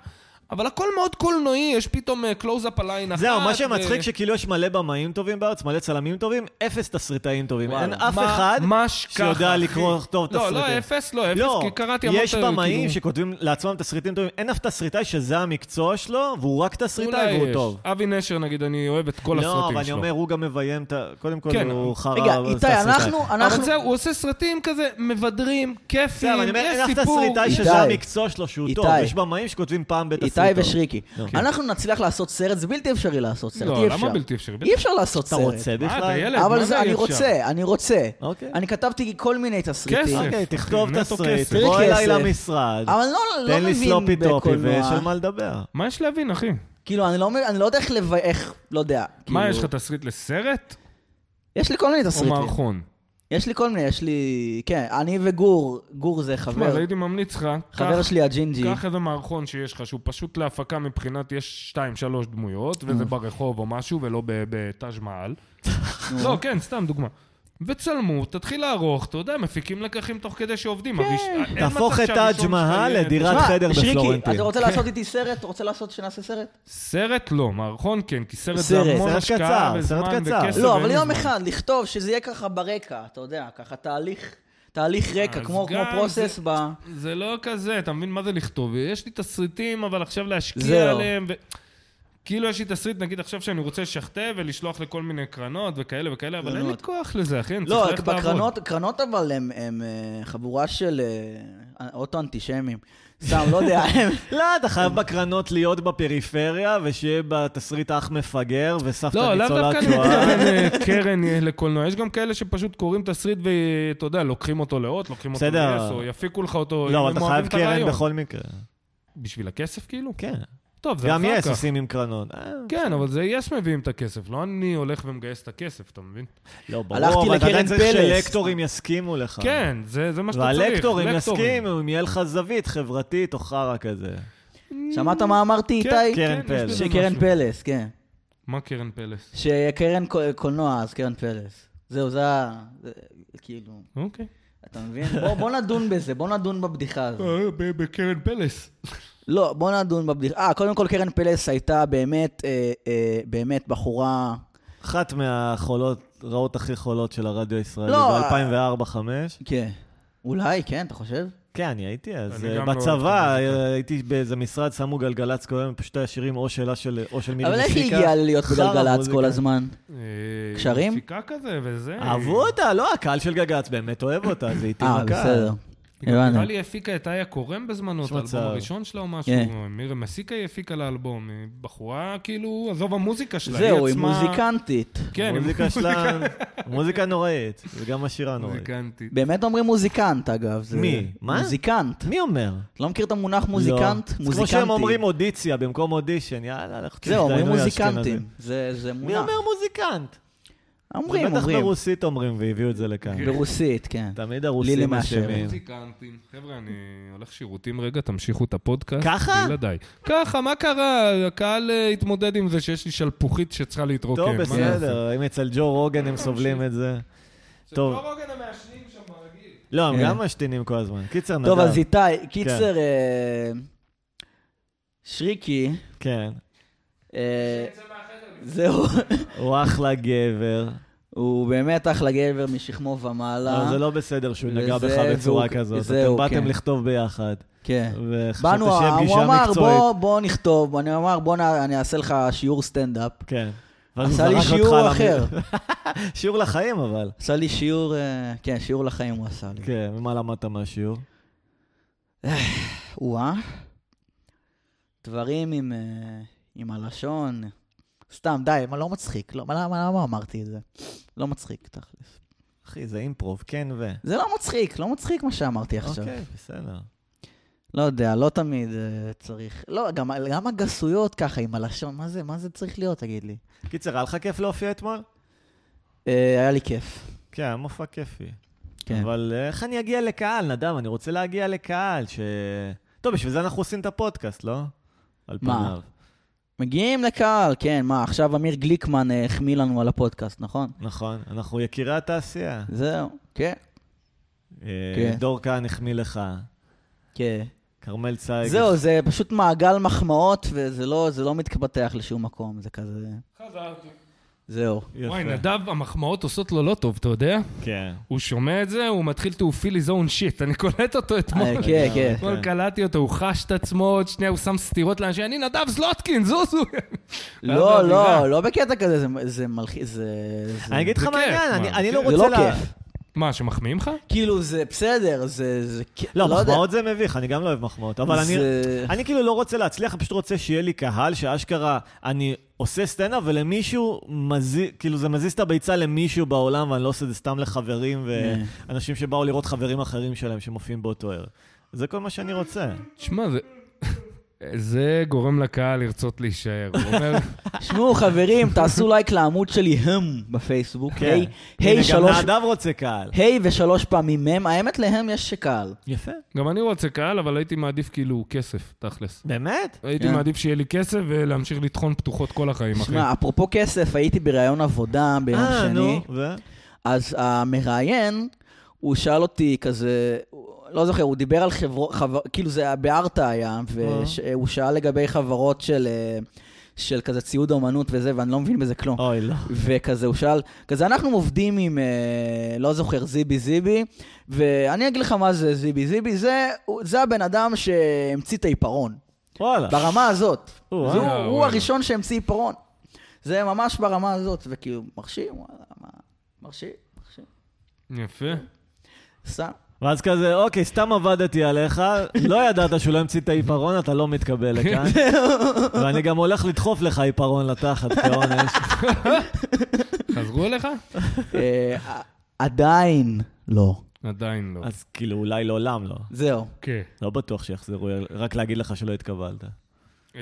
Speaker 2: אבל הכל מאוד קולנועי, יש פתאום קלוז-אפ על עין אחת. אה,
Speaker 1: זהו, מה
Speaker 2: ו-
Speaker 1: שמצחיק שכאילו יש מלא במאים טובים בארץ, מלא צלמים טובים, אפס תסריטאים טובים.
Speaker 3: וואלה.
Speaker 1: אין אף
Speaker 2: מה-
Speaker 1: אחד
Speaker 2: ממש ככה,
Speaker 1: שיודע
Speaker 2: אחי.
Speaker 1: לקרוא טוב
Speaker 2: לא,
Speaker 1: תסריטים.
Speaker 2: לא אפס, לא אפס,
Speaker 1: לא,
Speaker 2: כי קראתי כאילו- המון...
Speaker 1: יש במאים שכותבים לעצמם תסריטים טובים, אין אף תסריטאי שזה המקצוע שלו, והוא רק תסריטאי והוא טוב.
Speaker 2: אבי נשר, נגיד, אני אוהב את כל
Speaker 1: לא,
Speaker 2: הסרטים
Speaker 1: אבל אני
Speaker 2: שלו.
Speaker 1: אומר, הוא גם מביים את ה... קודם כל,
Speaker 2: כן,
Speaker 1: הוא
Speaker 2: אבל-
Speaker 1: חרא...
Speaker 3: רגע,
Speaker 1: אבל
Speaker 3: איתי,
Speaker 1: תסריטאי.
Speaker 3: אנחנו...
Speaker 2: אבל
Speaker 3: אנחנו-
Speaker 2: זהו, הוא עושה סרטים כזה מבדרים, כיפים,
Speaker 1: בסדר, אני אומר, אין
Speaker 2: יש
Speaker 1: אף
Speaker 2: סיפור.
Speaker 1: תסריטאי שזה
Speaker 3: איתי.
Speaker 1: המקצוע שלו שהוא טוב.
Speaker 3: איתי.
Speaker 1: יש במאים שכותבים פעם
Speaker 3: איתי
Speaker 1: בתסריטו.
Speaker 3: ושריקי.
Speaker 1: נו.
Speaker 3: אנחנו נצליח לעשות סרט, זה בלתי אפשרי לעשות סרט,
Speaker 2: כן. לא,
Speaker 3: אי
Speaker 2: למה
Speaker 3: אפשר.
Speaker 2: בלתי אפשרי?
Speaker 3: אי אפשר לעשות
Speaker 1: אתה
Speaker 3: סרט.
Speaker 1: רוצה בכלל?
Speaker 2: אתה ילד? מה
Speaker 3: אבל
Speaker 2: זה
Speaker 3: זה, אני
Speaker 2: אי אפשר?
Speaker 3: רוצה, אני רוצה.
Speaker 1: אוקיי.
Speaker 3: אה, אני כתבתי כל מיני תסריטים.
Speaker 2: כסף.
Speaker 1: אוקיי, תכתוב
Speaker 2: נטו
Speaker 1: תסריט,
Speaker 2: כסף.
Speaker 1: בוא
Speaker 3: תראי
Speaker 1: אליי
Speaker 3: כסף.
Speaker 1: למשרד,
Speaker 3: אבל לא, לא
Speaker 1: תן לי
Speaker 3: מבין
Speaker 1: סלופי טופי ויש
Speaker 3: בקולנוע.
Speaker 1: על מה לדבר.
Speaker 2: מה יש להבין, אחי?
Speaker 3: כאילו, אני לא מבין- אני לא יודע איך לב... איך, לא יודע.
Speaker 2: מה,
Speaker 3: כאילו-
Speaker 2: יש לך תסריט לסרט?
Speaker 3: יש לי כל מיני
Speaker 2: או
Speaker 3: תסריטים.
Speaker 2: מערכון?
Speaker 3: יש לי כל מיני, יש לי... כן, אני וגור, גור זה
Speaker 2: תשמע, אז
Speaker 3: חבר,
Speaker 2: הייתי ממליץ לך,
Speaker 3: חבר
Speaker 2: קח-
Speaker 3: שלי הג'ינג'י.
Speaker 2: קח איזה מערכון שיש לך, שהוא פשוט להפקה מבחינת יש שתיים, שלוש דמויות, וזה ברחוב או משהו, ולא ב- בתאג' מעל. לא, כן, סתם דוגמה. וצלמו, תתחיל לערוך, אתה יודע, מפיקים לקחים תוך כדי
Speaker 3: כן.
Speaker 2: שעובדים. הראש- אין
Speaker 1: תהפוך
Speaker 2: מצב
Speaker 1: את
Speaker 2: שהראשון
Speaker 1: תאג' מהל
Speaker 2: שלך יהיה-
Speaker 1: לדירת
Speaker 3: שמע,
Speaker 1: חדר
Speaker 3: שריקי,
Speaker 1: בפלורנטין.
Speaker 3: אתה
Speaker 2: כן.
Speaker 3: רוצה לעשות איתי סרט? אתה רוצה לעשות שנעשה סרט?
Speaker 2: סרט לא, מערכון כן, כי סרט זה
Speaker 3: סרט,
Speaker 2: המון
Speaker 1: סרט
Speaker 2: השקעה
Speaker 1: קצר,
Speaker 2: וזמן
Speaker 1: סרט
Speaker 2: וכסף.
Speaker 1: קצר.
Speaker 2: ואין
Speaker 3: לא, אבל
Speaker 2: לי
Speaker 3: יום
Speaker 2: זמן.
Speaker 3: אחד, לכתוב שזה יהיה ככה ברקע, אתה יודע, ככה תהליך, תהליך רקע,
Speaker 2: אז
Speaker 3: כמו כמו
Speaker 2: גם
Speaker 3: פרוסס
Speaker 2: זה-
Speaker 3: ב...
Speaker 2: זה לא כזה, אתה מבין מה זה לכתוב? יש לי תסריטים, אבל עכשיו להשקיע
Speaker 3: זהו.
Speaker 2: עליהם. ו... כאילו יש לי תסריט, נגיד עכשיו שאני רוצה לשכתב ולשלוח לכל מיני קרנות וכאלה וכאלה, אבל אין לי
Speaker 3: קרנות.
Speaker 2: כוח לזה, אחי, אני צריך
Speaker 3: לא,
Speaker 2: ללכת לעבוד.
Speaker 3: בקרנות, קרנות אבל הם- הם אה, חבורה של אה, אוטו-אנטישמים. סתם, לא יודע, הם...
Speaker 1: לא, אתה חייב בקרנות להיות בפריפריה, ושיהיה בתסריט אח מפגר, וסבתא
Speaker 2: לא, לאו
Speaker 1: ניצולת
Speaker 2: דווקא אני
Speaker 1: שואה.
Speaker 2: מתכוון אה, קרן אה, לקולנוע. יש גם כאלה שפשוט קוראים תסריט ואתה יודע, לוקחים אותו לאות, לוקחים אותו
Speaker 1: בסדר.
Speaker 2: ליס, או יפיקו לך
Speaker 1: לא,
Speaker 2: אותו, אם
Speaker 1: אבל
Speaker 2: הם
Speaker 1: אתה
Speaker 2: אוהבים
Speaker 1: חייב
Speaker 2: את
Speaker 1: קרן
Speaker 2: הרעיון.
Speaker 1: בכל מקרה.
Speaker 2: בשביל הכסף כאילו?
Speaker 1: כן.
Speaker 2: טוב, זה
Speaker 1: גם
Speaker 2: אחר
Speaker 1: יס
Speaker 2: כך.
Speaker 1: עושים עם קרנות. אה,
Speaker 2: כן, אבל זה יס מביאים את הכסף, לא אני הולך ומגייס את הכסף, אתה מבין?
Speaker 1: לא, ברור,
Speaker 3: הלכתי
Speaker 1: אבל אתה עדיין
Speaker 3: לקרן
Speaker 1: צריך
Speaker 3: פלס.
Speaker 1: שלקטורים יסכימו לך.
Speaker 2: כן, זה זה מה שאתה צריך.
Speaker 1: נכון. והלקטורים
Speaker 2: לקטורים.
Speaker 1: יסכימו, אם יהיה לך זווית חברתית או חרא כזה.
Speaker 3: שמעת מה אמרתי, איתי?
Speaker 1: כן. קרן
Speaker 2: יש בזה
Speaker 1: פלס.
Speaker 3: שקרן
Speaker 2: משהו.
Speaker 3: פלס, כן.
Speaker 2: מה קרן פלס?
Speaker 3: שקרן ק- קולנוע, אז קרן פלס. זהו, זה ה... זה- כאילו,
Speaker 2: אוקיי.
Speaker 3: אתה מבין? בוא- בוא נדון בזה, בוא נדון בבדיחה הזאת.
Speaker 1: אה,
Speaker 2: בקרן פלס.
Speaker 3: לא, בוא נדון בבדיחה. אה, קודם כל קרן פלס הייתה באמת, אה, אה, באמת בחורה...
Speaker 1: אחת מהחולות, רעות הכי חולות של הרדיו הישראלי
Speaker 3: לא,
Speaker 1: ב-2004-2005.
Speaker 3: כן. אולי, כן, אתה חושב?
Speaker 1: כן, אני הייתי אז.
Speaker 2: אני
Speaker 1: אה,
Speaker 2: גם לא
Speaker 1: בצבא
Speaker 2: אוהב את
Speaker 1: אה, הייתי באיזה משרד, שמו גלגלצ כל היום, פשוט היה שירים או שאלה של, או של מירי
Speaker 3: אבל
Speaker 1: מסיקה.
Speaker 3: איך היא הגיעה להיות
Speaker 1: חרא
Speaker 3: בגלגלצ
Speaker 1: מוזיקה.
Speaker 3: כל הזמן? אה, קשרים?
Speaker 2: אה, מפיקה כזה וזה.
Speaker 1: אהבו אותה, לא, הקהל של גלגלצ באמת אוהב אותה, זה איתי
Speaker 3: אה,
Speaker 1: בקהל.
Speaker 3: בסדר.
Speaker 2: היא גם
Speaker 3: הבנו.
Speaker 2: נראה לי הפיקה את איה קורם בזמנו, את
Speaker 1: יש
Speaker 2: האלבום
Speaker 1: מצב.
Speaker 2: הראשון שלה או משהו.
Speaker 3: כן.
Speaker 2: מירי מסיקה היא הפיקה לאלבום. היא בחורה, כאילו, עזוב המוזיקה שלה.
Speaker 3: זהו, היא
Speaker 2: עצמה-
Speaker 3: מוזיקנטית.
Speaker 2: כן, היא
Speaker 1: המוזיקה שלה, מוזיקה נוראית, וגם השירה נוראית.
Speaker 2: מוזיקנטית.
Speaker 3: באמת אומרים מוזיקנט, אגב. זה-
Speaker 1: מי? מה?
Speaker 3: מוזיקנט.
Speaker 1: מי אומר?
Speaker 3: אתה לא מכיר את המונח
Speaker 1: לא.
Speaker 3: מוזיקנט?
Speaker 1: זה כמו
Speaker 3: מוזיקנטי.
Speaker 1: שהם אומרים כן, אודיציה במקום אודישן, יאללה, לך
Speaker 3: זהו, אומרים
Speaker 1: תזדיינו, יא לא אשכנזים.
Speaker 3: מוזיקנטים. זה זה
Speaker 1: מי
Speaker 3: מונח. אה,
Speaker 1: אומר מוזיקנט?
Speaker 3: אומרים,
Speaker 1: זה בטח
Speaker 3: אומרים.
Speaker 1: ברוסית אומרים, והביאו את זה לכאן.
Speaker 3: ברוסית, כן.
Speaker 1: תמיד
Speaker 3: לי
Speaker 1: הרוסים
Speaker 3: למאשר.
Speaker 1: אשמים.
Speaker 2: אוקיי, מוזיקנטים. לא חבר'ה, אני הולך שירותים רגע, תמשיכו את הפודקאסט.
Speaker 1: ככה?
Speaker 2: בלעדיי. ככה, מה קרה? הקהל אה, התמודד עם זה שיש לי שלפוחית שצריכה להתרוקן.
Speaker 1: טוב,
Speaker 2: מה נעשה?
Speaker 1: בסדר, אם אצל ג'ו רוגן הם סובלים את זה. טוב.
Speaker 2: לא רוגן המעשנים שם ברגיל.
Speaker 1: לא, הם
Speaker 3: אה.
Speaker 1: גם משתינים כל הזמן. קיצר, נדב.
Speaker 3: טוב, אז איתי, קיצר, אה, שריקי,
Speaker 1: כן.
Speaker 3: אה, זהו,
Speaker 1: הוא אחלה גבר.
Speaker 3: הוא באמת אחלה גבר משכמו ומעלה.
Speaker 1: אבל זה לא בסדר שהוא נגע
Speaker 3: וזה-
Speaker 1: בך בצורה
Speaker 3: והוא-
Speaker 1: כזאת.
Speaker 3: זהו,
Speaker 1: אתם באתם
Speaker 3: כן.
Speaker 1: לכתוב ביחד.
Speaker 3: כן.
Speaker 1: וחשבתי
Speaker 3: באנו,
Speaker 1: שתהיה
Speaker 3: הוא
Speaker 1: פגישה
Speaker 3: אמר,
Speaker 1: מקצועית.
Speaker 3: בוא, בוא נכתוב, אני אמר, בוא, נ- אני אעשה לך שיעור סטנדאפ.
Speaker 1: כן. ואז הוא
Speaker 3: עשה לי
Speaker 1: זרק אותך על
Speaker 3: שיעור
Speaker 1: המ-
Speaker 3: אחר.
Speaker 1: שיעור לחיים, אבל.
Speaker 3: עשה לי שיעור, אה, כן, שיעור לחיים הוא עשה לי.
Speaker 1: כן, ומה למדת מהשיעור?
Speaker 3: או-אה. אה? דברים עם, אה, עם הלשון. סתם, די, מה לא מצחיק? לא, מה, למה, למה אמרתי את זה? לא מצחיק, תכלס.
Speaker 1: אחי, זה אימפרוב, כן ו...
Speaker 3: זה לא מצחיק, לא מצחיק מה שאמרתי עכשיו.
Speaker 1: אוקיי, בסדר.
Speaker 3: לא יודע, לא תמיד אה, צריך. לא, גם, גם הגסויות ככה עם הלשון, מה זה, מה זה צריך להיות, תגיד לי?
Speaker 1: קיצר, היה לך כיף להופיע אתמול?
Speaker 3: אה, היה לי כיף.
Speaker 1: כן, היה מופע כיפי.
Speaker 3: כן.
Speaker 1: אבל אה, איך אני אגיע לקהל, נדב? אני רוצה להגיע לקהל ש... טוב, בשביל זה אנחנו עושים את הפודקאסט, לא? על
Speaker 3: מה?
Speaker 1: פניו.
Speaker 3: מגיעים לקהל, כן, מה, עכשיו אמיר גליקמן אה, החמיא לנו על הפודקאסט, נכון?
Speaker 1: נכון, אנחנו יקירי התעשייה.
Speaker 3: זהו, כן.
Speaker 1: אה,
Speaker 3: כן.
Speaker 1: דור כהן החמיא לך,
Speaker 3: כן.
Speaker 1: כרמל צייג.
Speaker 3: זהו, זה פשוט מעגל מחמאות, וזה לא, זה לא מתפתח לשום מקום, זה כזה...
Speaker 2: חזרתי.
Speaker 3: זהו.
Speaker 1: יפה.
Speaker 2: וואי, נדב, המחמאות עושות לו לא טוב, אתה יודע?
Speaker 1: כן.
Speaker 2: הוא שומע את זה, הוא מתחיל to feel his own shit. אני קולט אותו אתמול.
Speaker 3: אה, כן, כן.
Speaker 2: אתמול קלטתי אותו, הוא חש את עצמו, עוד שנייה הוא שם סטירות לאנשים, אני נדב זלוטקין, זוזו. ואז
Speaker 3: לא,
Speaker 2: באווירה.
Speaker 3: לא, לא בקטע כזה, זה- זה מלחיץ, זה... זה-
Speaker 1: אני אגיד לך
Speaker 2: זה
Speaker 1: מה
Speaker 2: כיף,
Speaker 1: העניין,
Speaker 2: מה,
Speaker 1: אני-
Speaker 2: זה
Speaker 1: אני לא
Speaker 2: כיף.
Speaker 1: רוצה...
Speaker 3: זה לא
Speaker 1: לה-
Speaker 3: כיף.
Speaker 2: מה, שמחמיאים לך?
Speaker 3: כאילו, זה בסדר, זה... זה כ-
Speaker 1: לא,
Speaker 3: יודע.
Speaker 1: מחמאות זה מביך, אני גם לא אוהב מחמאות, אבל אני...
Speaker 3: זה-
Speaker 1: אני כאילו לא רוצה להצליח, אני פשוט רוצה שיהיה לי קהל שאשכרה אני עושה סצנה ולמישהו מזיז, כאילו זה מזיז את הביצה למישהו בעולם ואני לא עושה את זה סתם לחברים
Speaker 3: אה.
Speaker 1: ואנשים שבאו לראות חברים אחרים שלהם שמופיעים באותו ערב. זה כל מה שאני רוצה.
Speaker 2: תשמע, זה... זה גורם לקהל לרצות להישאר. הוא אומר,
Speaker 3: שמעו, חברים, תעשו לייק לעמוד שלי, הם, בפייסבוק.
Speaker 1: כן.
Speaker 3: היי, היי, שלוש...
Speaker 1: הנה, גם נדב רוצה קהל.
Speaker 3: היי ושלוש פעמים הם, האמת להם יש שקהל.
Speaker 1: יפה.
Speaker 2: גם אני רוצה קהל, אבל הייתי מעדיף כאילו כסף, תכלס.
Speaker 1: באמת?
Speaker 2: הייתי
Speaker 3: כן.
Speaker 2: מעדיף שיהיה לי כסף ולהמשיך לטחון פתוחות כל החיים, אחי.
Speaker 3: שמע, אפרופו כסף, הייתי בראיון עבודה ביום
Speaker 1: אה,
Speaker 3: שני.
Speaker 1: נו, ו?
Speaker 3: אז המראיין, הוא שאל אותי כזה, הוא- לא זוכר, הוא דיבר על חברות, חבר, כאילו זה היה בארטה היה,
Speaker 1: אה.
Speaker 3: והוא שאל לגבי חברות של, אה, של כזה ציוד אומנות וזה, ואני לא מבין בזה כלום.
Speaker 1: אוי, לא.
Speaker 3: וכזה, הוא שאל, כזה, אנחנו עובדים עם, אה, לא זוכר, זיבי זיבי, ואני אגיד לך מה זה זיבי זיבי, זה, הוא- זה הבן אדם שהמציא את העיפרון,
Speaker 1: וואלה.
Speaker 3: ברמה הזאת.
Speaker 1: אה. או,
Speaker 3: זה הוא,
Speaker 2: אה,
Speaker 3: הוא
Speaker 2: וואלה.
Speaker 3: הראשון שהמציא עיפרון. זה ממש ברמה הזאת, וכאילו, מרשים, וואלה, מה, מרשים, מרשים.
Speaker 2: יפה.
Speaker 3: סתם.
Speaker 1: ואז כזה, אוקיי, סתם עבדתי עליך, לא ידעת שהוא לא המציא את העיפרון, אתה לא מתקבל לכאן. ואני גם הולך לדחוף לך עיפרון לתחת כעונש.
Speaker 2: חזרו אליך?
Speaker 3: אה, עדיין לא.
Speaker 2: עדיין לא.
Speaker 1: אז כאילו, אולי לעולם לא.
Speaker 3: זהו.
Speaker 2: כן.
Speaker 1: לא בטוח שיחזרו, רק להגיד לך שלא התקבלת.
Speaker 2: אמ,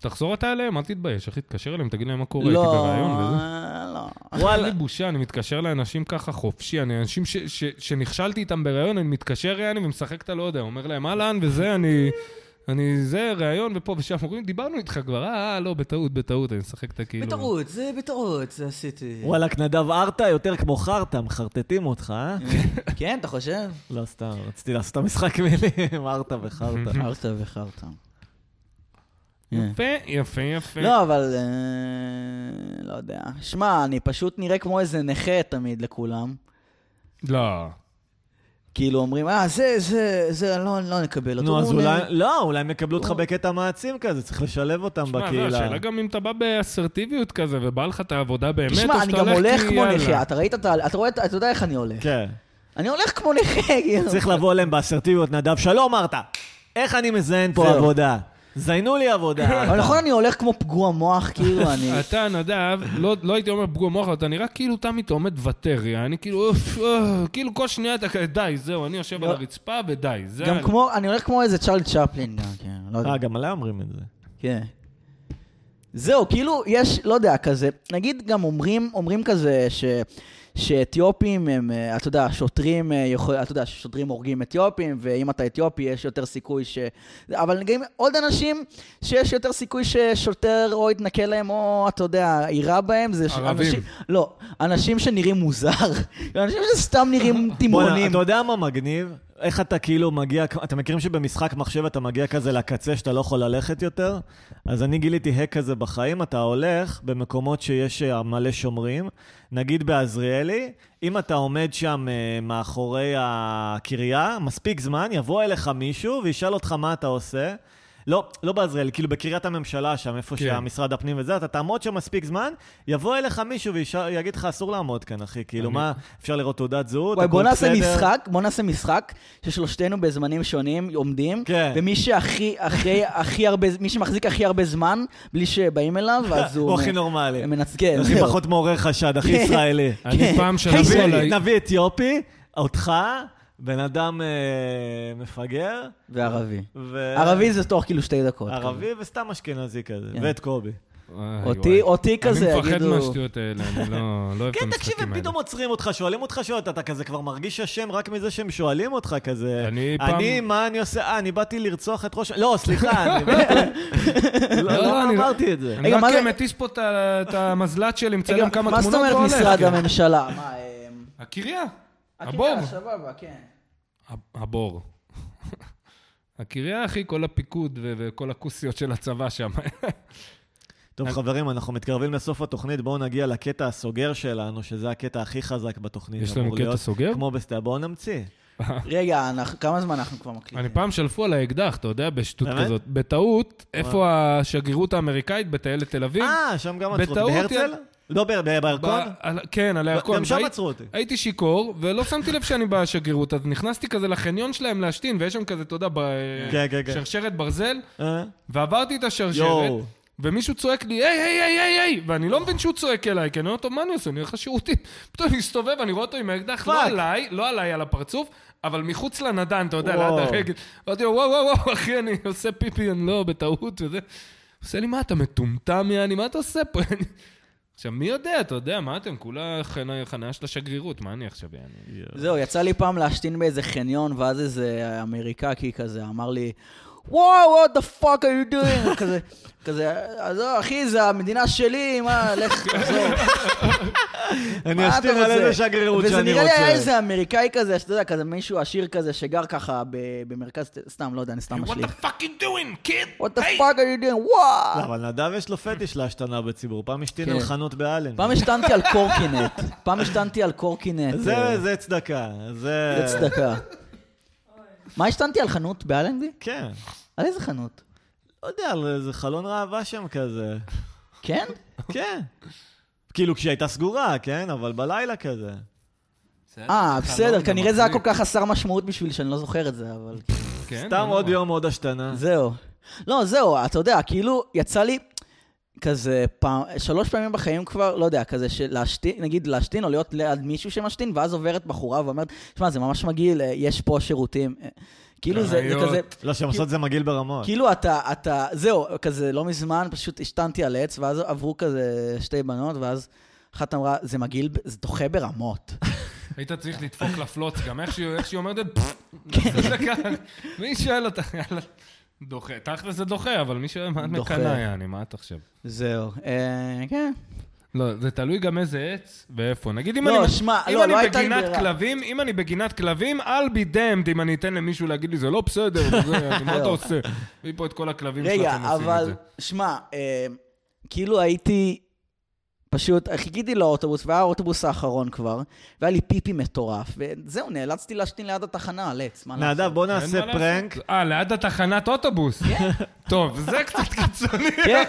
Speaker 2: תחזור אתה אליהם, אל תתבייש, אחי, תתקשר אליהם, תגיד להם מה קורה, הייתי
Speaker 3: לא,
Speaker 2: ברעיון וזה.
Speaker 3: לא.
Speaker 2: וואלה. אין לי בושה, אני מתקשר לאנשים ככה חופשי, אני אנשים ש- ש- שנכשלתי איתם בראיון, אני מתקשר ראיון ומשחק את הלא יודע, אומר להם אהלן וזה, אני... אני זה, ראיון ופה ושם, אומרים, דיברנו איתך כבר, אה, אה, לא, בטעות, בטעות, אני משחק את
Speaker 1: כאילו.
Speaker 2: הכאילו...
Speaker 3: בטעות, זה בטעות, זה עשיתי.
Speaker 1: וואלכ, נדב ארטה יותר כמו חרטא, מחרטטים אותך, אה?
Speaker 3: כן, אתה חושב?
Speaker 1: לא סתם, רציתי לעשות את המשחק מילים, ארטה וחרטא.
Speaker 3: חרטא וחרטא. כן.
Speaker 2: יפה, יפה, יפה.
Speaker 3: לא, אבל... אה, לא יודע. שמע, אני פשוט נראה כמו איזה נכה תמיד לכולם.
Speaker 2: לא.
Speaker 3: כאילו אומרים, אה, זה, זה, זה, לא, לא נקבל אותו.
Speaker 1: נו, אז
Speaker 3: הוא
Speaker 1: אולי,
Speaker 3: נ-
Speaker 1: לא, אולי הם יקבלו אותך בקטע מעצים כזה, צריך לשלב אותם
Speaker 2: מה, זה
Speaker 1: בקהילה.
Speaker 2: לא, השאלה גם אם אתה בא באסרטיביות כזה, ובא לך את העבודה באמת, או שאתה
Speaker 3: תשמע,
Speaker 2: הולך
Speaker 3: אני
Speaker 2: כי
Speaker 3: גם הולך כמו
Speaker 2: יאללה.
Speaker 3: נכה. אתה ראית את ה... אתה רואה, את- אתה יודע איך אני הולך.
Speaker 1: כן.
Speaker 3: אני הולך כמו נכה, כאילו.
Speaker 1: צריך לבוא אליהם באסרטיביות, נדב, שלום ארטה. איך אני מזיין פה
Speaker 3: זהו.
Speaker 1: עבודה? זיינו לי עבודה.
Speaker 3: אבל
Speaker 1: ארטה.
Speaker 3: נכון, אני הולך כמו פגוע מוח, כאילו, אני...
Speaker 2: אתה, נדב, לא, לא הייתי אומר פגוע מוח, אבל אתה נראה כאילו תמי אתה עומד ותר, אני כאילו, אוף, אה, כאילו כל שנייה אתה כזה, די, זהו, אני יושב על הרצפה ודי, זה...
Speaker 3: לא. גם כמו, אני הולך כמו איזה צ'ארל צ'פלין גם, כן, לא יודע.
Speaker 1: אה, גם עליי אומרים את זה.
Speaker 3: כן. זהו, כאילו, יש, לא יודע, כזה, נגיד גם אומרים, אומרים כזה ש... שאתיופים הם, אה, אתה יודע, שוטרים, אה, יכול, אתה יודע, ששוטרים הורגים אתיופים, ואם אתה אתיופי יש יותר סיכוי ש... אבל גם עוד אנשים שיש יותר סיכוי ששוטר או יתנכל להם, או, אתה יודע, יירה בהם, זה... ש-
Speaker 2: ערבים.
Speaker 3: אנשים, לא, אנשים שנראים מוזר, אנשים שסתם נראים
Speaker 1: בוא'נה,
Speaker 3: תימהונים.
Speaker 1: אתה יודע מה מגניב? איך אתה כאילו מגיע, אתם מכירים שבמשחק מחשב אתה מגיע כזה לקצה שאתה לא יכול ללכת יותר? אז אני גיליתי האק כזה בחיים, אתה הולך במקומות שיש אה, מלא שומרים, נגיד בעזריאלי, אם אתה עומד שם אה, מאחורי הקריה, מספיק זמן, יבוא אליך מישהו וישאל אותך מה אתה עושה. לא, לא בעזריאלי, כאילו בקריית הממשלה שם, איפה
Speaker 2: כן.
Speaker 1: כן. שהמשרד הפנים וזה, אתה תעמוד שם מספיק זמן, יבוא אליך מישהו ויגיד לך, אסור לעמוד כאן, אחי, כאילו,
Speaker 2: אני-
Speaker 1: מה, אפשר לראות תעודת זהות,
Speaker 3: וואי, בוא
Speaker 1: הכל
Speaker 3: נעשה
Speaker 1: בסדר.
Speaker 3: משחק, בוא נעשה משחק ששלושתנו בזמנים שונים עומדים,
Speaker 1: כן.
Speaker 3: ומי שהכי, הכי, הכי הרבה, מי שמחזיק הכי הרבה זמן, בלי שבאים אליו, אז הוא...
Speaker 1: הוא הכי נורמלי.
Speaker 3: מנצ- כן,
Speaker 1: הכי
Speaker 3: זהו.
Speaker 1: פחות מעורר חשד, הכי
Speaker 3: כן.
Speaker 1: ישראלי.
Speaker 2: אני פעם
Speaker 3: היי,
Speaker 2: שנבוא
Speaker 3: שלי,
Speaker 2: אליי...
Speaker 1: נביא אתיופי, אותך, בן אדם אה, מפגר,
Speaker 3: וערבי.
Speaker 1: ו...
Speaker 3: ערבי זה תוך כאילו שתי דקות.
Speaker 1: אה. ערבי וסתם אשכנזי כזה,
Speaker 3: כן.
Speaker 1: ואת קובי.
Speaker 2: וואי,
Speaker 3: אותי-
Speaker 2: וואי.
Speaker 3: אותי כזה,
Speaker 2: אני מפחד
Speaker 3: יגידו-
Speaker 2: מהשטויות האלה, אני לא לא אוהב את המשחקים
Speaker 1: כן,
Speaker 2: האלה.
Speaker 1: תקשיב, הם פתאום עוצרים אותך, שואלים אותך שאלות, אתה כזה כבר מרגיש אשם רק מזה שהם שואלים אותך כזה.
Speaker 2: אני פעם-
Speaker 1: אני, מה אני עושה? אה, אני באתי לרצוח את ראש... לא, סליחה, אני באתי... לא,
Speaker 2: לא,
Speaker 1: לא
Speaker 2: אני לא-
Speaker 1: אמרתי את זה.
Speaker 2: אני
Speaker 3: רגע,
Speaker 2: רק
Speaker 3: מה זה-
Speaker 2: מטיס פה את ה- את המזל"ט שלי,
Speaker 3: רגע,
Speaker 2: מצלם כמה
Speaker 3: מה
Speaker 2: תמונות
Speaker 3: זאת אומרת
Speaker 2: והולך,
Speaker 3: משרד
Speaker 2: כן.
Speaker 3: הממשלה? מה, אמ,
Speaker 2: הקריה. הבור.
Speaker 3: הקריה, סבבה, כן.
Speaker 2: הב- הבור. הקריה, אחי, כל הפיקוד ו- וכל הכוסיות של הצבא שם.
Speaker 1: טוב, חברים, אנחנו מתקרבים לסוף התוכנית, בואו נגיע לקטע הסוגר שלנו, שזה הקטע הכי חזק בתוכנית.
Speaker 2: יש לנו
Speaker 1: אמור
Speaker 2: קטע
Speaker 1: להיות
Speaker 2: סוגר?
Speaker 1: כמו בסטאר, בואו נמציא.
Speaker 3: רגע, אנחנו- כמה זמן אנחנו כבר מקליטים?
Speaker 2: אני פעם שלפו על האקדח, אתה יודע, בשטות
Speaker 1: באמת?
Speaker 2: כזאת. בטעות, איפה השגרירות האמריקאית בטיילת תל אביב?
Speaker 1: אה, שם גם עצרו
Speaker 2: בטעות,
Speaker 1: אותי. בהרצל?
Speaker 2: יאללה.
Speaker 1: לא, ב- ב- בירקון?
Speaker 2: ב- על- כן, על הירקון.
Speaker 1: גם שם
Speaker 2: והי-
Speaker 1: עצרו אותי.
Speaker 2: הייתי שיכור, ולא שמתי לב שאני בשגרירות, אז נכנסתי כזה לחניון שלהם להשתין, ויש שם כזה, אתה יודע,
Speaker 1: כן, כן, כן.
Speaker 2: בשרשרת ברזל,
Speaker 1: אה?
Speaker 2: ועברתי את השרשרת,
Speaker 1: יואו.
Speaker 2: ומישהו צועק לי, היי, היי, היי, היי, היי, ואני לא מבין שהוא צועק אליי, כי אני אומר, טוב, מה אני עושה? אני הולך לשירותים. פתאום אני מסתובב, אני רואה אותו עם האקדח, לא
Speaker 1: פאק.
Speaker 2: עליי, לא עליי על הפרצוף, אבל מחוץ לנדן, אתה יודע, ליד
Speaker 1: וואו.
Speaker 2: הרגל. אמרתי לו, וואו, וואו, וואו, אחי, אני עושה פיפי, אני לא, בטעות וזה. עושה לי, מה, אתה מטומטם, יעני, מה אתה עושה פה? אני- עכשיו, מי יודע, אתה יודע, מה אתם? כולה חנה- חניה של השגרירות, מה אני עכשיו, יעני?
Speaker 3: זהו, יצא לי פעם להשתין באיזה חניון, ואז איזה אמריקקי כזה אמר לי, וואו, what the fuck are you doing? כזה, כזה, עזוב, אחי, זה המדינה שלי, מה, לך, עזוב,
Speaker 1: אני
Speaker 3: מה אתה
Speaker 1: אשתיר על
Speaker 3: רוצה?"
Speaker 1: איזה שגרירות
Speaker 3: וזה
Speaker 1: שאני
Speaker 3: נראה לי היה
Speaker 1: רוצה.
Speaker 3: איזה אמריקאי כזה, שאתה יודע, כזה מישהו עשיר כזה, שגר ככה ב- במרכז, סתם, לא יודע, אני סתם
Speaker 2: What
Speaker 3: משלים.
Speaker 2: the fuck you doing, kid?
Speaker 3: what the
Speaker 2: Hey!
Speaker 3: fuck are you doing? וואו!
Speaker 1: לא, אבל נדב יש לו פטיש להשתנה בציבור, פעם השתין
Speaker 3: כן.
Speaker 1: על חנות באלן.
Speaker 3: פעם השתנתי על קורקינט, פעם השתנתי על קורקינט. אה,
Speaker 1: זה זה צדקה, זה...
Speaker 3: זה צדקה. מה השתנתי על חנות באלנבי?
Speaker 1: כן.
Speaker 3: על איזה חנות?
Speaker 1: לא יודע, על איזה חלון ראווה שם כזה.
Speaker 3: כן?
Speaker 1: כן. כאילו כשהיא הייתה סגורה, כן? אבל בלילה כזה.
Speaker 3: אה, בסדר,
Speaker 2: חלום,
Speaker 3: כנראה זה היה כל
Speaker 2: מחליק.
Speaker 3: כך חסר משמעות בשביל שאני לא זוכר את זה, אבל...
Speaker 2: כן, לא
Speaker 1: סתם עוד
Speaker 2: נורא.
Speaker 1: יום, עוד השתנה.
Speaker 3: זהו. לא, זהו, אתה יודע, כאילו, יצא לי כזה פעם, שלוש פעמים בחיים כבר, לא יודע, כזה שלהשתין, נגיד להשתין או להיות ליד מישהו שמשתין, ואז עוברת בחורה ואומרת, שמע, זה ממש מגעיל, אה, יש פה שירותים. אה, כאילו, זה זה
Speaker 2: חניות.
Speaker 3: כזה...
Speaker 1: לא, שהם עושות את זה מגעיל ברמות.
Speaker 3: כאילו אתה, אתה, זהו, כזה לא מזמן, פשוט השתנתי על עץ, ואז עברו כזה שתי בנות, ואז אחת אמרה, זה מגעיל, ב- זה דוחה ברמות.
Speaker 2: היית
Speaker 3: כן.
Speaker 2: צריך לדפוק לפלוץ, גם איך שהיא איך שהיא אומרת את זה, זה ככה. מי שואל אותה, יאללה, דוחה. תכל'ס זה דוחה, אבל מי שואל, מה את
Speaker 3: דוחה.
Speaker 2: מקנאה, יעני, מה את עכשיו?
Speaker 3: זהו. אה, כן.
Speaker 2: לא, זה תלוי גם איזה עץ ואיפה. נגיד אם
Speaker 3: לא,
Speaker 2: אני...
Speaker 3: שמע,
Speaker 2: אם
Speaker 3: לא,
Speaker 2: אני
Speaker 3: לא הייתה לי
Speaker 2: בגינת
Speaker 3: ברירה.
Speaker 2: כלבים, אם אני בגינת כלבים, I'll be damned אם אני אתן למישהו להגיד לי, זה לא בסדר, וזה, מה אתה
Speaker 3: לא.
Speaker 2: עושה? תביא פה את כל הכלבים
Speaker 3: רגע,
Speaker 2: שלכם עושים את
Speaker 3: אבל,
Speaker 2: זה.
Speaker 3: שמע, אה, כאילו הייתי, פשוט אה, חיכיתי לאוטובוס, והיה האוטובוס האחרון כבר, והיה לי פיפי מטורף, וזהו, נאלצתי להשתין ליד התחנה על עץ, מה לעשות?
Speaker 1: נדב, בוא
Speaker 2: אין
Speaker 1: נעשה
Speaker 2: מה לעשות.
Speaker 1: פרנק.
Speaker 2: אה, ליד התחנת אוטובוס. טוב, זה קצת קיצוני.
Speaker 3: כן.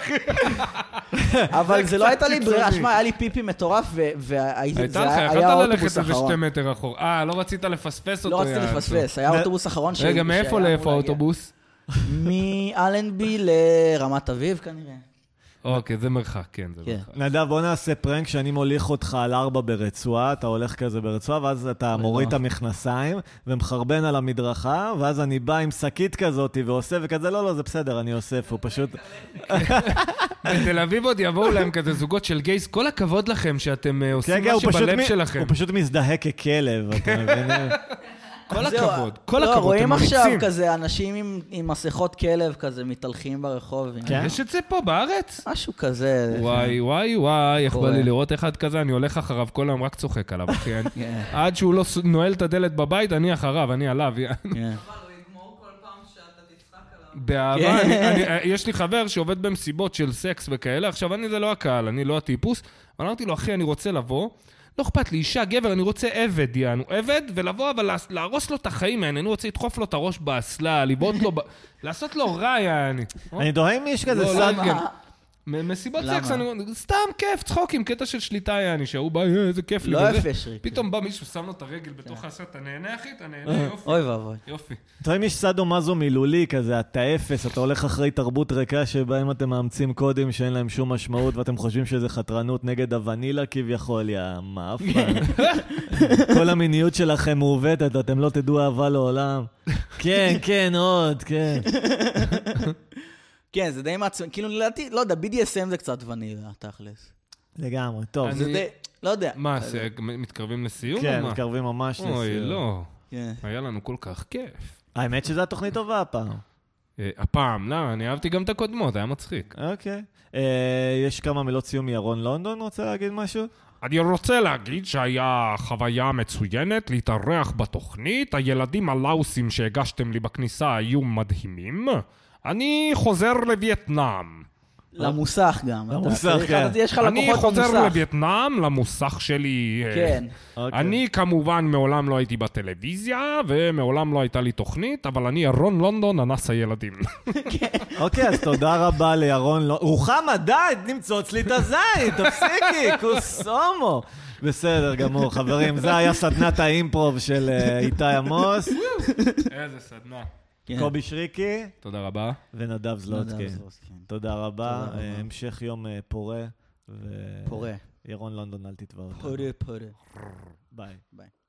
Speaker 3: אבל
Speaker 2: זה
Speaker 3: זה לא
Speaker 2: קצת
Speaker 3: הייתה לי ברירה,
Speaker 2: קיצוני.
Speaker 3: שמע, היה לי פיפי מטורף, ו- והייתי,
Speaker 2: הייתה
Speaker 3: זה
Speaker 2: לך,
Speaker 3: היה
Speaker 2: יכלת
Speaker 3: היה האוטובוס
Speaker 2: ללכת איזה
Speaker 3: האחרון.
Speaker 2: שתי מטר אחורה. אה, לא רצית לפספס אותו.
Speaker 3: לא רציתי
Speaker 2: יענו.
Speaker 3: לפספס, היה
Speaker 1: נ-
Speaker 3: האוטובוס האחרון שלי.
Speaker 2: רגע, מאיפה
Speaker 3: שהיה אמור
Speaker 2: לאיפה
Speaker 3: להגיע.
Speaker 2: האוטובוס?
Speaker 3: מאלנבי לרמת אביב כנראה.
Speaker 2: אוקיי, זה מרחק, כן, זה
Speaker 3: כן.
Speaker 2: מרחק.
Speaker 1: נדב, בוא נעשה פרנק שאני מוליך אותך על ארבע ברצועה, אתה הולך כזה ברצועה, ואז אתה מוריד את המכנסיים ומחרבן על המדרכה, ואז אני בא עם שקית כזאת ועושה וכזה, לא, לא, זה בסדר, אני אוסף, הוא פשוט...
Speaker 2: בתל אביב עוד יבואו להם כזה זוגות של גייס, כל הכבוד לכם שאתם אה, עושים
Speaker 1: כן, כן, הוא
Speaker 2: משהו
Speaker 1: פשוט
Speaker 2: בלב
Speaker 1: מ-
Speaker 2: שלכם.
Speaker 1: הוא פשוט מזדהה ככלב, אתה מבין?
Speaker 2: כל
Speaker 3: זהו,
Speaker 2: הכבוד, כל
Speaker 3: לא,
Speaker 2: הכבוד,
Speaker 3: רואים
Speaker 2: הם
Speaker 3: עכשיו
Speaker 2: אמיצים.
Speaker 3: כזה אנשים עם- עם מסכות כלב כזה מתהלכים ברחוב. עם-
Speaker 1: כן.
Speaker 2: יש את זה פה בארץ?
Speaker 3: משהו כזה.
Speaker 2: וואי, וואי, וואי, איך בא
Speaker 3: אה. קורה.
Speaker 2: לי לראות אחד כזה, אני הולך אחריו, כל היום רק צוחק עליו, אחי. אני-
Speaker 3: כן,
Speaker 2: עד שהוא לא ס- נועל את הדלת בבית, אני אחריו, אני עליו.
Speaker 3: כן.
Speaker 4: אבל הוא יגמור כל פעם שאתה תצחק עליו.
Speaker 2: באהבה, אני- אני- יש לי חבר שעובד במסיבות של סקס וכאלה, עכשיו אני זה לא הקהל, אני לא הטיפוס, אבל אמרתי לו, אחי, אני רוצה לבוא, לא אכפת לי, אישה, גבר, אני רוצה עבד, יענו, עבד, ולבוא, אבל להס- להרוס לו את החיים, יעני, אני רוצה לדחוף לו את הראש באסלה, לבעוט לו, ב- לעשות לו רע, יעני.
Speaker 1: אני תוהה אם יש כזה
Speaker 2: לא,
Speaker 1: סאד...
Speaker 2: לא, כן. מ- מסיבות
Speaker 3: למה?
Speaker 2: סקס, אני- סתם כיף, צחוקים, קטע של שליטה יעני, שההוא בא, "אה, איזה כיף לי.
Speaker 3: לא
Speaker 2: וזה.
Speaker 3: יפה, שריקי. כן.
Speaker 2: פתאום בא מישהו, שם לו את הרגל בתוך הסרט, אתה נהנה אחי? אתה נהנה, יופי.
Speaker 3: אוי ואבוי.
Speaker 2: יופי.
Speaker 1: תוהה אם יש סאדו מזו מילולי כזה, אתה אפס, אתה הולך אחרי תרבות ריקה שבהם אתם מאמצים קודים שאין להם שום משמעות ואתם חושבים שזה חתרנות נגד הוונילה כביכול, יא מאפן. כל המיניות שלכם מעוותת, אתם לא תדעו אהבה לעולם. כן, כן, עוד, כן.
Speaker 3: כן, זה די מעצבן. כאילו, לדעתי, לא יודע, BDSM זה קצת ונילה, תכלס.
Speaker 1: לגמרי, טוב.
Speaker 2: אני-
Speaker 3: זה די, לא יודע.
Speaker 2: מה, זה- מתקרבים לסיום?
Speaker 1: כן,
Speaker 2: או מה?
Speaker 1: מתקרבים ממש לסיום.
Speaker 2: אוי, לא.
Speaker 3: כן.
Speaker 2: היה לנו כל כך כיף.
Speaker 1: האמת שזו התוכנית טובה הפעם.
Speaker 2: אה, הפעם, לא, אני אהבתי גם את הקודמות, היה מצחיק.
Speaker 1: אוקיי. אה, יש כמה מילות סיום מירון לונדון, רוצה להגיד משהו?
Speaker 2: אני רוצה להגיד שהיה חוויה מצוינת להתארח בתוכנית, הילדים הלאוסים שהגשתם לי בכניסה היו מדהימים. אני חוזר לווייטנאם.
Speaker 3: למוסך גם. אתה
Speaker 1: למוסך,
Speaker 3: צריך-
Speaker 1: כן.
Speaker 3: אתה- יש לך
Speaker 2: אני
Speaker 3: לקוחות
Speaker 2: חוזר
Speaker 3: במוסך.
Speaker 2: לווייטנאם, למוסך שלי. אה,
Speaker 3: כן.
Speaker 1: אוקיי.
Speaker 2: אני כמובן מעולם לא הייתי בטלוויזיה, ומעולם לא הייתה לי תוכנית, אבל אני ירון לונדון, אנס הילדים.
Speaker 1: אוקיי, אז תודה רבה לירון. לא- רוחמה, די, נמצוץ לי את הזין, תפסיקי, קוסומו. בסדר גמור, חברים, זה היה סדנת האימפרוב של אה, איתי עמוס,
Speaker 2: איזה סדנה.
Speaker 3: כן. לא
Speaker 1: קובי שריקי
Speaker 2: תודה רבה.
Speaker 1: ונדב זלוטקי.
Speaker 3: נדב זלוטקי.
Speaker 1: תודה רבה,
Speaker 3: תודה
Speaker 1: אה,
Speaker 3: רבה.
Speaker 1: המשך יום אה, פורה. ו-
Speaker 3: פורה.
Speaker 1: ירון לונדון, אל תתבע אותנו.
Speaker 3: פורה, פורה.
Speaker 1: ביי.
Speaker 3: ביי.